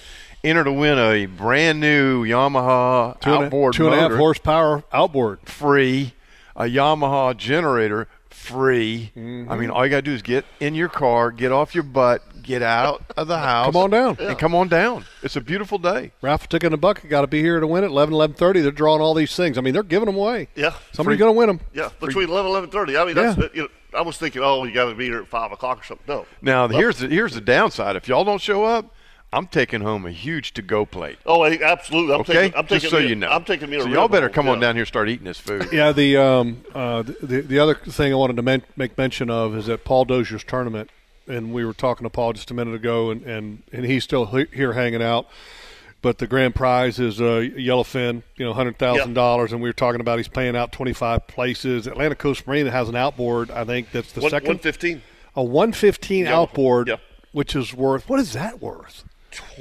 S4: Enter to win a brand new Yamaha
S3: Two and a-
S4: outboard
S3: two and a half
S4: motor,
S3: horsepower outboard.
S4: free, a Yamaha generator free.
S3: Mm-hmm.
S4: I mean, all you gotta do is get in your car, get off your butt, get out of the house,
S3: Come on down.
S4: and come on down. It's a beautiful day.
S3: Ralph took in the bucket. Got to be here to win it. 11, 11.30. They're drawing all these things. I mean, they're giving them away.
S1: Yeah.
S3: Somebody's going to win them.
S1: Yeah. Between 11 11 30. I mean, that's,
S3: Yeah.
S1: you know, I was thinking, oh, you got to be here at 5 o'clock or something. No.
S4: Now, here's the here's the downside. If y'all don't show up, I'm taking home a huge to-go plate.
S1: Oh, hey, absolutely. I'm
S4: Okay,
S1: taking, I'm taking
S4: just so
S1: me a-
S4: you know,
S1: I'm taking me a
S4: So
S1: rib
S4: y'all better
S1: home,
S4: come on
S1: yeah.
S4: down here and start eating this food.
S3: Yeah, the um, uh, the the other thing I wanted to men- make mention of is that Paul Dozier's tournament, and we were talking to Paul just a minute ago, and and, and he's still he- here hanging out. But the grand prize is uh, yellowfin, you know, hundred thousand dollars, and we were talking about he's paying out twenty five places. Atlantic Coast Marine has an outboard, I think that's the
S1: One,
S3: second
S1: 115.
S3: a one fifteen
S1: Yeah,
S3: outboard,
S1: yeah.
S3: which is worth what is that worth?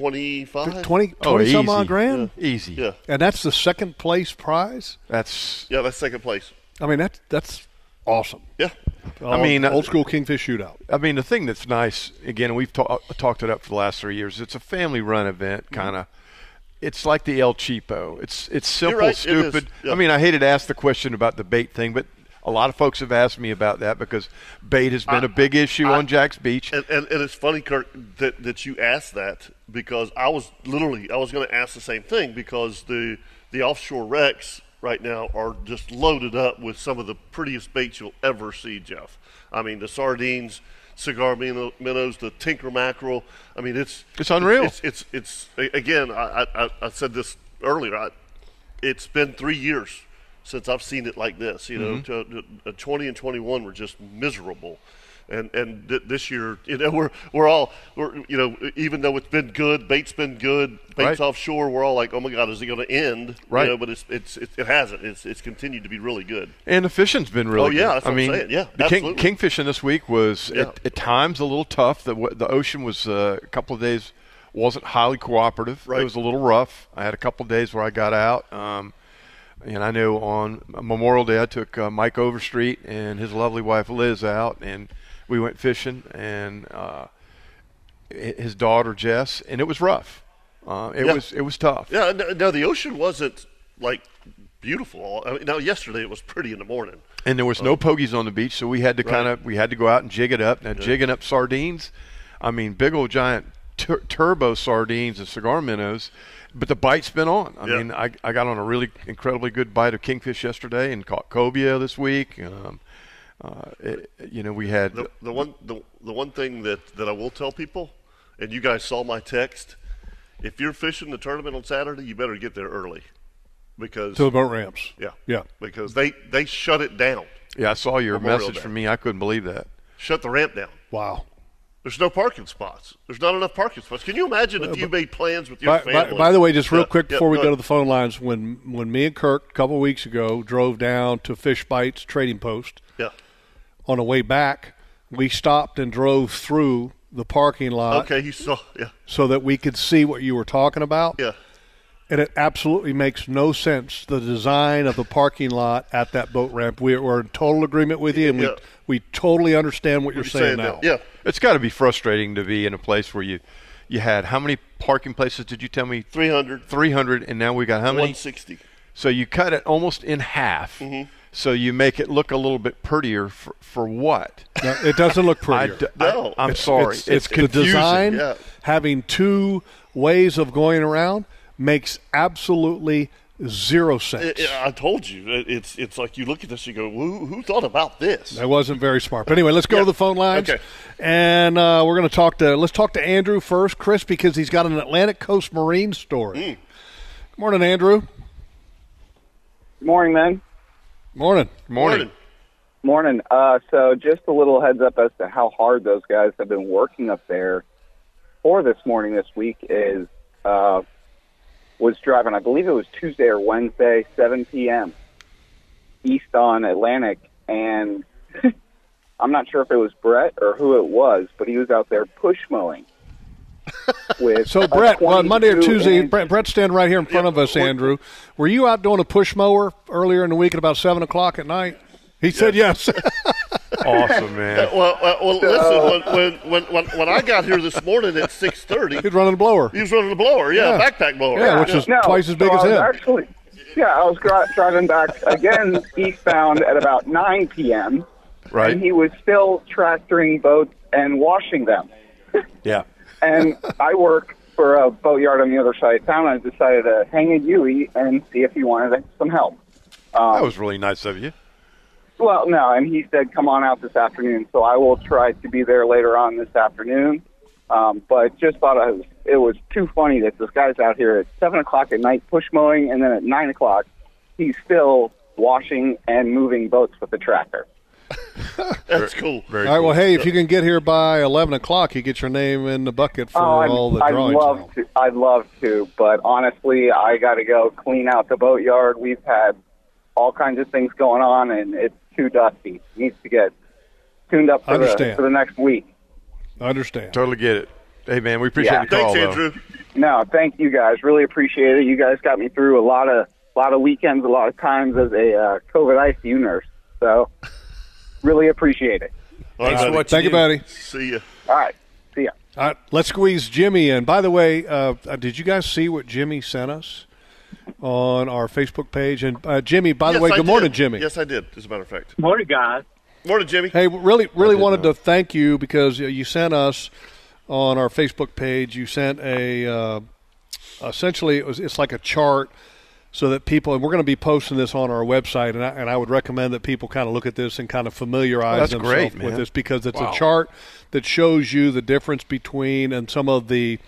S1: 25.
S3: 20, 20 some
S4: Oh, easy.
S3: odd grand,
S4: Easy.
S1: Uh, Yeah.
S3: and that's the second place prize.
S4: That's.
S1: Yeah, that's second place.
S3: I mean, that's that's awesome.
S1: Yeah.
S3: I
S4: mean, uh,
S3: old school kingfish shootout.
S4: I mean, the thing that's nice. Again, we've ta- uh, talked it up for the last three years. It's a family-run event,
S3: Mm-hmm.
S4: kind of. It's like the El Cheapo. It's it's simple,
S1: right, it is.
S4: stupid.
S1: Yeah.
S4: I mean, I hated to ask the question about the bait thing, but a lot of folks have asked me about that because bait has been a big issue on Jack's Beach.
S1: And, and, and it's funny, Kirk, that, that you asked that because I was literally I was going to ask the same thing because the the offshore wrecks right now are just loaded up with some of the prettiest baits you'll ever see, Jeff. I mean, the sardines, cigar minnow- minnows, the tinker mackerel. I mean, it's
S4: It's unreal.
S1: It's it's, it's, a- again. I, I- I I said this earlier. I, it's been three years since I've seen it like this. You
S4: Mm-hmm.
S1: know, to, to- uh, 20 and 21 were just miserable. And and th- this year, (laughs) you know, we're we're all we're you know, e, even though it's been good, bait's been good, bait's
S4: Right.
S1: offshore. We're all like, oh my God, is it going to end?
S4: Right.
S1: You know, but it's, it's it, it hasn't. It's it's continued to be really good.
S4: And the fishing's been really.
S1: Oh, yeah,
S4: good.
S1: that's
S4: I
S1: what I'm
S4: mean,
S1: saying. Yeah,
S4: the king,
S1: absolutely.
S4: king fishing this week was
S1: Yeah.
S4: at, at times a little tough. The wa- the ocean was uh, a couple of days wasn't highly cooperative.
S1: Right.
S4: It was a little rough. I had a couple of days where I got out. Um, and I know on Memorial Day I took uh, Mike Overstreet and his lovely wife Liz out, and we went fishing, and uh, hi- his daughter Jess, and it was rough. Uh, it
S1: Yeah.
S4: was it was tough.
S1: Yeah, no, no, the ocean wasn't like beautiful. I mean, now yesterday it was pretty in the morning.
S4: and there
S1: Oh.
S4: was no pogies on the beach, so we had to kind of we had to go out and jig it up. Now jigging up sardines, I mean big old giant tur- turbo sardines and cigar minnows, but the bite's been on. I
S1: Yeah.
S4: mean I, I got on a really incredibly good bite of kingfish yesterday and caught cobia this week. Um, uh, it- you know we had
S1: The, the one the, the one thing that, that I will tell people, and you guys saw my text, if you're fishing the tournament on Saturday, you better get there early, because
S3: to the boat ramps.
S1: yeah
S3: yeah.
S1: because they they shut it down,
S4: yeah I saw your
S1: Memorial
S4: message
S1: Day.
S4: from me. I couldn't believe that.
S1: shut the ramp down.
S3: Wow.
S1: There's no parking spots. There's not enough parking spots. Can you imagine if you made plans with your
S3: By,
S1: family?
S3: by, by the way, just real
S1: Yeah,
S3: quick
S1: yeah,
S3: before we
S1: go
S3: go to
S1: ahead.
S3: the phone lines, when when me and Kirk a couple weeks ago drove down to Fish Bites Trading Post,
S1: yeah.
S3: on the way back, we stopped and drove through the parking lot
S1: Okay, you saw. Yeah,
S3: so that we could see what you were talking about.
S1: yeah.
S3: And it absolutely makes no sense the design of the parking lot at that boat ramp. We are in total agreement with you, and
S1: Yeah.
S3: we, we totally understand what you're saying, now.
S1: that- Yeah,
S4: It's got to be frustrating to be in a place where you you had how many parking places did you tell me?
S1: 300,
S4: Three hundred, and now we got how many?
S1: 160.
S4: So you cut it almost in half. So you make it look a little bit prettier for, for what?
S3: No, it doesn't look
S4: (laughs) I
S3: prettier.
S4: d-
S1: No.
S4: I, am
S1: It's-
S4: sorry.
S3: It's, it's, the
S4: confusing.
S3: design
S1: Yeah.
S3: having two ways of going around makes absolutely zero sense.
S1: I- I- I told you, it- it's it's like you look at this, you go, who, who thought about this?
S3: I wasn't very smart. But anyway, let's go to the phone lines.
S1: Okay.
S3: And uh, we're going to talk to let's talk to Andrew first, Chris, because he's got an Atlantic Coast Marine story.
S4: Hmm.
S3: Good morning, Andrew.
S9: Good morning, man.
S3: Morning.
S4: Morning.
S9: Morning. Uh, so, just a little heads up as to how hard those guys have been working up there for this morning. This week is uh, was driving. I believe it was Tuesday or Wednesday, 7 p.m. east on Atlantic, and (laughs) I'm not sure if it was Brett or who it was, but he was out there push mowing. With
S3: So
S9: a
S3: Brett, well, Monday or
S9: 22
S3: Tuesday,
S9: inch-
S3: Brett, Brett's standing right here in front of us. Andrew, were you out doing a push mower earlier in the week at about seven o'clock at night? He said yes. (laughs)
S4: Awesome, man.
S1: Uh, Well, well, well listen, when, when, when, when, when I got here this morning at 6.30,
S3: He's running a blower.
S1: he was running a blower, yeah,
S3: Yeah.
S1: a backpack blower.
S3: Yeah, which is- twice as big
S9: so
S3: as
S9: I was
S3: him.
S9: (laughs) Actually, yeah, I was gri- driving back again eastbound at about 9 p.m. and he
S4: Right?
S9: was still tractoring boats and washing them.
S4: Yeah.
S9: And I work for a boatyard on the other side of town. I decided to hang a Yui and see if he wanted some help. Um,
S4: That was really nice of you.
S9: Well, no, and he said, "Come on out this afternoon." So I will try to be there later on this afternoon. Um, but just thought I was, it was too funny that this guy's out here at seven o'clock at night push mowing, and then at nine o'clock he's still washing and moving boats with the tractor.
S1: That's cool.
S4: Very
S3: All right.
S4: cool.
S3: Well, hey, if you can get here by eleven o'clock, you get your name in the bucket for
S9: Oh, I'm-
S3: all the
S9: I'd
S3: drawings.
S9: love
S3: now.
S9: to. I'd love to, but honestly, I got to go clean out the boatyard. We've had all kinds of things going on, and it's too dusty. Needs to get tuned up for, the,
S3: Understand.
S9: for the next week.
S3: I understand.
S4: totally get it. Hey, man, we appreciate
S9: Yeah.
S4: the call.
S1: Thanks,
S4: though.
S1: Andrew.
S9: No, thank you guys. Really appreciate it. You guys got me through a lot of lot of weekends, a lot of times as a uh, COVID ICU nurse. So, really appreciate it.
S1: All right,
S5: Thanks for
S1: buddy.
S5: what
S3: Thank you,
S5: do.
S3: buddy.
S1: See you.
S9: All right, see ya.
S3: All right, let's squeeze Jimmy in. By the way, uh, uh, did you guys see what Jimmy sent us on our Facebook page? And uh, Jimmy, by the way,
S1: I
S3: good morning,
S1: did.
S3: Jimmy.
S1: Yes, I did, as a matter of fact.
S10: Morning, guys.
S1: Morning, Jimmy.
S3: Hey, really, really
S4: uh,
S3: wanted to thank you because uh, you sent us on our Facebook page. You sent a uh, essentially it was it's like a chart so that people and we're going to be posting this on our website and I, and I would recommend that people kind of look at this and kind of familiarize
S4: That's
S3: themselves
S4: great,
S3: with
S4: man.
S3: this because it's a chart that shows you the difference between and some of the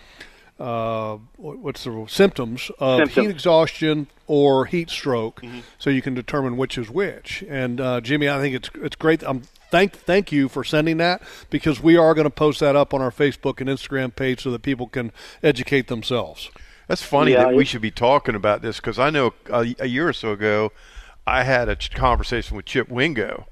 S3: uh, what- what's the symptoms of
S10: Symptoms. Mm-hmm.
S3: heat exhaustion or heat stroke, so you can determine which is which. And uh, Jimmy, I think it's it's great. I'm thank thank you for sending that because we are going to post that up on our Facebook and Instagram page so that people can educate themselves.
S4: That's funny
S10: Yeah,
S4: that we
S10: it-
S4: should be talking about this because I know uh, a, a year or so ago, I had a ch- conversation with Chip Wingo,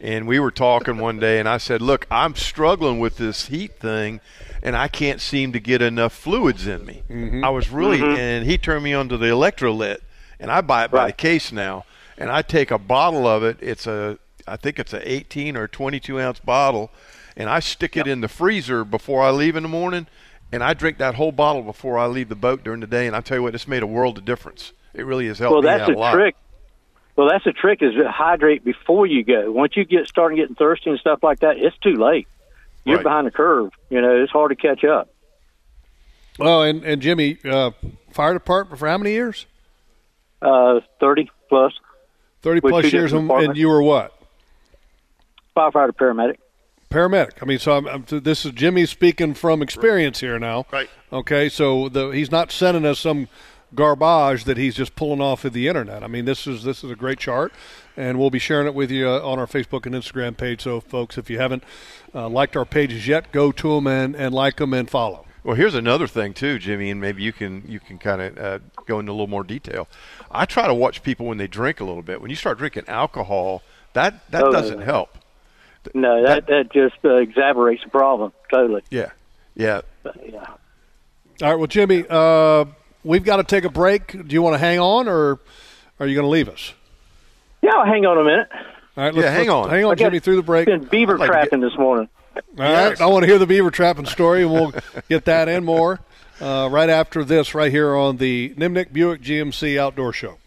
S4: and we were talking one day, and I said, "Look, I'm struggling with this heat thing, and I can't seem to get enough fluids in me." I was really, and he turned me onto the electrolyte, and I buy it by the case now, and I take a bottle of it. It's a, I think it's a 18 or 22 ounce bottle, and I stick it in the freezer before I leave in the morning and I drink that whole bottle before I leave the boat during the day. And I tell you what, it's made a world of difference. It really has helped
S10: Well,
S4: me
S10: that's
S4: out
S10: a
S4: a lot.
S10: trick. Well, that's a trick is to hydrate before you go. Once you get starting getting thirsty and stuff like that, it's too late. You're
S4: Right.
S10: behind the curve. You know, it's hard to catch up.
S3: Well, Oh, and, and Jimmy, uh, fire department for how many years?
S10: Uh, 30 plus,
S3: 30
S10: With two
S3: plus years,
S10: different
S3: and, and
S10: departments.
S3: you were what?
S10: firefighter, paramedic.
S3: Paramedic. I mean, so I'm, I'm, this is Jimmy speaking from experience here now.
S1: Right.
S3: Okay, so the, he's not sending us some garbage that he's just pulling off of the internet. I mean, this is this is a great chart, and we'll be sharing it with you uh, on our Facebook and Instagram page. So, folks, if you haven't uh, liked our pages yet, go to them and, and like them and follow.
S4: Well, here's another thing too, Jimmy, and maybe you can you can kind of uh, go into a little more detail. I try to watch people when they drink a little bit. When you start drinking alcohol, that that
S10: Oh, yeah.
S4: doesn't help.
S10: No, that, that just uh, exacerbates the problem. Totally.
S4: Yeah, yeah.
S10: Yeah.
S3: All right, well, Jimmy, uh, we've got to take a break. Do you want to hang on, or are you going to leave us?
S10: Yeah, I'll hang on a minute.
S3: All right,
S4: Yeah, hang on.
S3: hang on,
S10: Okay.
S3: Jimmy, through the break.
S10: Been beaver
S4: I'd like to
S10: trapping this morning.
S3: All right, I want to hear the beaver trapping story, and (laughs) we'll get that and more uh, right after this, right here on the Nimnik Buick GMC Outdoor Show.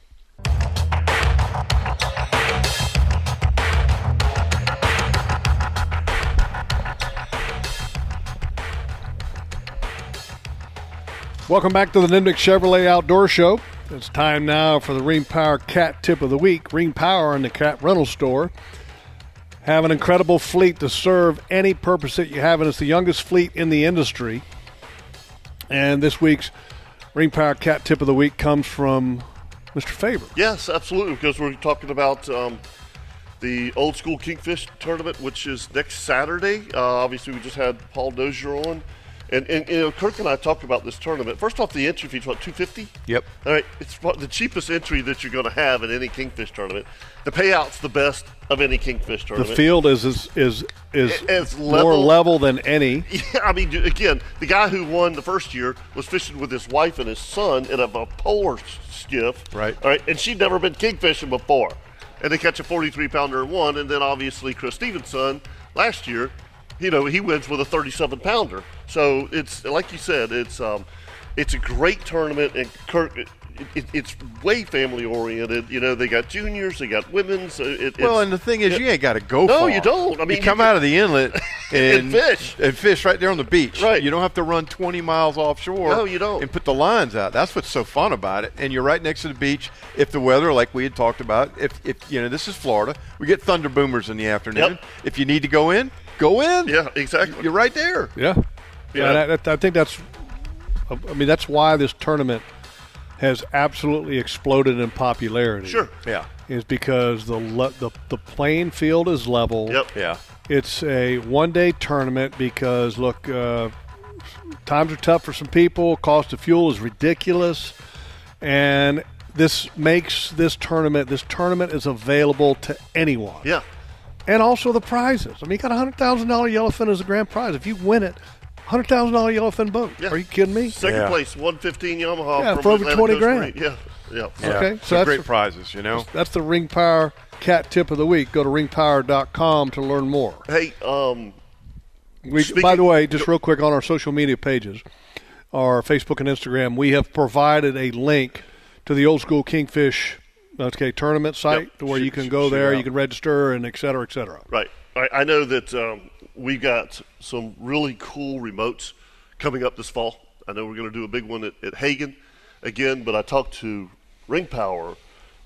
S3: Welcome back to the Nimnik Chevrolet Outdoor Show. It's time now for the Ream Power Cat Tip of the Week. Ream Power and the Cat Rental Store have an incredible fleet to serve any purpose that you have, and it's the youngest fleet in the industry. And this week's Ring Power Cat Tip of the Week comes from Mr. Faber.
S1: Yes, absolutely, because we're talking about um, the old school Kingfish tournament, which is next Saturday. Uh, obviously, we just had Paul Dozier on. And, and you know, Kirk and I talked about this tournament. First off, the entry fee's what, 250
S4: Yep.
S1: All right, it's about the cheapest entry that you're going to have in any Kingfish tournament. The payout's the best of any Kingfish
S3: The
S1: tournament.
S3: field is is is, is
S1: It's
S3: more
S1: level.
S3: level than any.
S1: Yeah, I mean, again, the guy who won the first year was fishing with his wife and his son in a, a polar skiff.
S4: Right.
S1: All right. And she'd never been kingfishing before. And they catch a 43 pounder and one. And then obviously Chris Stevenson last year, you know, he wins with a 37 pounder. So it's, like you said, it's, um, it's a great tournament. And Kirk, it, it, it's way family oriented. You know, they got juniors, they got women's. uh, It, it's-
S4: Well, and the thing is, you ain't got to go.
S1: No,
S4: far.
S1: you don't. I mean,
S4: you
S1: you
S4: come
S1: can-
S4: out of the inlet
S1: (laughs)
S4: and,
S1: And fish.
S4: and fish right there on the beach.
S1: Right.
S4: You don't have to run 20 miles offshore.
S1: No, you don't.
S4: And put the lines out. That's what's so fun about it. And you're right next to the beach. If the weather, like we had talked about, if if you know this is Florida, we get thunder boomers in the afternoon.
S1: Yep.
S4: If you need to go in, go in.
S1: yeah, exactly.
S4: You're right there.
S3: Yeah,
S1: Yeah.
S3: And I, that- I think that's. I mean, that's why this tournament has absolutely exploded in popularity.
S1: Sure.
S4: Yeah.
S3: is because the le- the the playing field is level.
S1: Yep.
S4: Yeah.
S3: It's a one day tournament because, look, uh, times are tough for some people. Cost of fuel is ridiculous. And this makes this tournament, this tournament is available to anyone.
S1: Yeah.
S3: And also the prizes. I mean, you got a $100,000 yellowfin as a grand prize. If you win it, $100,000 yellowfin boat.
S1: Yeah.
S3: Are you kidding me?
S1: Second
S4: Yeah.
S1: place, one fifteen Yamaha.
S3: Yeah,
S1: from
S3: for over
S1: Atlantic
S3: 20
S1: Coast
S3: grand.
S1: Marine. Yeah, yeah.
S4: Yeah.
S3: Okay, so
S4: Some
S3: that's-
S4: great prizes, you know.
S3: That's the Ring Power Cat Tip of the Week. Go to ringpower.com to learn more.
S1: Hey, um,
S3: We,
S1: Speaking-
S3: by the way, just real quick on our social media pages, our Facebook and Instagram, we have provided a link to the old school Kingfish okay, tournament site
S1: Yep.
S3: to where you can
S4: shoot
S3: go
S4: it
S3: there,
S4: out.
S3: you can register, and et cetera, et cetera.
S1: right. I, I know that um, we got some really cool remotes coming up this fall. I know we're going to do a big one at, at Hagen again, but I talked to Ring Power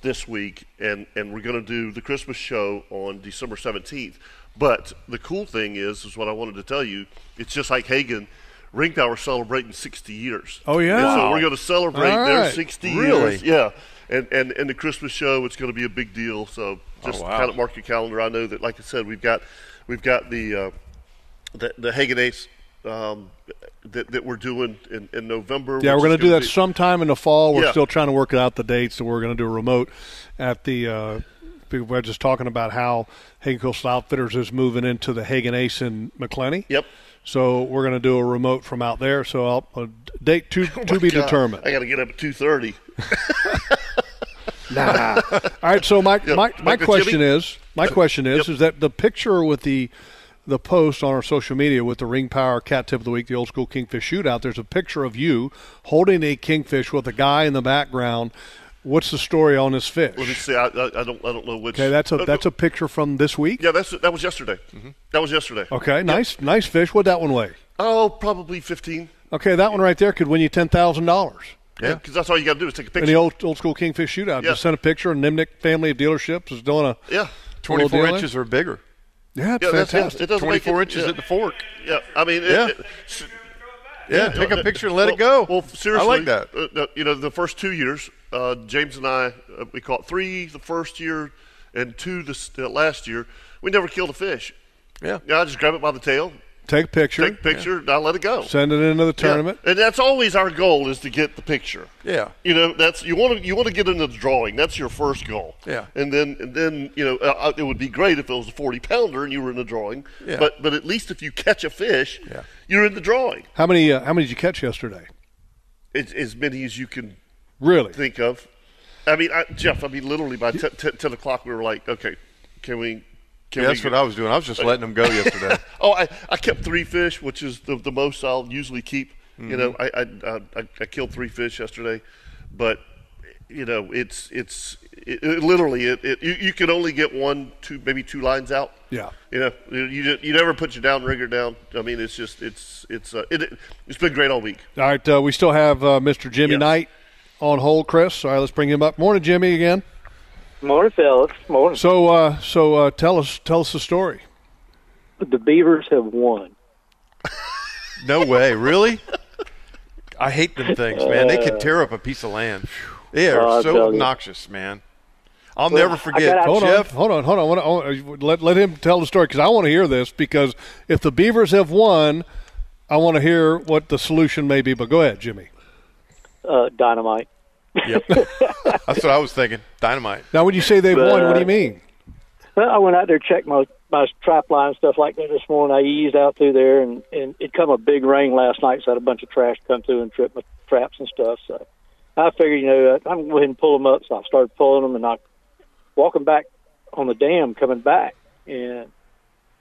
S1: this week, and, and we're going to do the Christmas show on December 17th. But the cool thing is, is what I wanted to tell you, it's just like Hagen. Ring Power celebrating 60 years.
S3: Oh, yeah.
S1: And so
S3: Wow.
S1: we're going to celebrate
S3: All
S1: their
S3: right.
S1: 60
S4: Really?
S1: years. (laughs) Yeah, and and and the Christmas show, it's going to be a big deal. So
S3: Oh,
S1: just
S4: wow.
S1: kind of mark your calendar. I know that, like I said, we've got we've got the uh, the, the Hagen Ace um, that that we're doing in, in November.
S3: Yeah,
S1: which
S3: we're
S1: is
S3: going to do that
S1: be-
S3: sometime in the fall. We're
S1: Yeah.
S3: still trying to work out the dates, so we're going to do a remote at the. Uh, we we're just talking about how Hagen Coastal Outfitters is moving into the Hagen Ace in McClenny.
S1: Yep.
S3: So we're going to do a remote from out there. So I'll a
S1: (laughs)
S3: date to
S1: Oh
S3: to be
S1: God,
S3: determined.
S1: I got to get up at two thirty.
S3: Nah. All right. So my my, my
S1: Michael
S3: question
S1: Jimmy?
S3: is my question is is that the picture with the the post on our social media with the Ring Power Cat Tip of the Week, the old school kingfish shootout, there's a picture of you holding a kingfish with a guy in the background. What's the story on this fish?
S1: (laughs) Let me see. I, I, I don't. I don't know which.
S3: Okay, that's a
S1: uh,
S3: that's a picture from this week.
S1: Yeah, that's that was yesterday. That was yesterday.
S3: Okay, nice nice fish. What that one weigh?
S1: Oh, probably fifteen.
S3: Okay, that one right there could win you ten thousand dollars.
S1: Yeah, because that's all you got to do is take a
S3: In
S1: picture.
S3: the old old school kingfish shootout,
S1: Yeah.
S3: just sent a picture. And Nimnik family of dealerships is doing a
S1: yeah,
S3: little deal there.
S4: or bigger.
S3: Yeah, it's
S1: yeah, that's-
S3: fantastic.
S1: It doesn't make it- yeah.
S4: fork.
S1: Yeah, I mean, it-
S4: Yeah.
S1: it- s-
S4: Yeah, take a picture and let it
S1: well-
S4: go.
S1: Well, seriously,
S4: I like that.
S1: uh, no, you know, the first two years, uh, James and I, uh, we caught three the first year and two this uh, last year. We never killed a fish.
S4: Yeah.
S1: yeah. I just grab it by the tail,
S3: Take a picture,
S1: take a picture, and I let it go.
S3: send it into the
S1: Yeah.
S3: tournament.
S1: and that's always our goal is to get the picture.
S4: Yeah.
S1: You know, that's you want to you want to get into the drawing. That's your first goal.
S4: Yeah.
S1: And then and then you know uh, uh, it would be great if it was a forty pounder and you were in the drawing.
S4: Yeah.
S1: But but at least if you catch a fish,
S4: Yeah.
S1: you're in the drawing.
S3: How many uh, how many did you catch yesterday?
S1: It's as many as you can
S3: Really?
S1: think of. I mean, I, Jeff. I mean, literally by t- t- ten o'clock, we were like, okay, can we? Can
S4: Yeah, that's
S1: we
S4: what I was doing. I was just letting them go yesterday.
S1: (laughs) Oh, I, I kept three fish, which is the, the most I'll usually keep.
S4: Mm-hmm.
S1: You know, I I, I I killed three fish yesterday, but you know, it's it's it, it literally it, it you, you can only get one, two, maybe two lines out.
S3: Yeah.
S1: You know, you you, you never put your downrigger down. I mean, it's just it's it's uh, it, it's been great all week.
S3: All right, uh, we still have uh, Mr. Jimmy
S1: Yes.
S3: Knight on hold, Chris. All right, let's bring him up. Morning, Jimmy, again.
S11: Morning, fellas. Morning.
S3: So, uh, so uh, tell us, tell us the story.
S11: The Beavers have won.
S4: no way, really? I hate them things, man. They
S11: Uh,
S4: can tear up a piece of land. They are
S11: Oh, I
S4: so
S11: tell you.
S4: obnoxious, man. I'll never forget.
S11: gotta-
S3: Hold
S4: Jeff,
S3: on, hold on, hold on. I wanna- I wanna- Let let him tell the story because I want to hear this. Because if the Beavers have won, I want to hear what the solution may be. But go ahead, Jimmy.
S11: Uh, dynamite. (laughs)
S4: Yep. That's what I was thinking. Dynamite.
S3: Now, when you say they've won, what do you mean?
S11: Well, I went out there checked my my trap line and stuff like that this morning. I eased out through there, and and it come a big rain last night, so I had a bunch of trash come through and trip my traps and stuff. So I figured, you know, I'm gonna go ahead and pull them up. So I started pulling them, and I walking back on the dam, coming back, and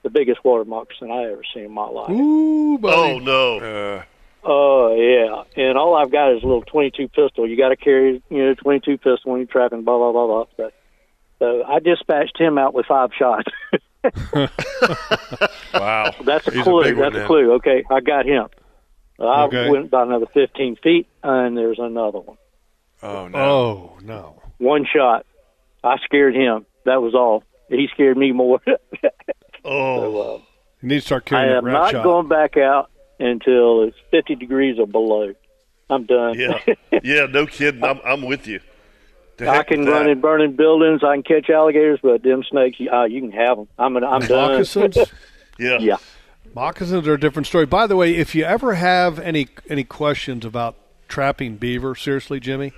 S11: the biggest water moccasin I ever seen in my life.
S3: Ooh, buddy.
S1: Oh no!
S4: Uh,
S11: Oh yeah, and all I've got is a little twenty-two pistol. You got to carry, you know, twenty-two pistol when you're trapping. Blah blah blah blah. So, so I dispatched him out with five shots. (laughs)
S4: (laughs) wow.
S11: That's a
S4: He's a
S11: clue.
S4: big one,
S11: That's
S4: man.
S11: a clue. Okay, I got him. I
S3: Okay.
S11: went about another fifteen feet, and there's another one.
S4: Oh no.
S3: Oh no.
S11: One shot. I scared him. That was all. He scared me more. (laughs) uh,
S1: Oh,
S3: You need to start
S11: I
S3: carrying that
S11: am
S3: rat
S11: not
S3: shot.
S11: going back out until it's fifty degrees or below. I'm done.
S1: yeah, yeah. No kidding. I'm I'm with you. The
S11: (laughs) I
S1: heck
S11: can
S1: with
S11: run
S1: that.
S11: in burning buildings. I can catch alligators, but them snakes, you- uh, you can have them. I'm an, I'm done.
S3: Moccasins.
S11: (laughs)
S1: Yeah.
S11: yeah,
S3: Moccasins are a different story. By the way, if you ever have any any questions about trapping beaver, seriously, Jimmy,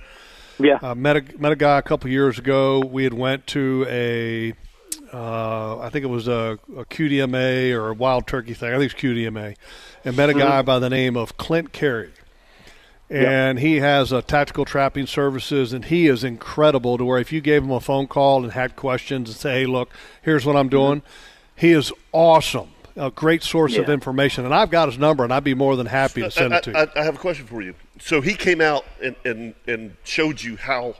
S11: yeah.
S3: I met a, met a guy a couple years ago. We had went to a, uh, I think it was a, a QDMA or a wild turkey thing. I think it's QDMA, and met a guy by the name of Clint Carey, and he has a tactical trapping services, and he is incredible. To where if you gave him a phone call and had questions and say, "Hey, look, here's what I'm doing," he is awesome. A great source of
S11: Yeah.
S3: information, and I've got his number, and I'd be more than happy to
S1: (laughs)
S3: send
S1: I,
S3: it to you.
S1: I, I have a question for you. So he came out and, and, and showed you how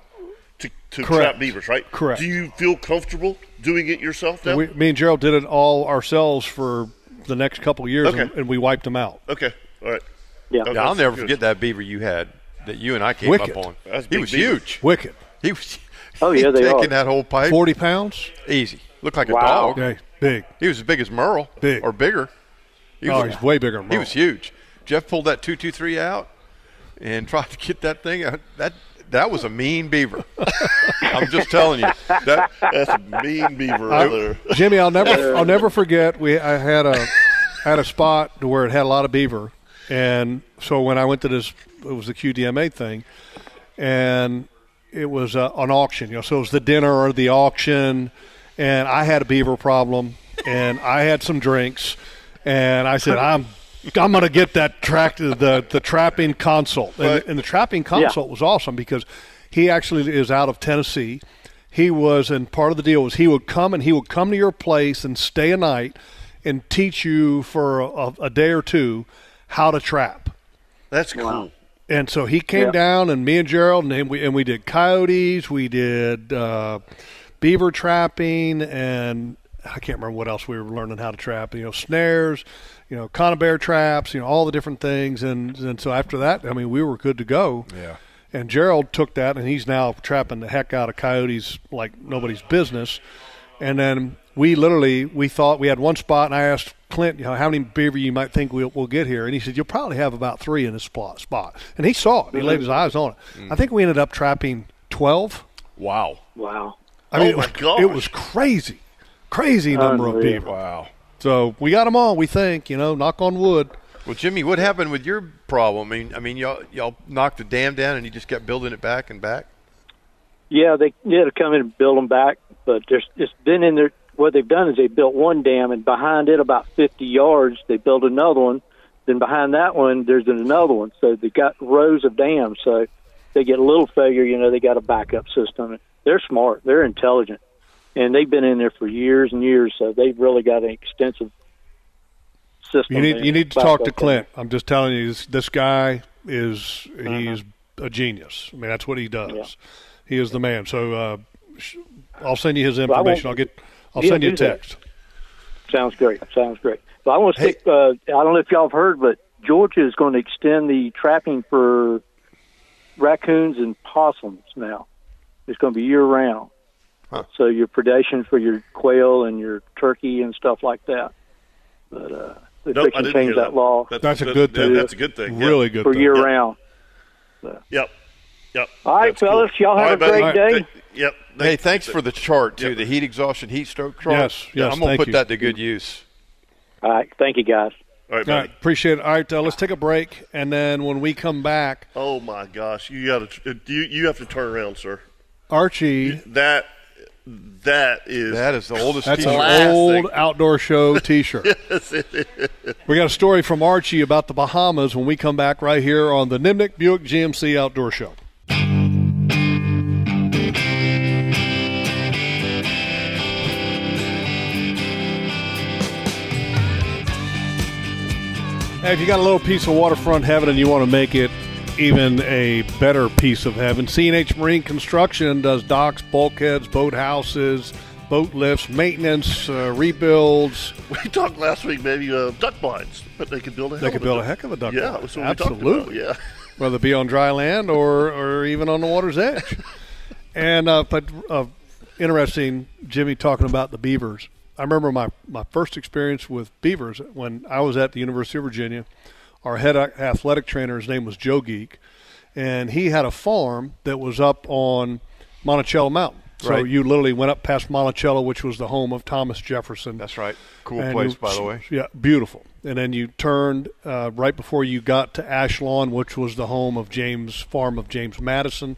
S1: to, to
S3: Correct.
S1: trap beavers, right?
S3: Correct.
S1: Do you feel comfortable doing it yourself now?
S3: We, me and Gerald did it all ourselves for the next couple of years,
S1: Okay.
S3: and, and we wiped them out.
S1: okay. All right.
S11: Yeah.
S1: Oh,
S4: Yeah, I'll
S1: that's
S4: never
S1: good.
S4: forget that beaver you had that you and I came
S3: Wicked.
S4: up on.
S1: That's a
S4: he
S1: big
S4: was
S1: beaver.
S4: huge.
S3: Wicked.
S4: He was. (laughs)
S11: Oh, yeah, they
S4: taking
S11: are.
S4: that whole pipe
S3: 40 pounds?
S4: easy. Looked like
S11: Wow.
S4: a dog.
S3: Okay, big.
S4: He was as big as Merle,
S3: Big.
S4: or bigger. He
S3: oh, he's way bigger than
S4: He
S3: Merle.
S4: was huge. Jeff pulled that two two three out and (laughs) tried to get that thing out. That that was a mean beaver. (laughs) I'm just telling you. That
S1: That's a mean beaver
S3: I-
S1: right there.
S3: Jimmy, I'll
S4: (laughs)
S3: never, I'll never forget. We, I had a, had a spot to where it had a lot of beaver, and so when I went to this, it was the QDMA thing, and it was uh, an auction. You know, so it was the dinner or the auction, and I had a beaver problem, and I had some drinks, and I said, I'm. I'm gonna get that track the the trapping consult, and, and the trapping consult was awesome because he actually is out of Tennessee, he was and part of the deal was he would come and he would come to your place and stay a night and teach you for a, a day or two how to trap.
S1: That's cool.
S3: And so he came
S1: Yeah.
S3: down, and me and Gerald, and we and we did coyotes, we did uh, beaver trapping, and I can't remember what else we were learning how to trap. You know, snares, you know, conibear traps, you know, all the different things. And and so after that, I mean, we were good to go.
S4: Yeah.
S3: And Gerald took that, and he's now trapping the heck out of coyotes like nobody's business. And then we literally we thought we had one spot, and I asked Clint, you know, how many beaver you might think we'll, we'll get here, and he said you'll probably have about three in this spot. Spot, and he saw it. He laid his eyes on it. I think we ended up trapping twelve.
S4: Wow.
S10: Wow.
S12: Oh
S3: I
S4: Oh
S3: mean, it was, (laughs) it was crazy, crazy number of
S4: Unreal.
S3: beaver.
S4: Wow.
S3: So we got them all. We think, you know, knock on wood.
S4: Well, Jimmy, what happened with your problem? I mean, I mean, y'all y'all knocked the dam down, and you just kept building it back and back.
S10: Yeah, they yeah to come in and build them back, but there's it's been in there. What they've done is they built one dam, and behind it, about 50 yards, they built another one. Then behind that one, there's another one. So they got rows of dams. So they get a little failure, you know, they got a backup system. They're smart, they're intelligent, and they've been in there for years and years. So they've really got an extensive system.
S3: You need
S10: there,
S3: you need to
S10: backup
S3: talk to
S10: there.
S3: Clint. I'm just telling you, this, this guy is
S10: Uh-huh.
S3: he's a genius. I mean, that's what he does. He is the man. So uh, sh- I'll send you his
S10: Well, I won't-
S3: information. I'll get I'll
S10: Yeah,
S3: send you a
S10: do that.
S3: text.
S10: Sounds great. Sounds great. But I want to stick. Uh, I don't know if y'all have heard, but Georgia is going to extend the trapping for raccoons and possums now. It's going to be year round. So your predation for your quail and your turkey and stuff like that. But uh, if
S1: Nope,
S10: they
S1: I
S10: can change
S1: didn't hear
S10: that,
S1: that.
S10: law,
S1: That's- That's a that's- good yeah, thing. that's a good thing. Really good
S10: for
S1: thing.
S10: year
S1: Yep.
S10: round.
S1: Yep. Yep.
S10: All right, fellas, y'all have a great day.
S1: Yep.
S4: hey, thanks for the chart too. The heat exhaustion, heat stroke chart.
S3: Yes,
S4: Yeah,
S3: yes,
S4: I'm gonna
S3: thank
S4: put
S3: you.
S4: that to good use.
S10: All right, thank you guys.
S1: All right,
S3: All right, appreciate it. All right, uh, let's take a break, and then when we come back,
S1: Oh my gosh, you got to you you have to turn around, sir.
S3: Archie.
S1: That that is
S4: that is the oldest.
S3: That's
S1: classic.
S3: an old outdoor show T-shirt.
S1: Yes, it is.
S3: (laughs) We got a story from Archie about the Bahamas when we come back right here on the Nimnik Buick GMC Outdoor Show. Hey, if you got a little piece of waterfront heaven and you want to make it even a better piece of heaven, CNH Marine Construction does docks, bulkheads, boathouses, boat lifts, maintenance, uh, rebuilds.
S1: (laughs) We talked last week maybe uh, duck blinds, but they could build a
S3: They
S1: hell
S3: could
S1: of
S3: build a
S1: duck-
S3: heck of a duck
S1: Yeah,
S3: blind.
S1: that's what we talked about,
S3: Absolutely.
S1: yeah.
S3: (laughs) whether it be on dry land or, or even on the water's
S4: (laughs)
S3: edge. and uh, but uh, interesting, Jimmy talking about the beavers. I remember my, my first experience with beavers when I was at the University of Virginia. Our head athletic trainer, his name was Joe Geek, and he had a farm that was up on Monticello Mountain. So
S4: Right.
S3: you literally went up past Monticello, which was the home of Thomas Jefferson.
S4: That's right. Cool
S3: And
S4: place,
S3: you-
S4: by the way.
S3: Yeah, beautiful. And then you turned uh, right before you got to Ashlawn, which was the home of James Farm of James Madison.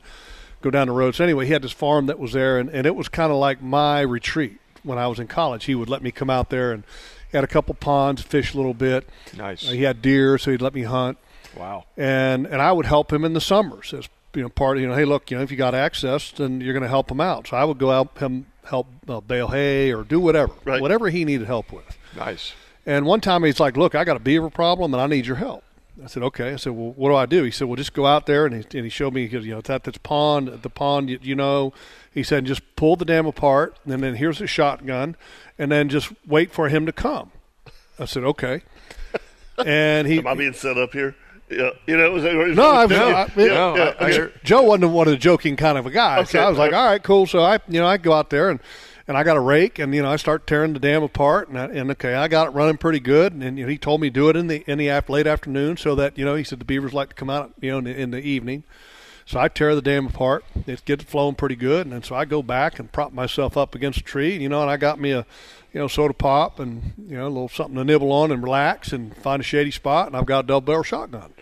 S3: Go down the road. So anyway, he had this farm that was there, and, and it was kind of like my retreat when I was in college. He would let me come out there and had a couple ponds, fish a little bit.
S4: Nice.
S3: Uh, he had deer, so he'd let me hunt
S4: Wow.
S3: and and I would help him in the summers as you know part of you know hey look you know if you got access then you're going to help him out so I would go out him help uh, bale hay or do whatever whatever he needed help with
S4: Nice.
S3: and one time he's like look I got a beaver problem and I need your help I said okay I said well what do I do he said well just go out there and he, and he showed me he goes, you know it's at this pond at the pond you, you know he said just pull the dam apart and then here's a shotgun and then just wait for him to come I said
S1: (laughs)
S3: okay and he
S1: Am I being set up here? Yeah, you know. Is that, is
S3: no,
S1: that-
S3: I was, no, I,
S1: yeah,
S3: no,
S1: yeah,
S3: I-
S1: okay.
S3: I- Joe wasn't one of the joking kind of a guy.
S1: Okay,
S3: So I was like,
S1: uh,
S3: all right, cool. So I, you know, I go out there and, and I got a rake and, you know, I start tearing the dam apart and, I, and okay, I got it running pretty good. And, you know, he told me do it in the, in the af- late afternoon so that, you know, he said the beavers like to come out, you know, in the, in the evening. So I tear the dam apart. It gets flowing pretty good, and then so I go back and prop myself up against a tree, you know, and I got me a, you know, soda pop and you know a little something to nibble on and relax and find a shady spot, and I've got a double barrel shotgun,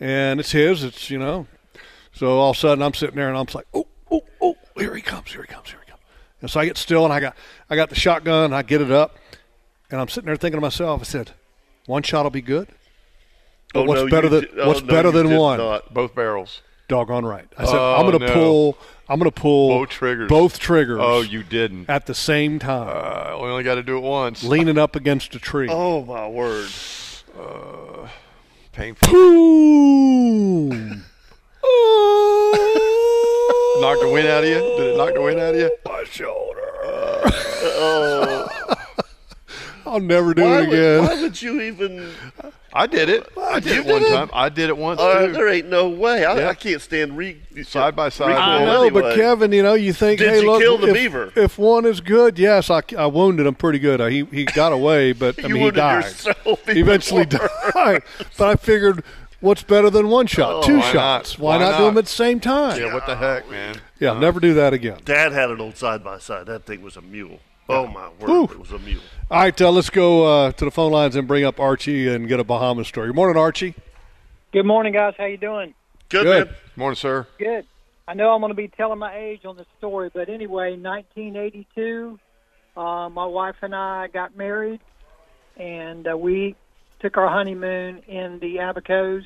S3: and it's his. It's you know, so all of a sudden I'm sitting there and I'm just like, oh, oh, oh, here he comes, here he comes, here he comes, and so I get still and I got I got the shotgun, and I get it up, and I'm sitting there thinking to myself, I said, one shot'll be good. But
S4: Oh,
S3: what's
S4: no,
S3: better
S4: you
S3: than
S4: di- oh,
S3: what's
S4: no,
S3: better
S4: you
S3: than
S4: did
S3: one?
S4: not. Both barrels.
S3: Doggone right. I said,
S4: Oh,
S3: I'm going to
S4: no.
S3: pull I'm going to pull
S4: Both triggers.
S3: both triggers
S4: Oh, you didn't.
S3: at the same time,
S4: Uh, we only got to do it once.
S3: leaning up against a tree.
S4: Oh my word. Uh, painful. (laughs)
S5: (laughs)
S3: (laughs) Boom!
S4: Knocked the wind out of you. Did it knock the wind out of you? Uh, oh.
S3: My shoulder.
S4: (laughs)
S3: I'll never do
S1: Why
S3: it
S1: would,
S3: again.
S1: why would you even?
S4: I did it. I did
S1: You
S4: it one
S1: did it?
S4: time. I did it once
S1: Uh,
S4: too.
S1: there ain't no way. I,
S4: Yeah.
S1: I can't stand re
S4: Side by side.
S1: Rick
S4: I
S1: Roll
S3: I know, but
S1: anyway.
S3: Kevin, you know, you think,
S1: Did
S3: hey,
S1: you
S3: look,
S1: kill the
S3: if,
S1: beaver?
S3: if one is good, yes, I, I wounded him pretty good. I, he he got away, but
S1: (laughs)
S3: I
S1: You
S3: mean, he
S1: wounded
S3: died.
S1: yourself
S3: He eventually
S1: before.
S3: died. But I figured, what's better than one
S1: Oh,
S3: shot, two
S4: why not?
S3: shots? Why,
S4: Why
S3: not, do
S4: not?
S3: them at the same time?
S4: Yeah, what the heck, man?
S3: Yeah, never do that again.
S1: Dad had an old side by side. That thing was a mule. Oh my word,
S3: Whew.
S1: it was a mule.
S3: All right, uh, let's go uh, to the phone lines and bring up Archie and get a Bahamas story. Morning, Archie.
S10: (laughs) Good morning, guys. How you doing?
S1: Good,
S3: Good.
S1: man.
S4: Morning, sir.
S10: Good. I know I'm going to be telling my age on this story, but anyway, 1982, uh, my wife and I got married, and uh, we took our honeymoon in the Abacos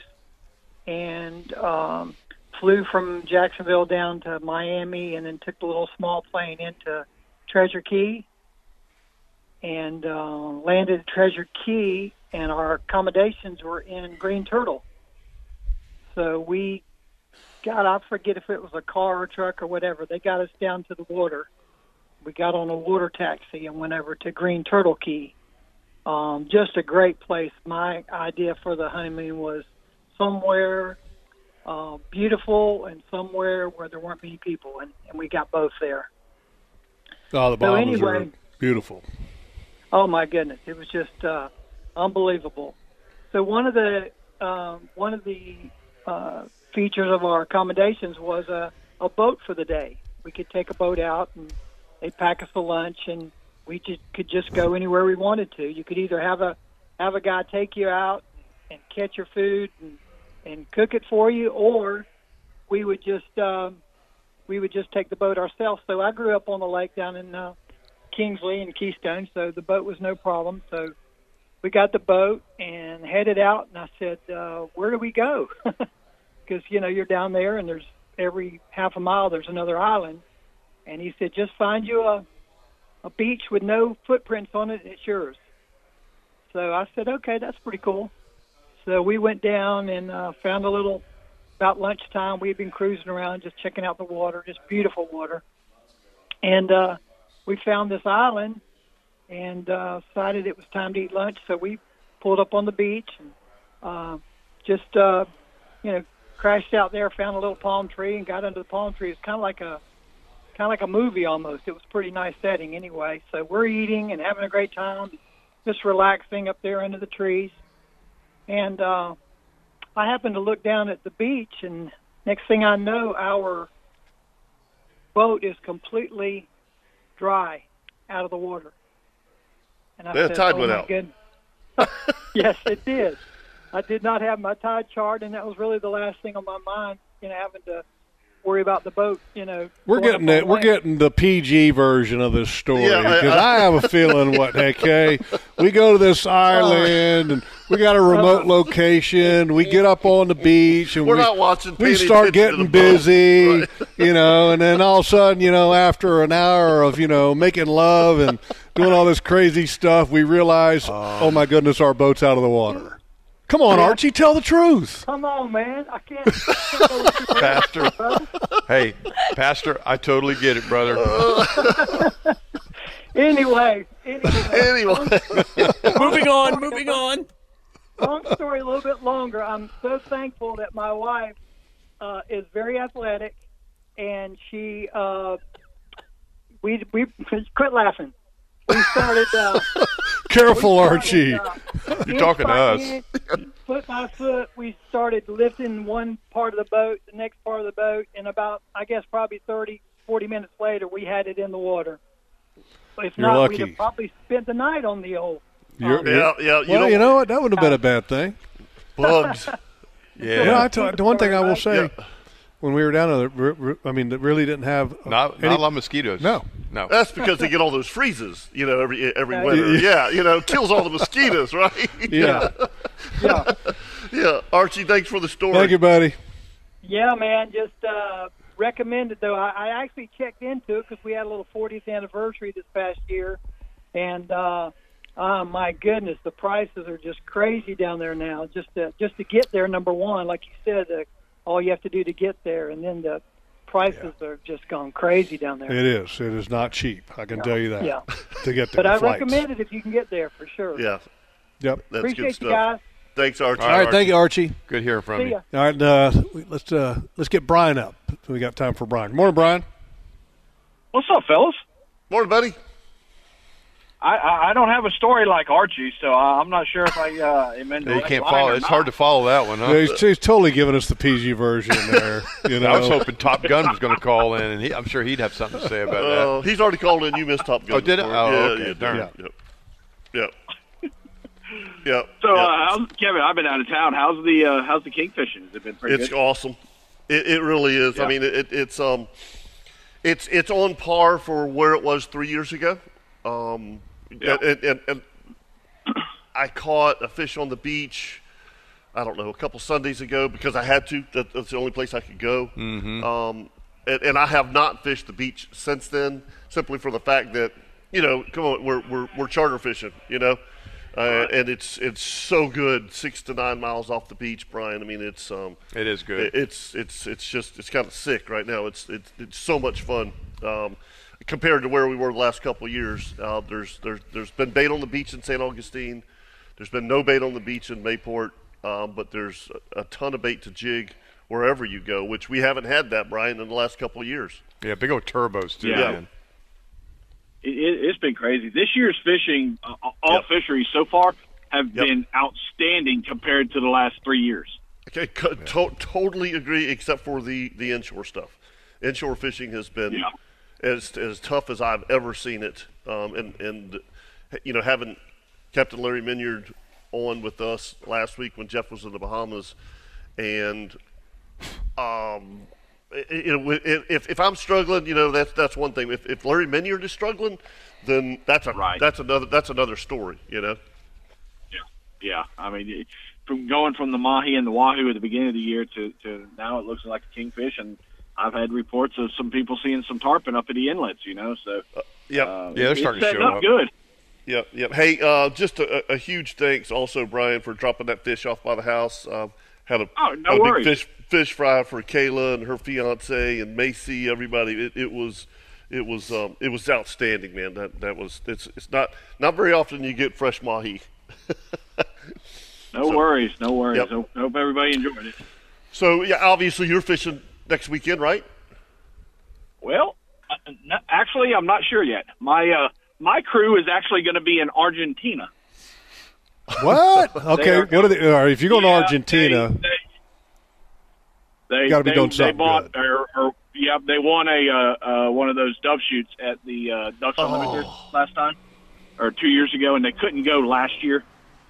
S10: and um, flew from Jacksonville down to Miami, and then took the little small plane into Treasure Key and uh, landed at Treasure Key, and our accommodations were in Green Turtle. So we God, I forget if it was a car or truck or whatever. They got us down to the water. We got on a water taxi and went over to Green Turtle Key. Um, just a great place. My idea for the honeymoon was somewhere uh, beautiful and somewhere where there weren't many people, and, and we got both there.
S3: Oh, the Bahamas are
S10: anyway-
S3: beautiful.
S10: Oh my goodness, it was just uh, unbelievable. So one of the um, one of the uh, features of our accommodations was a, a boat for the day. We could take a boat out, and they'd pack us a lunch, and we just, could just go anywhere we wanted to. You could either have a have a guy take you out and catch your food and, and cook it for you, or we would just um, we would just take the boat ourselves. So I grew up on the lake down in uh, Kingsley and Keystone, so the boat was no problem. So we got the boat and headed out, and I said, uh, "Where do we go?" (laughs) Because you know you're down there, and there's every half a mile there's another island. And he said, "Just find you a a beach with no footprints on it, and it's yours." So I said, "Okay, that's pretty cool." So we went down and uh, found a little. About lunchtime, we had been cruising around, just checking out the water, just beautiful water, and. uh we found this island and uh, decided it was time to eat lunch. So we pulled up on the beach and uh, just, uh, you know, crashed out there, found a little palm tree, and got under the palm tree. It's kind of like a kind of like a movie almost. It was a pretty nice setting anyway. So we're eating and having a great time, just relaxing up there under the trees. And uh, I happened to look down at the beach, and next thing I know, our boat is completely dry out of the water. And I
S1: Yeah,
S10: said,
S1: tide
S10: "Oh,
S1: went
S10: my
S1: out."
S10: goodness." yes, it did. I did not have my tide chart, and that was really the last thing on my mind. You know, having to worry about the boat. You know,
S3: We're
S10: going up
S3: getting
S10: on
S3: it. We're
S10: land.
S3: getting the PG version of this story
S1: Yeah, I-
S3: because I, have a feeling what heck, hey, we go to
S1: (laughs)
S3: this island and we got a remote location. We get up on the beach and
S1: We're
S3: we,
S1: not watching,
S3: We
S1: paying
S3: start
S1: attention to
S3: getting
S1: the boat.
S3: busy,
S1: Right.
S3: you know, and then all of a sudden, you know, after an hour of you know making love and doing all this crazy stuff, we realize,
S1: Uh.
S3: oh my goodness, our boat's out of the water. Come on, Archie, tell the truth.
S10: Come on, man! I can't. I can't go with you.
S4: Pastor. hey, Pastor, I totally get it, brother.
S10: (laughs) anyway, anyway,
S1: Anyway,
S5: (laughs) moving on, moving on.
S10: long story a little bit longer. I'm so thankful that my wife uh, is very athletic, and she uh, we we (laughs) quit laughing. We started. Uh,
S3: Careful, Archie.
S10: You're
S4: talking to us.
S10: foot by foot, we started lifting one part of the boat, the next part of the boat, and about, I guess, probably 30, 40 minutes later, we had it in the water. If
S3: You're
S10: not, we'd
S3: lucky.
S10: have probably spent the night on the old.
S3: You're-
S1: yeah, yeah. You
S3: well,
S1: don't
S3: you know what? That wouldn't have been a bad thing.
S10: (laughs)
S1: bugs.
S4: Yeah.
S3: You know, I tell- the one thing I will say
S1: Yeah.
S3: when we were down there, re- re- I mean, it really didn't have uh,
S4: Not,
S3: any-
S4: not a lot of mosquitoes.
S3: No.
S4: No.
S1: That's because they get all those freezes, you know, every every winter.
S3: Yeah.
S1: Yeah, you know, kills all the mosquitoes, (laughs) right?
S3: Yeah.
S10: Yeah.
S1: yeah. Archie, thanks for the story.
S3: Thank you, buddy.
S10: Yeah, man, just uh,
S13: recommend it though. I, I actually checked into it because we had a little 40th anniversary this past year, and uh, oh my goodness, the prices are just crazy down there now. Just to just to get there, number one, like you said, uh, all you have to do to get there, and then the prices are just gone crazy down there.
S3: It is. It is not cheap. I can tell you that.
S13: Yeah.
S3: to get there,
S13: But I
S3: flights.
S13: recommend it if you can get there for sure.
S1: Yeah.
S3: Yep.
S1: That's
S13: Appreciate
S1: good
S13: you
S1: stuff.
S13: guys.
S1: Thanks, Archie.
S3: All right, thank you, Archie.
S4: Good hearing
S13: from See you.
S3: All right, uh, we- let's uh, let's get Brian up. We got time for Brian. Good morning, Brian.
S12: What's up, fellas?
S1: Morning, buddy.
S12: I, I I don't have a story like Archie, so I, I'm not sure if I uh, am
S4: (laughs)
S12: in the
S4: Yeah, you
S12: right
S4: can't
S12: line
S4: follow.
S12: or
S4: It's
S12: not.
S4: hard to follow that one, huh?
S3: Yeah, he's, he's totally giving us the PG version there. (laughs) You know,
S4: I was hoping Top Gun was going to call in, and he, I'm sure he'd have something to say about that.
S1: Uh, he's already called in. You missed Top Gun.
S4: Oh, did it?
S1: before.
S4: Oh,
S1: yeah,
S4: okay,
S1: yeah,
S4: darn.
S1: Yeah. Yep. Yep.
S12: So,
S1: yep.
S12: uh, how's, Kevin, I've been out of town. How's the uh, how's the king fishing? Has it been pretty
S1: it's
S12: good?
S1: awesome. It, it really is. I
S12: Yeah.
S1: mean, it, it's um, it's it's on par for where it was three years ago. Um, and, and, and I caught a fish on the beach. I don't know a couple Sundays ago because I had to. That, that's the only place I could go.
S4: Mhm.
S1: Um, and, and I have not fished the beach since then, simply for the fact that you know, come on, we're we're, we're charter fishing, you know, uh, and it's it's so good, six to nine miles off the beach, Brian. I mean, it's um,
S4: It is good.
S1: it- it's it's it's just it's kind of sick right now. It's it's, it's so much fun um, compared to where we were the last couple of years. Uh, there's there's there's been bait on the beach in St. Augustine. There's been no bait on the beach in Mayport, um, but there's a, a ton of bait to jig wherever you go, which we haven't had that, Brian, in the last couple of years.
S4: Yeah, big old turbos too.
S1: Yeah.
S4: man.
S12: It, it, it's been crazy. This year's fishing, uh, all fisheries so far have been outstanding compared to the last three years.
S1: Okay, co- to- totally agree, except for the, the inshore stuff. Inshore fishing has been as as tough as I've ever seen it, um, and and you know having Captain Larry Minyard on with us last week when Jeff was in the Bahamas, and um, i- i- you know, i- if if I'm struggling, you know that's that's one thing. If if Larry Minyard is struggling, then that's a that's another that's another story, you know.
S12: Yeah, I mean, it- from going from the mahi and the wahoo at the beginning of the year to, to now, it looks like a kingfish, and I've had reports of some people seeing some tarpon up at the inlets. You know, so
S1: Yep.
S12: uh, it- it's setting up Good.
S1: Yep, yep. Hey, uh, just a, a huge thanks also, Brian, for dropping that fish off by the house. Um, had a,
S12: Oh, no
S1: a big
S12: worries.
S1: fish fish fry for Kayla and her fiance and Macy. Everybody, it, it was it was um, it was outstanding, man. That that was it's it's not not very often you get fresh mahi.
S12: No
S1: So-
S12: worries, no worries.
S1: Yep.
S12: Hope, hope everybody enjoyed it.
S1: So yeah, obviously you're fishing next weekend, right?
S12: Well, uh, no, actually, I'm not sure yet. My uh, my crew is actually going to be in Argentina.
S3: What?
S12: They
S3: Okay,
S12: are-
S3: go to the. All right, if you're going to Argentina,
S12: They
S3: Gotta be
S12: they,
S3: doing
S12: they
S3: something
S12: bought or, or yeah, they won a uh, uh, one of those dove shoots at the uh, Ducks
S3: Oh.
S12: Unlimited last time or two years ago, and they couldn't go last year,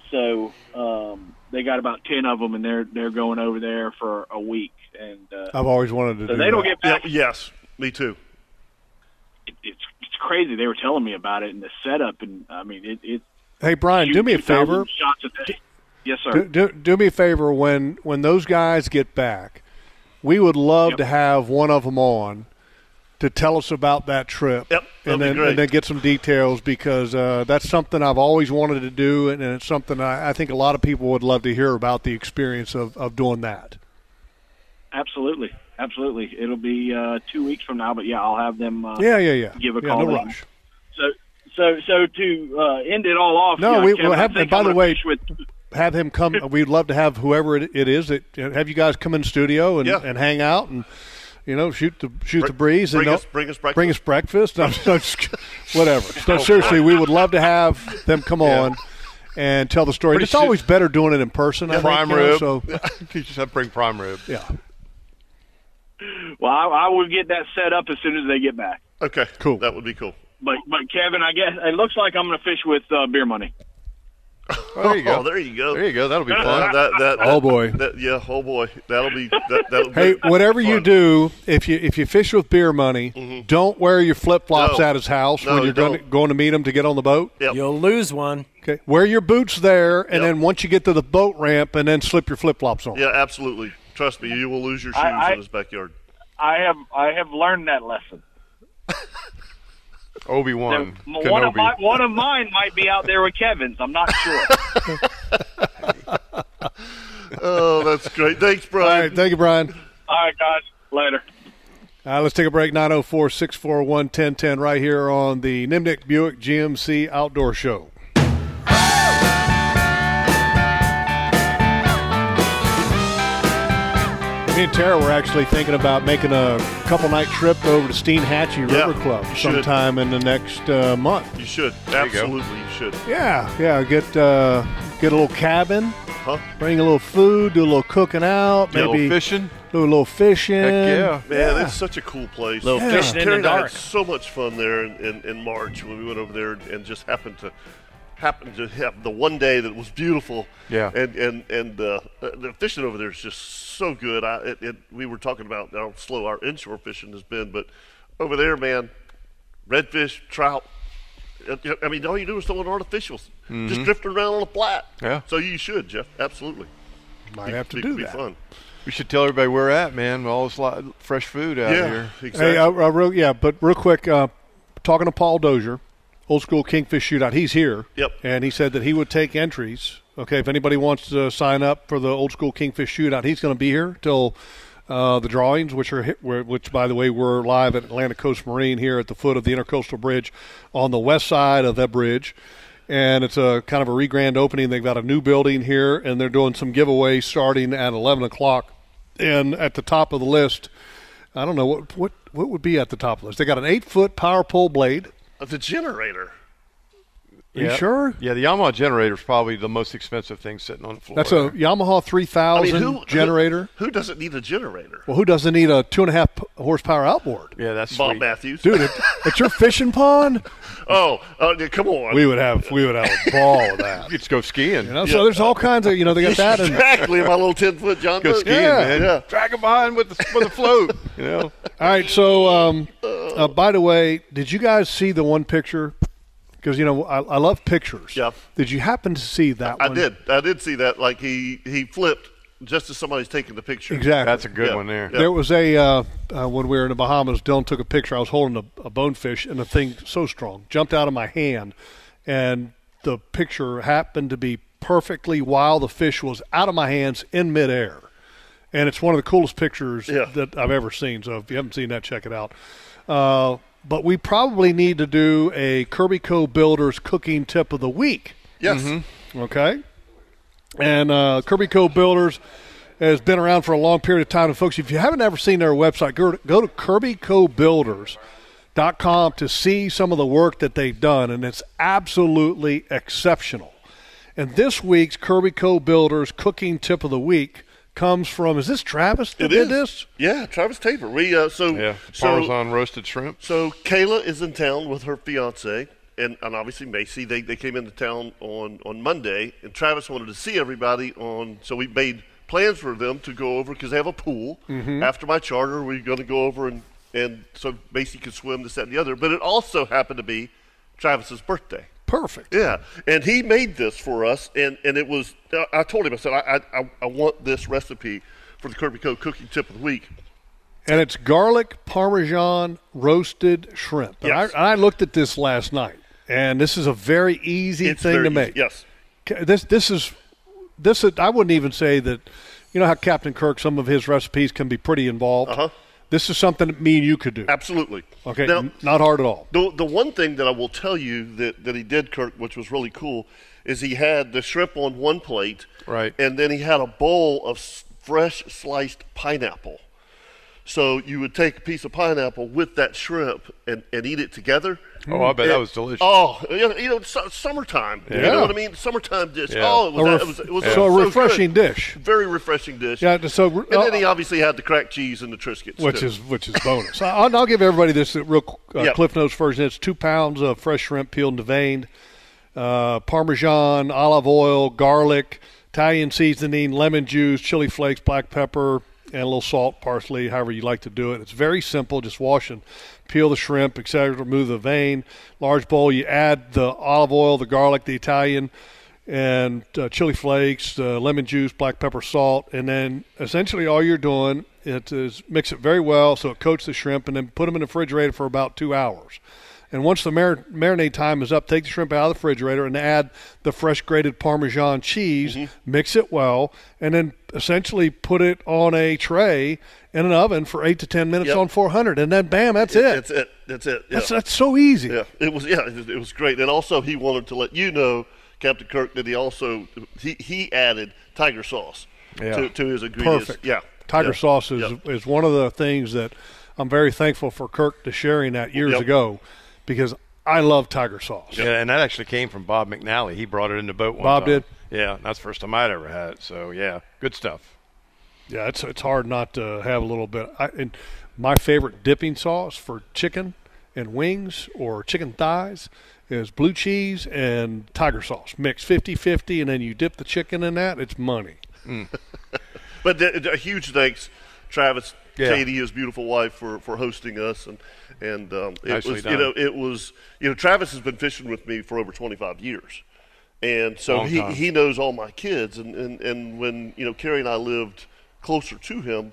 S12: so um, they got about ten of them, and they're they're going over there for a week, and uh,
S3: I've always wanted to.
S12: so
S3: do
S12: they don't get
S3: that.
S12: back.
S1: yes, me too.
S12: It, it's it's crazy. They were telling me about it and the setup, and I mean it. it
S3: Hey Brian, do me a
S12: 2,000
S3: favor.
S12: Shots a day. Yes, sir.
S3: Do, do, do me a favor when when those guys get back, we would love to have one of them on to tell us about that trip.
S1: Yep, that'd
S3: and
S1: be
S3: then
S1: great.
S3: and then get some details because uh, that's something I've always wanted to do, and, and it's something I, I think a lot of people would love to hear about the experience of, of doing that.
S12: Absolutely, absolutely. It'll be uh, two weeks from now, but yeah, I'll have them. Uh,
S3: Yeah, yeah, yeah.
S12: Give a
S3: Yeah,
S12: call.
S3: no
S12: in.
S3: rush.
S12: So, so, so to uh, end it all off.
S3: No,
S12: you know,
S3: we
S12: Kevin,
S3: will
S12: I
S3: have.
S12: think
S3: And by
S12: I'm
S3: the
S12: gonna
S3: way,
S12: finish with-
S3: have him
S12: (laughs)
S3: come. We'd love to have whoever it, it is that have you guys come in studio and, and hang out and you know shoot the shoot the breeze
S1: bring
S3: and
S1: us- bring us breakfast.
S3: Bring us breakfast. No, no,
S1: (laughs)
S3: just kid- whatever.
S1: Oh,
S3: No, seriously,
S1: boy.
S3: we would love to have them come on and tell the story.
S4: Pretty
S3: it's
S4: soon-
S3: always better doing it in person. I think,
S4: prime
S3: you know,
S1: (laughs)
S4: rib.
S3: so
S4: (laughs) you just have to bring prime rib.
S3: Yeah.
S12: well, I, I will get that set up as soon as they get back.
S1: Okay, cool. That would be cool.
S12: But, but Kevin, I guess it looks like I'm going to fish with uh, beer money.
S1: (laughs) Oh, there you go. there you go. There you
S4: go. That'll
S1: be fun. That, that,
S3: Oh, boy.
S1: that- yeah. Oh boy. That'll be. That, that'll
S3: hey,
S1: be
S3: whatever you do, if you if you fish with beer money,
S1: Mm-hmm.
S3: don't wear your flip flops
S5: No.
S3: at his house
S5: No,
S3: when you're going to,
S5: don't.
S3: going to meet him to get on the boat.
S5: You'll lose one.
S3: Okay, wear your boots there, and then once you get to the boat ramp, and then slip your flip flops on.
S1: Yeah, absolutely. Trust me, you will lose your shoes
S12: I- I-
S1: in his backyard.
S12: I have I have learned that lesson.
S4: Obi Wan
S12: Now, One of my
S4: Kenobi.
S12: one of mine might be out there with Kevin's. I'm not
S4: (laughs)
S12: sure.
S1: oh, that's great. Thanks,
S4: Uh,
S1: Brian.
S3: All right, thank you, Brian.
S12: All right, guys. Later.
S3: Uh, let's take a break. 904 641 1010 right here on the Nimnik Buick GMC Outdoor Show. Me and Tara were actually thinking about making a couple night trip over to Steenhatchee River Club
S1: should.
S3: sometime in the next uh, month.
S1: You should.
S4: you go.
S1: Absolutely, you, should.
S3: Yeah, yeah. Get uh, get a little cabin.
S1: Huh?
S3: Bring a little food. Do a little cooking out.
S1: Uh-huh. Do a little
S3: maybe
S1: fishing?
S3: Do a little fishing.
S1: Man, that's such a cool place.
S3: Little Yeah. fishing in
S1: Terry and
S3: the
S1: I had
S3: dark.
S1: so much fun there in, in, in March when we went over there and just happened to happened to have the one day that was beautiful.
S4: Yeah.
S1: And and and uh, the fishing over there is just so good. I it, it, we were talking about how slow our inshore fishing has been, but over there, man, redfish, trout. uh, I mean, all you do is throw in artificials, just
S3: Mm-hmm.
S4: Mhm.
S1: drifting around on a flat.
S4: Yeah.
S1: So you should, Jeff. Absolutely.
S3: (laughs) Might
S1: Be-
S3: have to
S1: be-
S3: do
S1: be
S3: that.
S1: Fun.
S4: We should tell everybody where we're at, man. All this lot, fresh food out
S1: Yeah,
S4: here.
S3: Hey, uh, I, I real, yeah, but real quick, uh, talking to Paul Dozier, old school Kingfish Shootout. He's here.
S1: Yep.
S3: And he said that he would take entries. Okay, if anybody wants to sign up for the old school Kingfish Shootout, he's going to be here till uh, the drawings, which are hit, where- which by the way we're live at Atlantic Coast Marine here at the foot of the Intercoastal Bridge, on the west side of that bridge. And it's a kind of a re-grand opening. They've got a new building here, and they're doing some giveaways starting at 11 o'clock. And at the top of the list, I don't know what what what would be at the top of this. They got an eight foot power pole blade.
S1: Uh, The generator.
S3: Are you sure?
S4: Yeah, the Yamaha generator is probably the most expensive thing sitting on the floor.
S3: That's a Yamaha three thousand
S1: who-
S3: generator.
S1: Who doesn't need a generator?
S3: well, who doesn't need a two and a half p- horsepower outboard,
S4: Yeah, that's
S1: Bob
S4: sweet.
S1: Matthews.
S3: dude?
S1: (laughs)
S3: At, at your fishing pond,
S1: oh, uh, yeah, come on.
S3: we would have we would have
S1: (laughs)
S3: a ball with that.
S4: You just go skiing.
S3: You know, so there's all kinds of you know they got
S4: (laughs)
S3: that and
S1: exactly my little ten foot John.
S4: Go
S1: boat.
S4: skiing,
S1: yeah,
S4: man.
S1: Yeah.
S4: Drag 'em behind with the, with the float. You know,
S3: All right. So, um, uh, by the way, did you guys see the one picture? Because you know I, I love pictures.
S1: Yeah.
S3: Did you happen to see that?
S1: I
S3: one?
S1: did. I did see that. Like he he flipped just as somebody's taking the picture.
S3: Exactly.
S4: that's a good
S1: Yeah.
S4: one there.
S1: Yeah.
S3: There was a uh, uh, when we were in the Bahamas. Dylan took a picture. I was holding a, a bonefish, and the thing so strong jumped out of my hand, and the picture happened to be perfectly while the fish was out of my hands in midair, and it's one of the coolest pictures
S1: Yeah.
S3: that I've ever seen. So if you haven't seen that, check it out. Uh, but we probably need to do a Kirby Co. Builders cooking tip of the week.
S1: Yes.
S4: Mm-hmm.
S3: Okay. And uh, Kirby Co. Builders has been around for a long period of time. And folks, if you haven't ever seen their website, go to, go to KirbyCoBuilders.com to see some of the work that they've done, and it's absolutely exceptional. And this week's Kirby Co. Builders cooking tip of the week comes from is this Travis that
S1: It
S3: did
S1: is.
S3: this?
S1: Yeah, Travis Tabor. We uh, so
S4: Yeah,
S1: so
S4: Parmesan roasted shrimp.
S1: So Kayla is in town with her fiance and, and obviously Macy. They, they came into town on, on Monday, and Travis wanted to see everybody on. So we made plans for them to go over because they have a pool.
S3: Mm-hmm.
S1: After my charter, we are going to go over and and so Macy could swim this that and the other. But it also happened to be Travis's birthday.
S3: Perfect.
S1: Yeah, and he made this for us, and and it was. I- I told him I said I I, I want this recipe for the Kirby Co cooking tip of the week.
S3: And it's garlic parmesan roasted shrimp. And
S1: Yes.
S3: I, I looked at this last night, and this is a very easy thing
S1: very
S3: to
S1: easy.
S3: make.
S1: Yes.
S3: Ca- this this is this is, I wouldn't even say that you know how Captain Kirk some of his recipes can be pretty involved.
S1: Uh-huh.
S3: This is something that me and you could do.
S1: Absolutely.
S3: Okay,
S1: Now-
S3: n- not hard at all.
S1: The, the one thing that I will tell you that, that he did, Kirk, which was really cool, is he had the shrimp on one plate,
S4: Right.
S1: and then he had a bowl of s- fresh sliced pineapple. So you would take a piece of pineapple with that shrimp and, and eat it together.
S4: Oh, I bet that
S1: And-
S4: was delicious.
S1: Oh, you know, you know su- summertime. You
S3: Yeah.
S1: know what I mean? Summertime dish.
S4: Yeah.
S1: Oh, it was,
S3: A
S1: that-
S3: ref-
S1: it was, it was
S3: so,
S1: so
S3: a
S1: good.
S3: refreshing dish,
S1: Very refreshing dish.
S3: Yeah, so- uh,
S1: and then he obviously had the cracked cheese and the Triscuits.
S3: which
S1: too.
S3: is which is bonus. I- I'll, I'll give everybody this real uh,
S1: Yeah.
S3: Cliff Notes version. It's two pounds of fresh shrimp peeled and deveined, uh, Parmesan, olive oil, garlic, Italian seasoning, lemon juice, chili flakes, black pepper, and a little salt, parsley, however you like to do it. It's very simple. Just wash and peel the shrimp, etc. Remove the vein. Large bowl. You add the olive oil, the garlic, the Italian. and uh, chili flakes, uh, lemon juice, black pepper, salt, and then essentially all you're doing it is mix it very well so it coats the shrimp, and then put them in the refrigerator for about two hours. And once the mar- marinade time is up, take the shrimp out of the refrigerator and add the fresh grated Parmesan cheese,
S1: Mm-hmm.
S3: mix it well, and then essentially put it on a tray in an oven for eight to ten minutes
S1: Yep.
S3: on 400, and then bam, that's it.
S1: That's it. That's it.
S3: That's,
S1: yeah.
S3: that's so easy.
S1: Yeah, it was. Yeah, it was, it was great. And also, he wanted to let you know, Captain Kirk, that he also he, he added tiger sauce
S3: Yeah.
S1: to, to his ingredients.
S3: Perfect.
S1: Yeah,
S3: Tiger
S1: yeah.
S3: sauce is, is one of the things that I'm very thankful for Kirk to sharing that years
S4: Yep.
S3: ago because I love tiger sauce.
S4: (laughs) Yeah, and that actually came from Bob McNally. He brought it in the boat one
S3: Bob
S4: time.
S3: did?
S4: Yeah, that's the first time I'd ever had it. So, yeah, good stuff.
S3: Yeah, it's it's hard not to have a little bit. I, and my favorite dipping sauce for chicken and wings or chicken thighs is blue cheese and tiger sauce mixed 50-50 and then you dip the chicken in that it's money
S1: Mm. But th- th- a huge thanks, Travis,
S3: Yeah.
S1: Katie, his beautiful wife, for, for hosting us, and and um, it
S4: Nicely
S1: was
S4: done.
S1: you know it was you know Travis has been fishing with me for over 25 years, and so
S4: Long
S1: he
S4: time.
S1: he knows all my kids, and, and and when you know Carrie and I lived closer to him.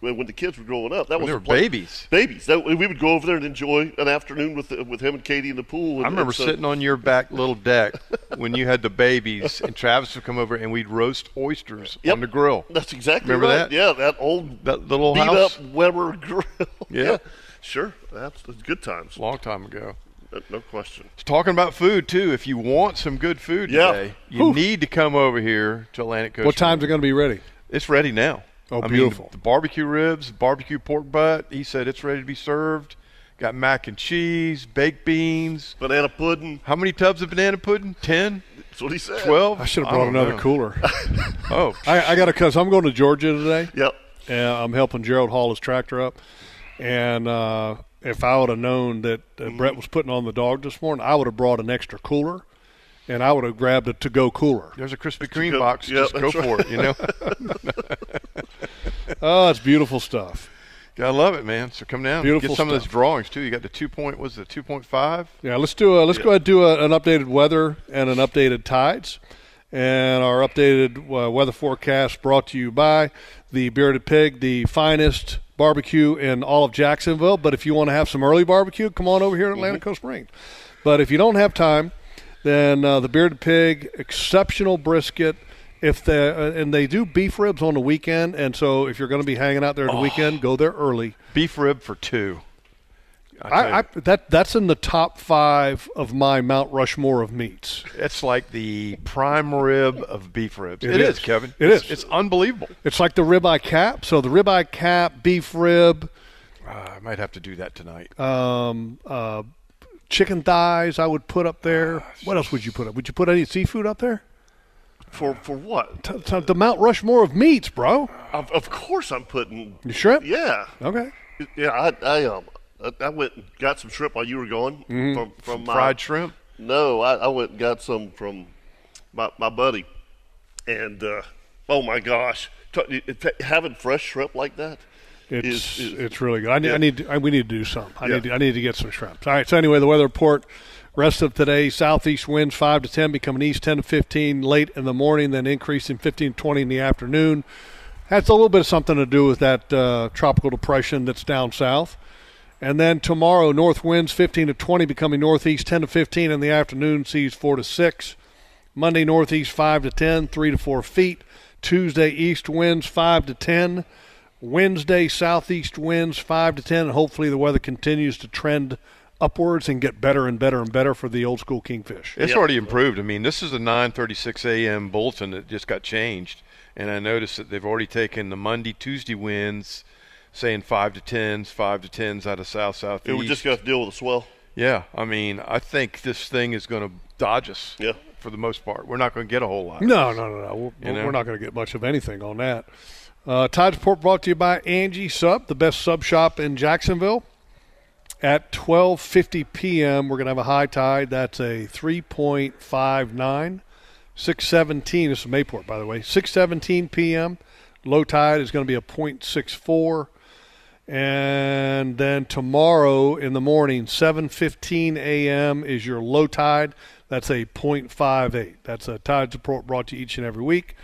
S1: When when the kids were growing up, that
S4: When
S1: was
S4: they
S1: a
S4: were
S1: place-
S4: babies.
S1: Babies. That, we would go over there and enjoy an afternoon with with him and Katie in the pool. And,
S4: I remember
S1: and so-
S4: sitting on your back
S1: (laughs)
S4: little deck when you had the babies, and Travis would come over and we'd roast oysters on the grill.
S1: That's exactly
S4: Remember
S1: right.
S4: that?
S1: Yeah, that old
S4: That little
S1: beat
S4: house.
S1: up Weber grill. (laughs)
S4: Yeah.
S1: sure. That's, that's good times.
S4: Long time ago.
S1: No, no question.
S4: Talking about food too. If you want some good food
S1: Yeah.
S4: today, you
S1: Whew.
S4: need to come over here to Atlantic Coast.
S3: what time's it going to be ready
S4: It's ready now.
S3: Oh,
S4: mean,
S3: beautiful.
S4: the, the barbecue ribs, barbecue pork butt. He said it's ready to be served. Got mac and cheese, baked beans,
S1: banana pudding.
S4: How many tubs of banana pudding? Ten.
S1: That's what he said.
S4: Twelve.
S3: i should have brought
S4: don't
S3: another
S4: know.
S3: cooler
S4: oh
S3: I, I got a cousin. I'm going to Georgia today.
S1: Yep.
S3: And I'm helping Gerald haul his tractor up. And uh, if I would have known that uh, Brett was putting on the dog this morning, I would have brought an extra cooler, and I would have grabbed a to-go cooler.
S4: There's a (laughs) Krispy Kreme box.
S1: yeah,
S4: Just go
S1: that's right.
S4: for it. You know.
S3: (laughs) Oh, it's beautiful stuff.
S4: I love it, man. So come down.
S3: Beautiful
S4: Get some of
S3: stuff.
S4: those drawings too. You got the two point. Was the two point five?
S3: Yeah, let's do a, let's go ahead and do a, an updated weather and an updated tides. And our updated uh, weather forecast brought to you by the Bearded Pig, the finest barbecue in all of Jacksonville. But if you want to have some early barbecue, come on over here to Atlantic Coast Springs. But if you don't have time, then uh, the Bearded Pig, exceptional brisket. If they uh, and they do beef ribs on the weekend, and so if you're going to be hanging out there the weekend, go there early.
S4: Oh. Beef rib for two. tell you.
S3: I, I that that's in the top five of my Mount Rushmore of meats.
S4: It's like the prime rib of beef ribs.
S3: It
S4: it is.
S3: is.
S4: Kevin.
S3: It
S4: it's,
S3: is.
S4: It's unbelievable.
S3: It's like the ribeye cap. So the ribeye cap, beef rib,
S4: Uh, I might have to do that tonight.
S3: um, uh, chicken thighs. I would put up there.
S1: Ah,
S3: What else would you put up? Would you put any seafood up there?
S1: For for what?
S3: T- t- the Mount Rushmore of meats, bro.
S1: Of, of course, I'm putting.
S3: You shrimp?
S1: Yeah.
S3: Okay.
S1: Yeah. I I um I, I went and got some shrimp while you were gone
S4: Mhm.
S1: from from
S4: Some
S1: my,
S4: fried shrimp?
S1: No, I, I went and got some from my my buddy, and uh, oh my gosh, T- it- it- having fresh shrimp like that.
S3: It's
S1: is-
S3: it's really good. I need,
S1: Yeah.
S3: I need to, I, we need to do something. I
S1: Yeah.
S3: need to, I need to get some shrimps. All right. So anyway, the weather report. Rest of today, southeast winds 5 to 10, becoming east 10 to 15 late in the morning, then increasing 15 to 20 in the afternoon. That's a little bit of something to do with that uh, tropical depression that's down south. And then tomorrow, north winds 15 to 20, becoming northeast 10 to 15 in the afternoon, seas 4 to 6. Monday, northeast 5 to 10, 3 to 4 feet. Tuesday, east winds 5 to 10. Wednesday, southeast winds 5 to 10. And hopefully the weather continues to trend upwards and get better and better and better for the old school kingfish.
S4: It's already improved. I mean, this is a 9:36 a.m. bulletin that just got changed, and I noticed that they've already taken the Monday, Tuesday winds, saying five to tens, five to tens out of south southeast.
S1: It we're just gonna have to deal with a swell.
S4: yeah, I mean, I think this thing is going to dodge us. Yeah. For the most part, we're not going to get a whole lot.
S3: No, no, no, no. We're,
S4: You know?
S3: we're not going to get much of anything on that. Uh, Tide Report brought to you by Angie Sub, the best sub shop in Jacksonville. At 12:50 p.m., we're going to have a high tide. That's a 3.59. 617 this is Mayport, by the way. 6:17 p.m. Low tide is going to be a 0.64. And then tomorrow in the morning, 7:15 a.m. is your low tide. That's a 0.58. That's a tide support brought to you each and every week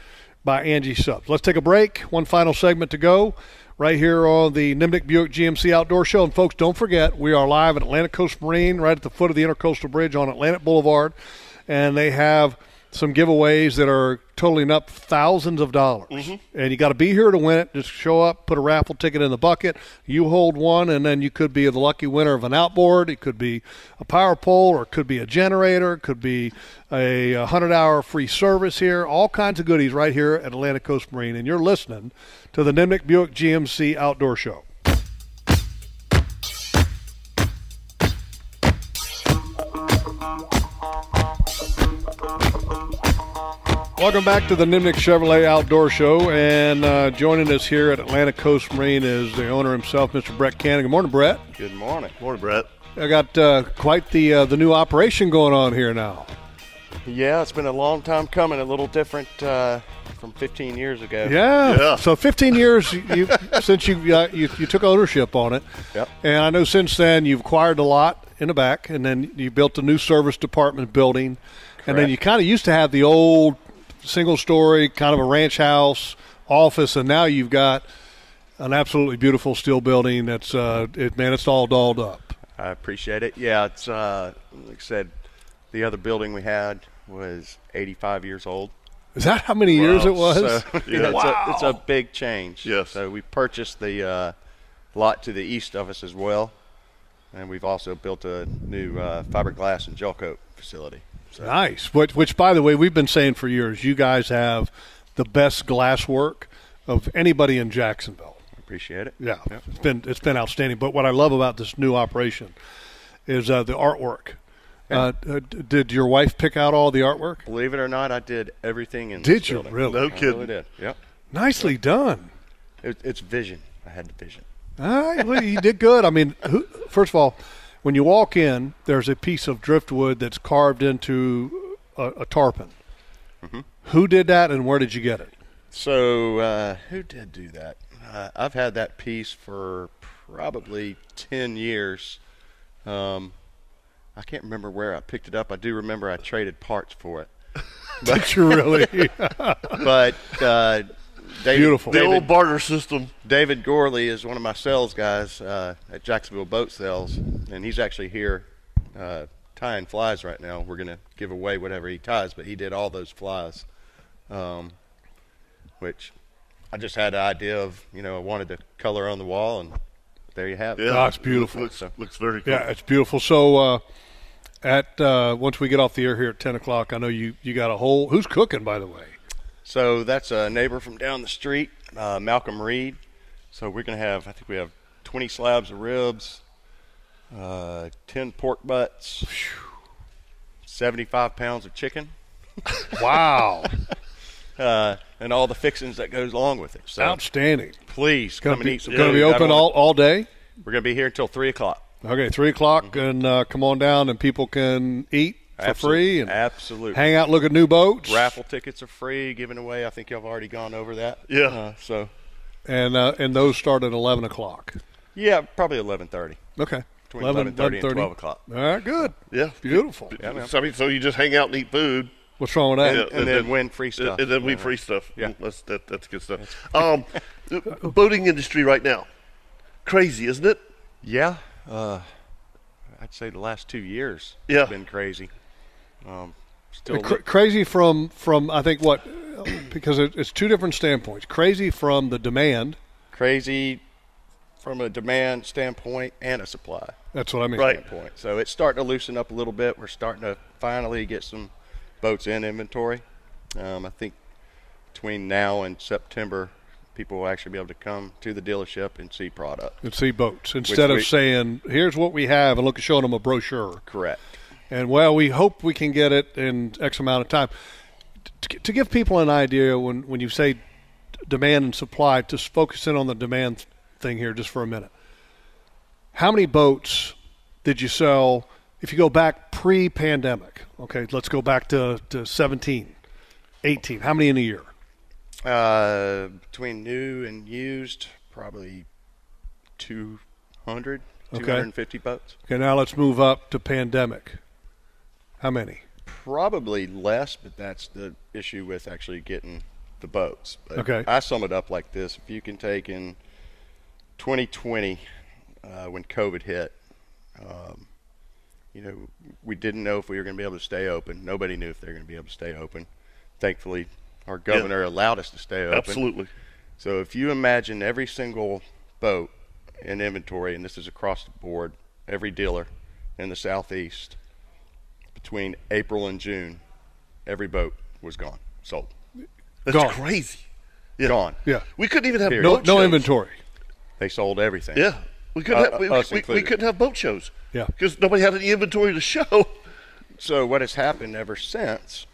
S3: by Angie Subs. Let's take a break. One final segment to go right here on the Nimnik Buick GMC Outdoor Show. And folks, don't forget, we are live at Atlantic Coast Marine right at the foot of the Intercoastal Bridge on Atlantic Boulevard. And they have some giveaways that are totaling up thousands of dollars. And you got to be here to win it. Just show up, put a raffle ticket in the bucket. You hold one, and then you could be the lucky winner of an outboard. It could be a power pole, or it could be a generator. It could be a 100 hour free service here. All kinds of goodies right here at Atlantic Coast Marine. And you're listening to the Nimnik Buick GMC Outdoor Show. Welcome back to the Nimnik Chevrolet Outdoor Show, and uh, joining us here at Atlantic Coast Marine is the owner himself, Mr. Brett Cannon. Good morning, Brett.
S14: Good morning.
S1: Morning, Brett.
S3: I got uh, quite the uh, the new operation going on here now.
S14: Yeah, it's been a long time coming. A little different uh, from 15 years ago.
S3: Yeah. So 15 years you, since you, uh, you you took ownership on it.
S14: Yep.
S3: And I know since then you've acquired a lot in the back, and then you built a new service department building, and then
S14: Correct.
S3: you kind of used to have the old single story kind of a ranch house office, and now you've got an absolutely beautiful steel building. That's uh, it, man. It's all dolled up.
S14: I appreciate it. Yeah, it's uh, like I said, the other building we had was 85 years old.
S3: Is that how many years it was?
S14: So,
S3: (laughs)
S14: yeah, it's, a, it's a
S3: Wow.
S14: big change. Yes. So we purchased the uh, lot to the east of us as well, and we've also built a new uh, fiberglass and gel coat facility. So
S3: Nice. Which, which, by the way, we've been saying for years, you guys have the best glass work of anybody in Jacksonville.
S14: I appreciate it.
S3: Yeah, it's been it's been outstanding. But what I love about this new operation is uh, the artwork. Uh, Uh, d- did your wife pick out all the artwork?
S14: Believe it or not, I did everything in.
S3: Did
S14: this
S3: you
S14: building.
S3: really? No
S14: I
S3: kidding.
S14: Really did. Yep.
S3: Nicely done.
S14: It, it's vision. I had the vision.
S3: All right, well, you did good. I mean, who, first of all, when you walk in, there's a piece of driftwood that's carved into a, a tarpon. Who did that, and where did you get it?
S14: So, uh, who did do that? Uh, I've had that piece for probably 10 years. Um, I can't remember where I picked it up. I do remember I traded parts for it.
S3: (laughs) Did you really?
S14: (laughs) but uh, David,
S3: Beautiful. The old
S1: barter system.
S14: David Gorley is one of my sales guys uh, at Jacksonville Boat Sales, and he's actually here uh, tying flies right now. We're going to give away whatever he ties, but he did all those flies, um, which I just had the idea of, you know, I wanted the color on the wall, and there you have it.
S3: Yeah. Oh, it's beautiful.
S1: Looks, looks very cool.
S3: Yeah, it's beautiful. So uh, at uh, once we get off the air here at ten o'clock, I know you you got a whole. Who's cooking, by the way?
S14: So that's a neighbor from down the street, uh, Malcolm Reed. So we're going to have, I think we have 20 slabs of ribs, uh, 10 pork butts, 75 pounds of chicken.
S3: (laughs) Wow.
S14: (laughs) uh, and all the fixings that goes along with it. So
S3: Outstanding.
S14: Please
S3: Gonna
S14: come
S3: be-
S14: and eat some.
S3: gonna
S14: food.
S3: be
S14: I don't
S3: open
S14: want-
S3: all- all day?
S14: We're going to be here until 3 o'clock.
S3: Okay, three o'clock, and uh, come on down, and people can eat for
S14: Mm-hmm. Absolute-
S3: free and
S14: absolutely.
S3: hang out, look at new boats,
S14: Raffle tickets are free, given away. I think y'all have already gone over that.
S1: Yeah.
S14: Uh, so
S3: and uh, and those start at eleven o'clock.
S14: yeah, probably 11:30.
S3: Okay.
S14: Between 11:30 and 12 o'clock.
S3: All right, good.
S1: Yeah,
S3: beautiful.
S1: So, I mean, so you just hang out and eat food.
S3: What's wrong with that?
S1: Yeah,
S3: And- and then win free stuff.
S1: And then win
S3: Yeah.
S1: free stuff. Yeah, that's that, that's good stuff. Um, (laughs) the boating industry right now, crazy, isn't it?
S14: Yeah, uh, I'd say the last two years.
S1: Yeah.
S14: have been crazy. Um, still
S3: Cra- crazy from from I think what because it, it's two different standpoints. Crazy from the demand.
S14: crazy from a demand standpoint and a supply.
S3: That's what I mean.
S14: Standpoint. So it's starting to loosen up a little bit. We're starting to finally get some boats in inventory. Um, I think between now and September, people will actually be able to come to the dealership and see product.
S3: and see boats instead of
S14: we-
S3: saying, "Here's what we have," and look showing them a brochure.
S14: Correct.
S3: And well, we hope we can get it in X amount of time. To, to give people an idea, when when you say d- demand and supply, just focus in on the demand thing here just for a minute. How many boats did you sell if you go back pre-pandemic? Okay, let's go back to, to 17, 18. How many in a year?
S14: Uh, between new and used, probably 200,
S3: Okay.
S14: 250 boats.
S3: Okay, now let's move up to pandemic. How many?
S14: Probably less, but that's the issue with actually getting the boats. But
S3: Okay.
S14: I sum it up like this: if you can take in 2020, uh, when COVID hit, um, you know, we didn't know if we were going to be able to stay open. Nobody knew if they were going to be able to stay open. Thankfully, our governor allowed us to stay open.
S1: Absolutely.
S14: So if you imagine every single boat in inventory, and this is across the board, every dealer in the southeast between April and June, every boat was gone, sold.
S1: That's Gone. crazy.
S14: Gone.
S3: Yeah.
S1: We couldn't even have
S14: Period.
S1: boat shows.
S14: They sold everything.
S1: Yeah, we couldn't
S14: Uh,
S1: have, we,
S14: us
S1: we- we
S14: included.
S1: couldn't have boat shows.
S3: Yeah.
S1: because nobody had any inventory to show.
S14: (laughs) So what has happened ever since?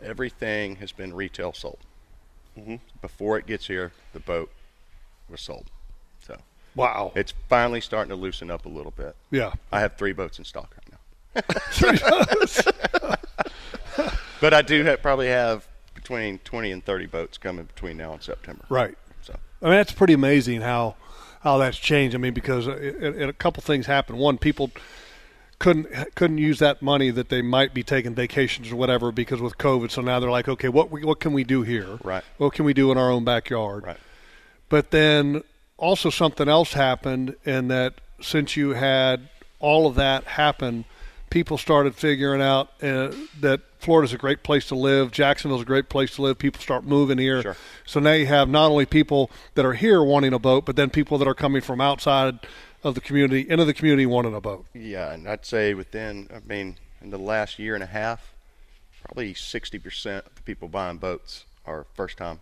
S14: Everything has been retail sold.
S3: Mm-hmm.
S14: Before it gets here, the boat was sold. So
S3: wow,
S14: it's finally starting to loosen up a little bit.
S3: Yeah.
S14: I have three boats in stock right
S3: (laughs)
S14: now. (laughs) but I do have, probably have between twenty and thirty boats coming between now and September.
S3: Right.
S14: So
S3: I mean, that's pretty amazing how how that's changed. I mean, because it, it, a couple things happened. One, people couldn't couldn't use that money that they might be taking vacations or whatever because with COVID. So now they're like, okay, what we, what can we do here?
S14: Right.
S3: What can we do in our own backyard?
S14: Right.
S3: But then also something else happened in that since you had all of that happen, people started figuring out uh, that Florida's a great place to live, Jacksonville's a great place to live. People start moving here. So now you have not only people that are here wanting a boat, but then people that are coming from outside of the community into the community wanting a boat.
S14: Yeah, and I'd say within, I mean, in the last year and a half, probably 60% of the people buying boats are first time.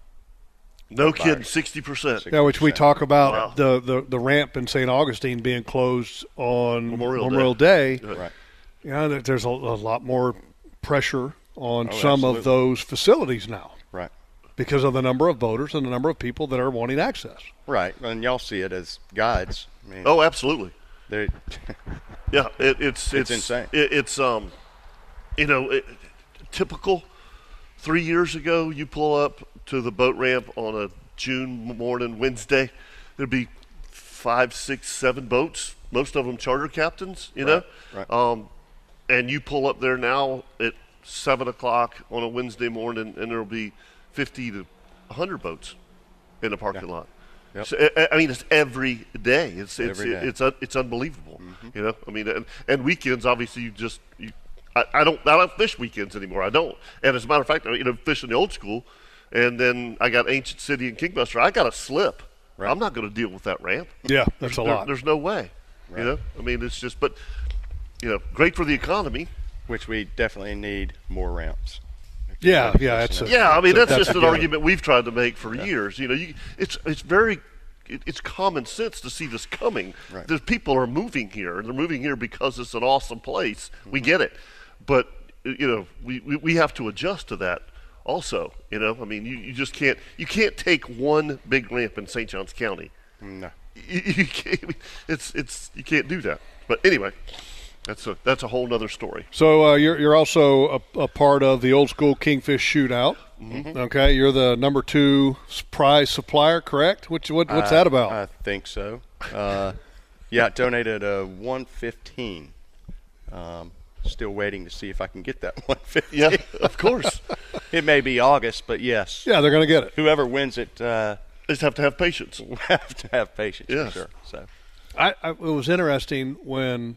S1: No kidding, 60%.
S3: Yeah, which we talk about
S1: Wow.
S3: the, the the ramp in St. Augustine being closed on
S1: Memorial
S3: Memorial,
S1: Day.
S3: Day.
S1: Right.
S3: You know, there- there's a, a lot more pressure on
S14: Oh,
S3: some
S14: absolutely.
S3: of those facilities now
S14: Right.
S3: because of the number of boaters and the number of people that are wanting access.
S14: Right. And y'all see it as guides. I mean,
S1: Oh, absolutely.
S14: They,
S1: Yeah, it, it's,
S14: It's
S1: it's
S14: insane.
S1: It, it's um, you know, it, typical. Three years ago, you pull up to the boat ramp on a June morning, Wednesday. There'd be five, six, seven boats. Most of them charter captains. You know,
S14: right.
S1: Um, and you pull up there now at seven o'clock on a Wednesday morning, and there'll be fifty to hundred boats in the parking lot.
S14: Yep.
S1: So, eh, uh, I- I, I mean, it's every day. It's it's
S14: Every day. Mm-hmm.
S1: it's un- it's unbelievable. You know, I mean, and, and weekends obviously you just you, I, I don't I don't fish weekends anymore. I don't. And as a matter of fact, I, you know, fishing the old school, and then I got Ancient City and Kingbuster. I got a slip. I'm not going to deal with that ramp.
S3: Yeah, that's a
S1: There-
S3: lot.
S1: There's no way. You know, I mean, it's just but you know, great for the economy.
S14: Which we definitely need more ramps.
S3: Yeah, yeah, it's a,
S1: yeah, I mean that's, just
S14: a
S1: an
S14: given.
S1: argument we've tried to make for years. You know, you, it's it's very it, it's common sense to see this coming.
S14: Right.
S1: There's people are moving here, and they're moving here because it's an awesome place.
S14: Mm-hmm.
S1: We get it, but you know, we, we, we have to adjust to that. Also, you know, I mean, you, you just can't you can't take one big ramp in St. Johns County.
S14: No.
S1: You, you can't, it's it's you can't do that. But anyway, that's a that's a whole nother story.
S3: So uh, you're you're also a, a part of the old school Kingfish Shootout.
S1: Mhm.
S3: Okay, you're the number two s- prize supplier, correct? Which what, what's
S14: I-
S3: that about?
S14: I think so. Uh, yeah, I donated a 115. Um, still waiting to see if I can get that (laughs) 115.
S1: Yeah, of course.
S14: (laughs) it may be August, but yes.
S3: Yeah, they're gonna get it.
S14: Whoever wins it, uh,
S1: just have to have patience.
S14: We (laughs) have to have patience
S1: Yes.
S14: for sure. So
S3: I, I it was interesting when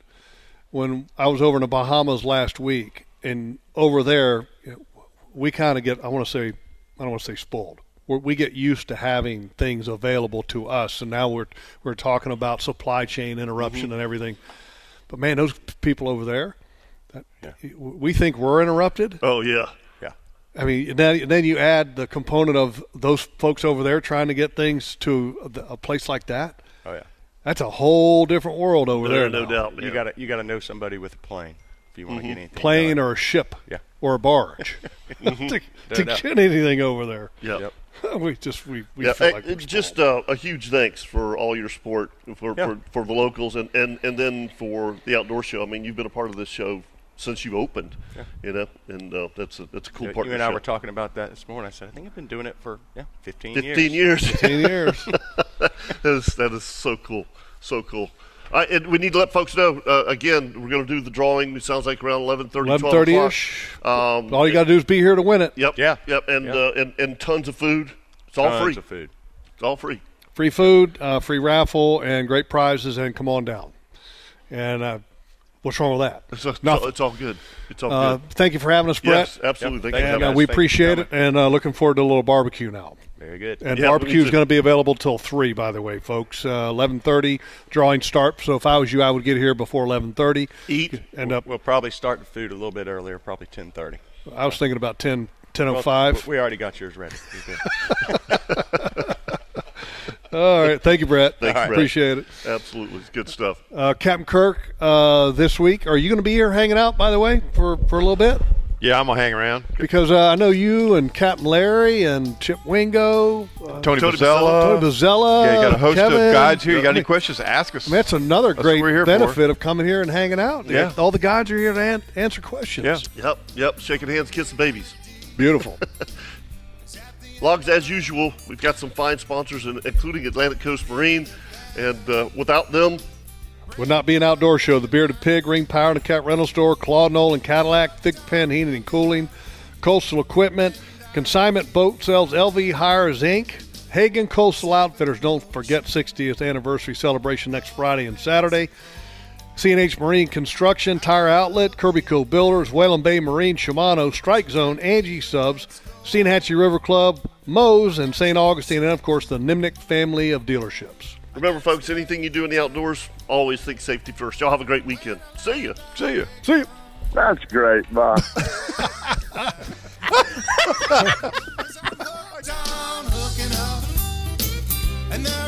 S3: when I was over in the Bahamas last week, and over there you know, we kind of get I want to say I don't want to say spoiled. We're, we get used to having things available to us, and now we're we're talking about supply chain interruption
S1: Mm-hmm.
S14: Mhm.
S3: and everything. But man, those p- people over there, that, we think we're interrupted.
S1: Oh yeah,
S14: yeah.
S3: I mean, and then, and then you add the component of those folks over there trying to get things to the- a place like that.
S14: Oh yeah.
S3: That's a whole different world over there. now.
S14: You got to you got to know somebody with a plane if you want to
S3: Mhm.
S14: get anything.
S3: plane or a ship
S14: Yeah.
S3: or a barge (laughs)
S14: Mhm.
S3: to,
S14: No
S3: to
S14: doubt.
S3: get anything over there.
S1: Yeah.
S3: (laughs) we just we, we
S1: yeah,
S3: feel
S1: eh,
S3: like
S1: eh, just uh, a huge thanks for all your support for,
S3: Yeah.
S1: for, for the locals and, and, and then for the outdoor show. I mean, you've been a part of this show since you opened,
S14: Yeah.
S1: you know, and uh, that's a, that's a cool
S14: You-
S1: part.
S14: you and I were talking about that this morning. I said I think I've been doing it for yeah 15,
S1: 15 years. (laughs)
S14: years.
S1: that, is, that is so cool. So cool. I, and we need to let folks know uh, again. We're going to do the drawing. It sounds like around 11:30, 12
S3: 11:30
S1: o'clock.
S3: ish.
S1: Um,
S3: All you got to do is be here to win it.
S1: Yep. Yeah. Yep. And Uh, and and tons of food. It's all
S3: Tons
S1: free.
S3: of
S1: food. It's all free.
S3: Free food, uh, free raffle, and great prizes, and come on down. And uh, what's wrong with that?
S1: It's, it's, all,
S3: Nothing.
S1: it's all good. It's all
S3: Uh,
S1: good.
S3: thank you for having us, Brett.
S1: Yes, absolutely. Thank you
S3: and,
S1: for
S3: uh,
S1: having
S3: we
S1: us. Thank you
S3: appreciate
S1: for
S3: it, and uh, looking forward to a little barbecue now.
S14: Very good.
S3: And
S1: Yeah, me
S3: barbecue is
S1: too.
S3: going to be available till three, by the way, folks. Uh, eleven thirty drawing start. So if I was you, I would get here before eleven thirty. uh,
S1: Eat.
S3: End up.
S14: (laughs) We'll probably start the food a little bit earlier, probably 10:30.
S3: I was thinking about 10, 10.05.
S14: Well, We already got yours ready. You're good. (laughs)
S3: All right. Thank you, Brett.
S1: Thanks, Brett.
S3: Appreciate it.
S1: Absolutely, it's good stuff.
S3: Uh, Captain Kirk, uh, this week, are you going to be here hanging out, by the way, for, for a little bit?
S4: Yeah, I'm gonna hang around.
S3: Because uh, I know you and Captain Larry and Chip Wingo, uh,
S4: Tony Bazella.
S3: Tony Bazella.
S4: Yeah, you got a host
S3: Kevin.
S4: of guys here. You got
S3: I
S4: any
S3: mean,
S4: questions? Ask us.
S3: I mean, that's another
S4: That's what
S3: great
S4: we're here for.
S3: benefit of coming here and hanging out.
S4: Yeah.
S3: All the guys are here to an- answer questions.
S1: Yep. Yep. Shaking hands, kissing babies.
S3: Beautiful.
S1: Logs, as usual, we've got some fine sponsors, in- including Atlantic Coast Marine. And uh, without them,
S3: Would not be an outdoor show. The Bearded Pig, Ring Power and the Cat Rental Store, Claude Knoll and Cadillac, Thick Pen Heating and Cooling, Coastal Equipment, Consignment Boat Sales, LV Hires Inc., Hagen Coastal Outfitters. Don't forget 60th anniversary celebration next Friday and Saturday. CNH Marine Construction, Tire Outlet, Kirby Co Builders, Whalen Bay Marine, Shimano, Strike Zone, Angie Subs, Seahatchee River Club, Moe's, and St. Augustine, and of course the Nimnick family of dealerships.
S1: remember, folks, anything you do in the outdoors, always think safety first. Y'all have a great weekend. See ya.
S4: See ya.
S3: See ya.
S15: That's great.
S1: (laughs)
S15: Bye.
S2: Down, hooking up, and now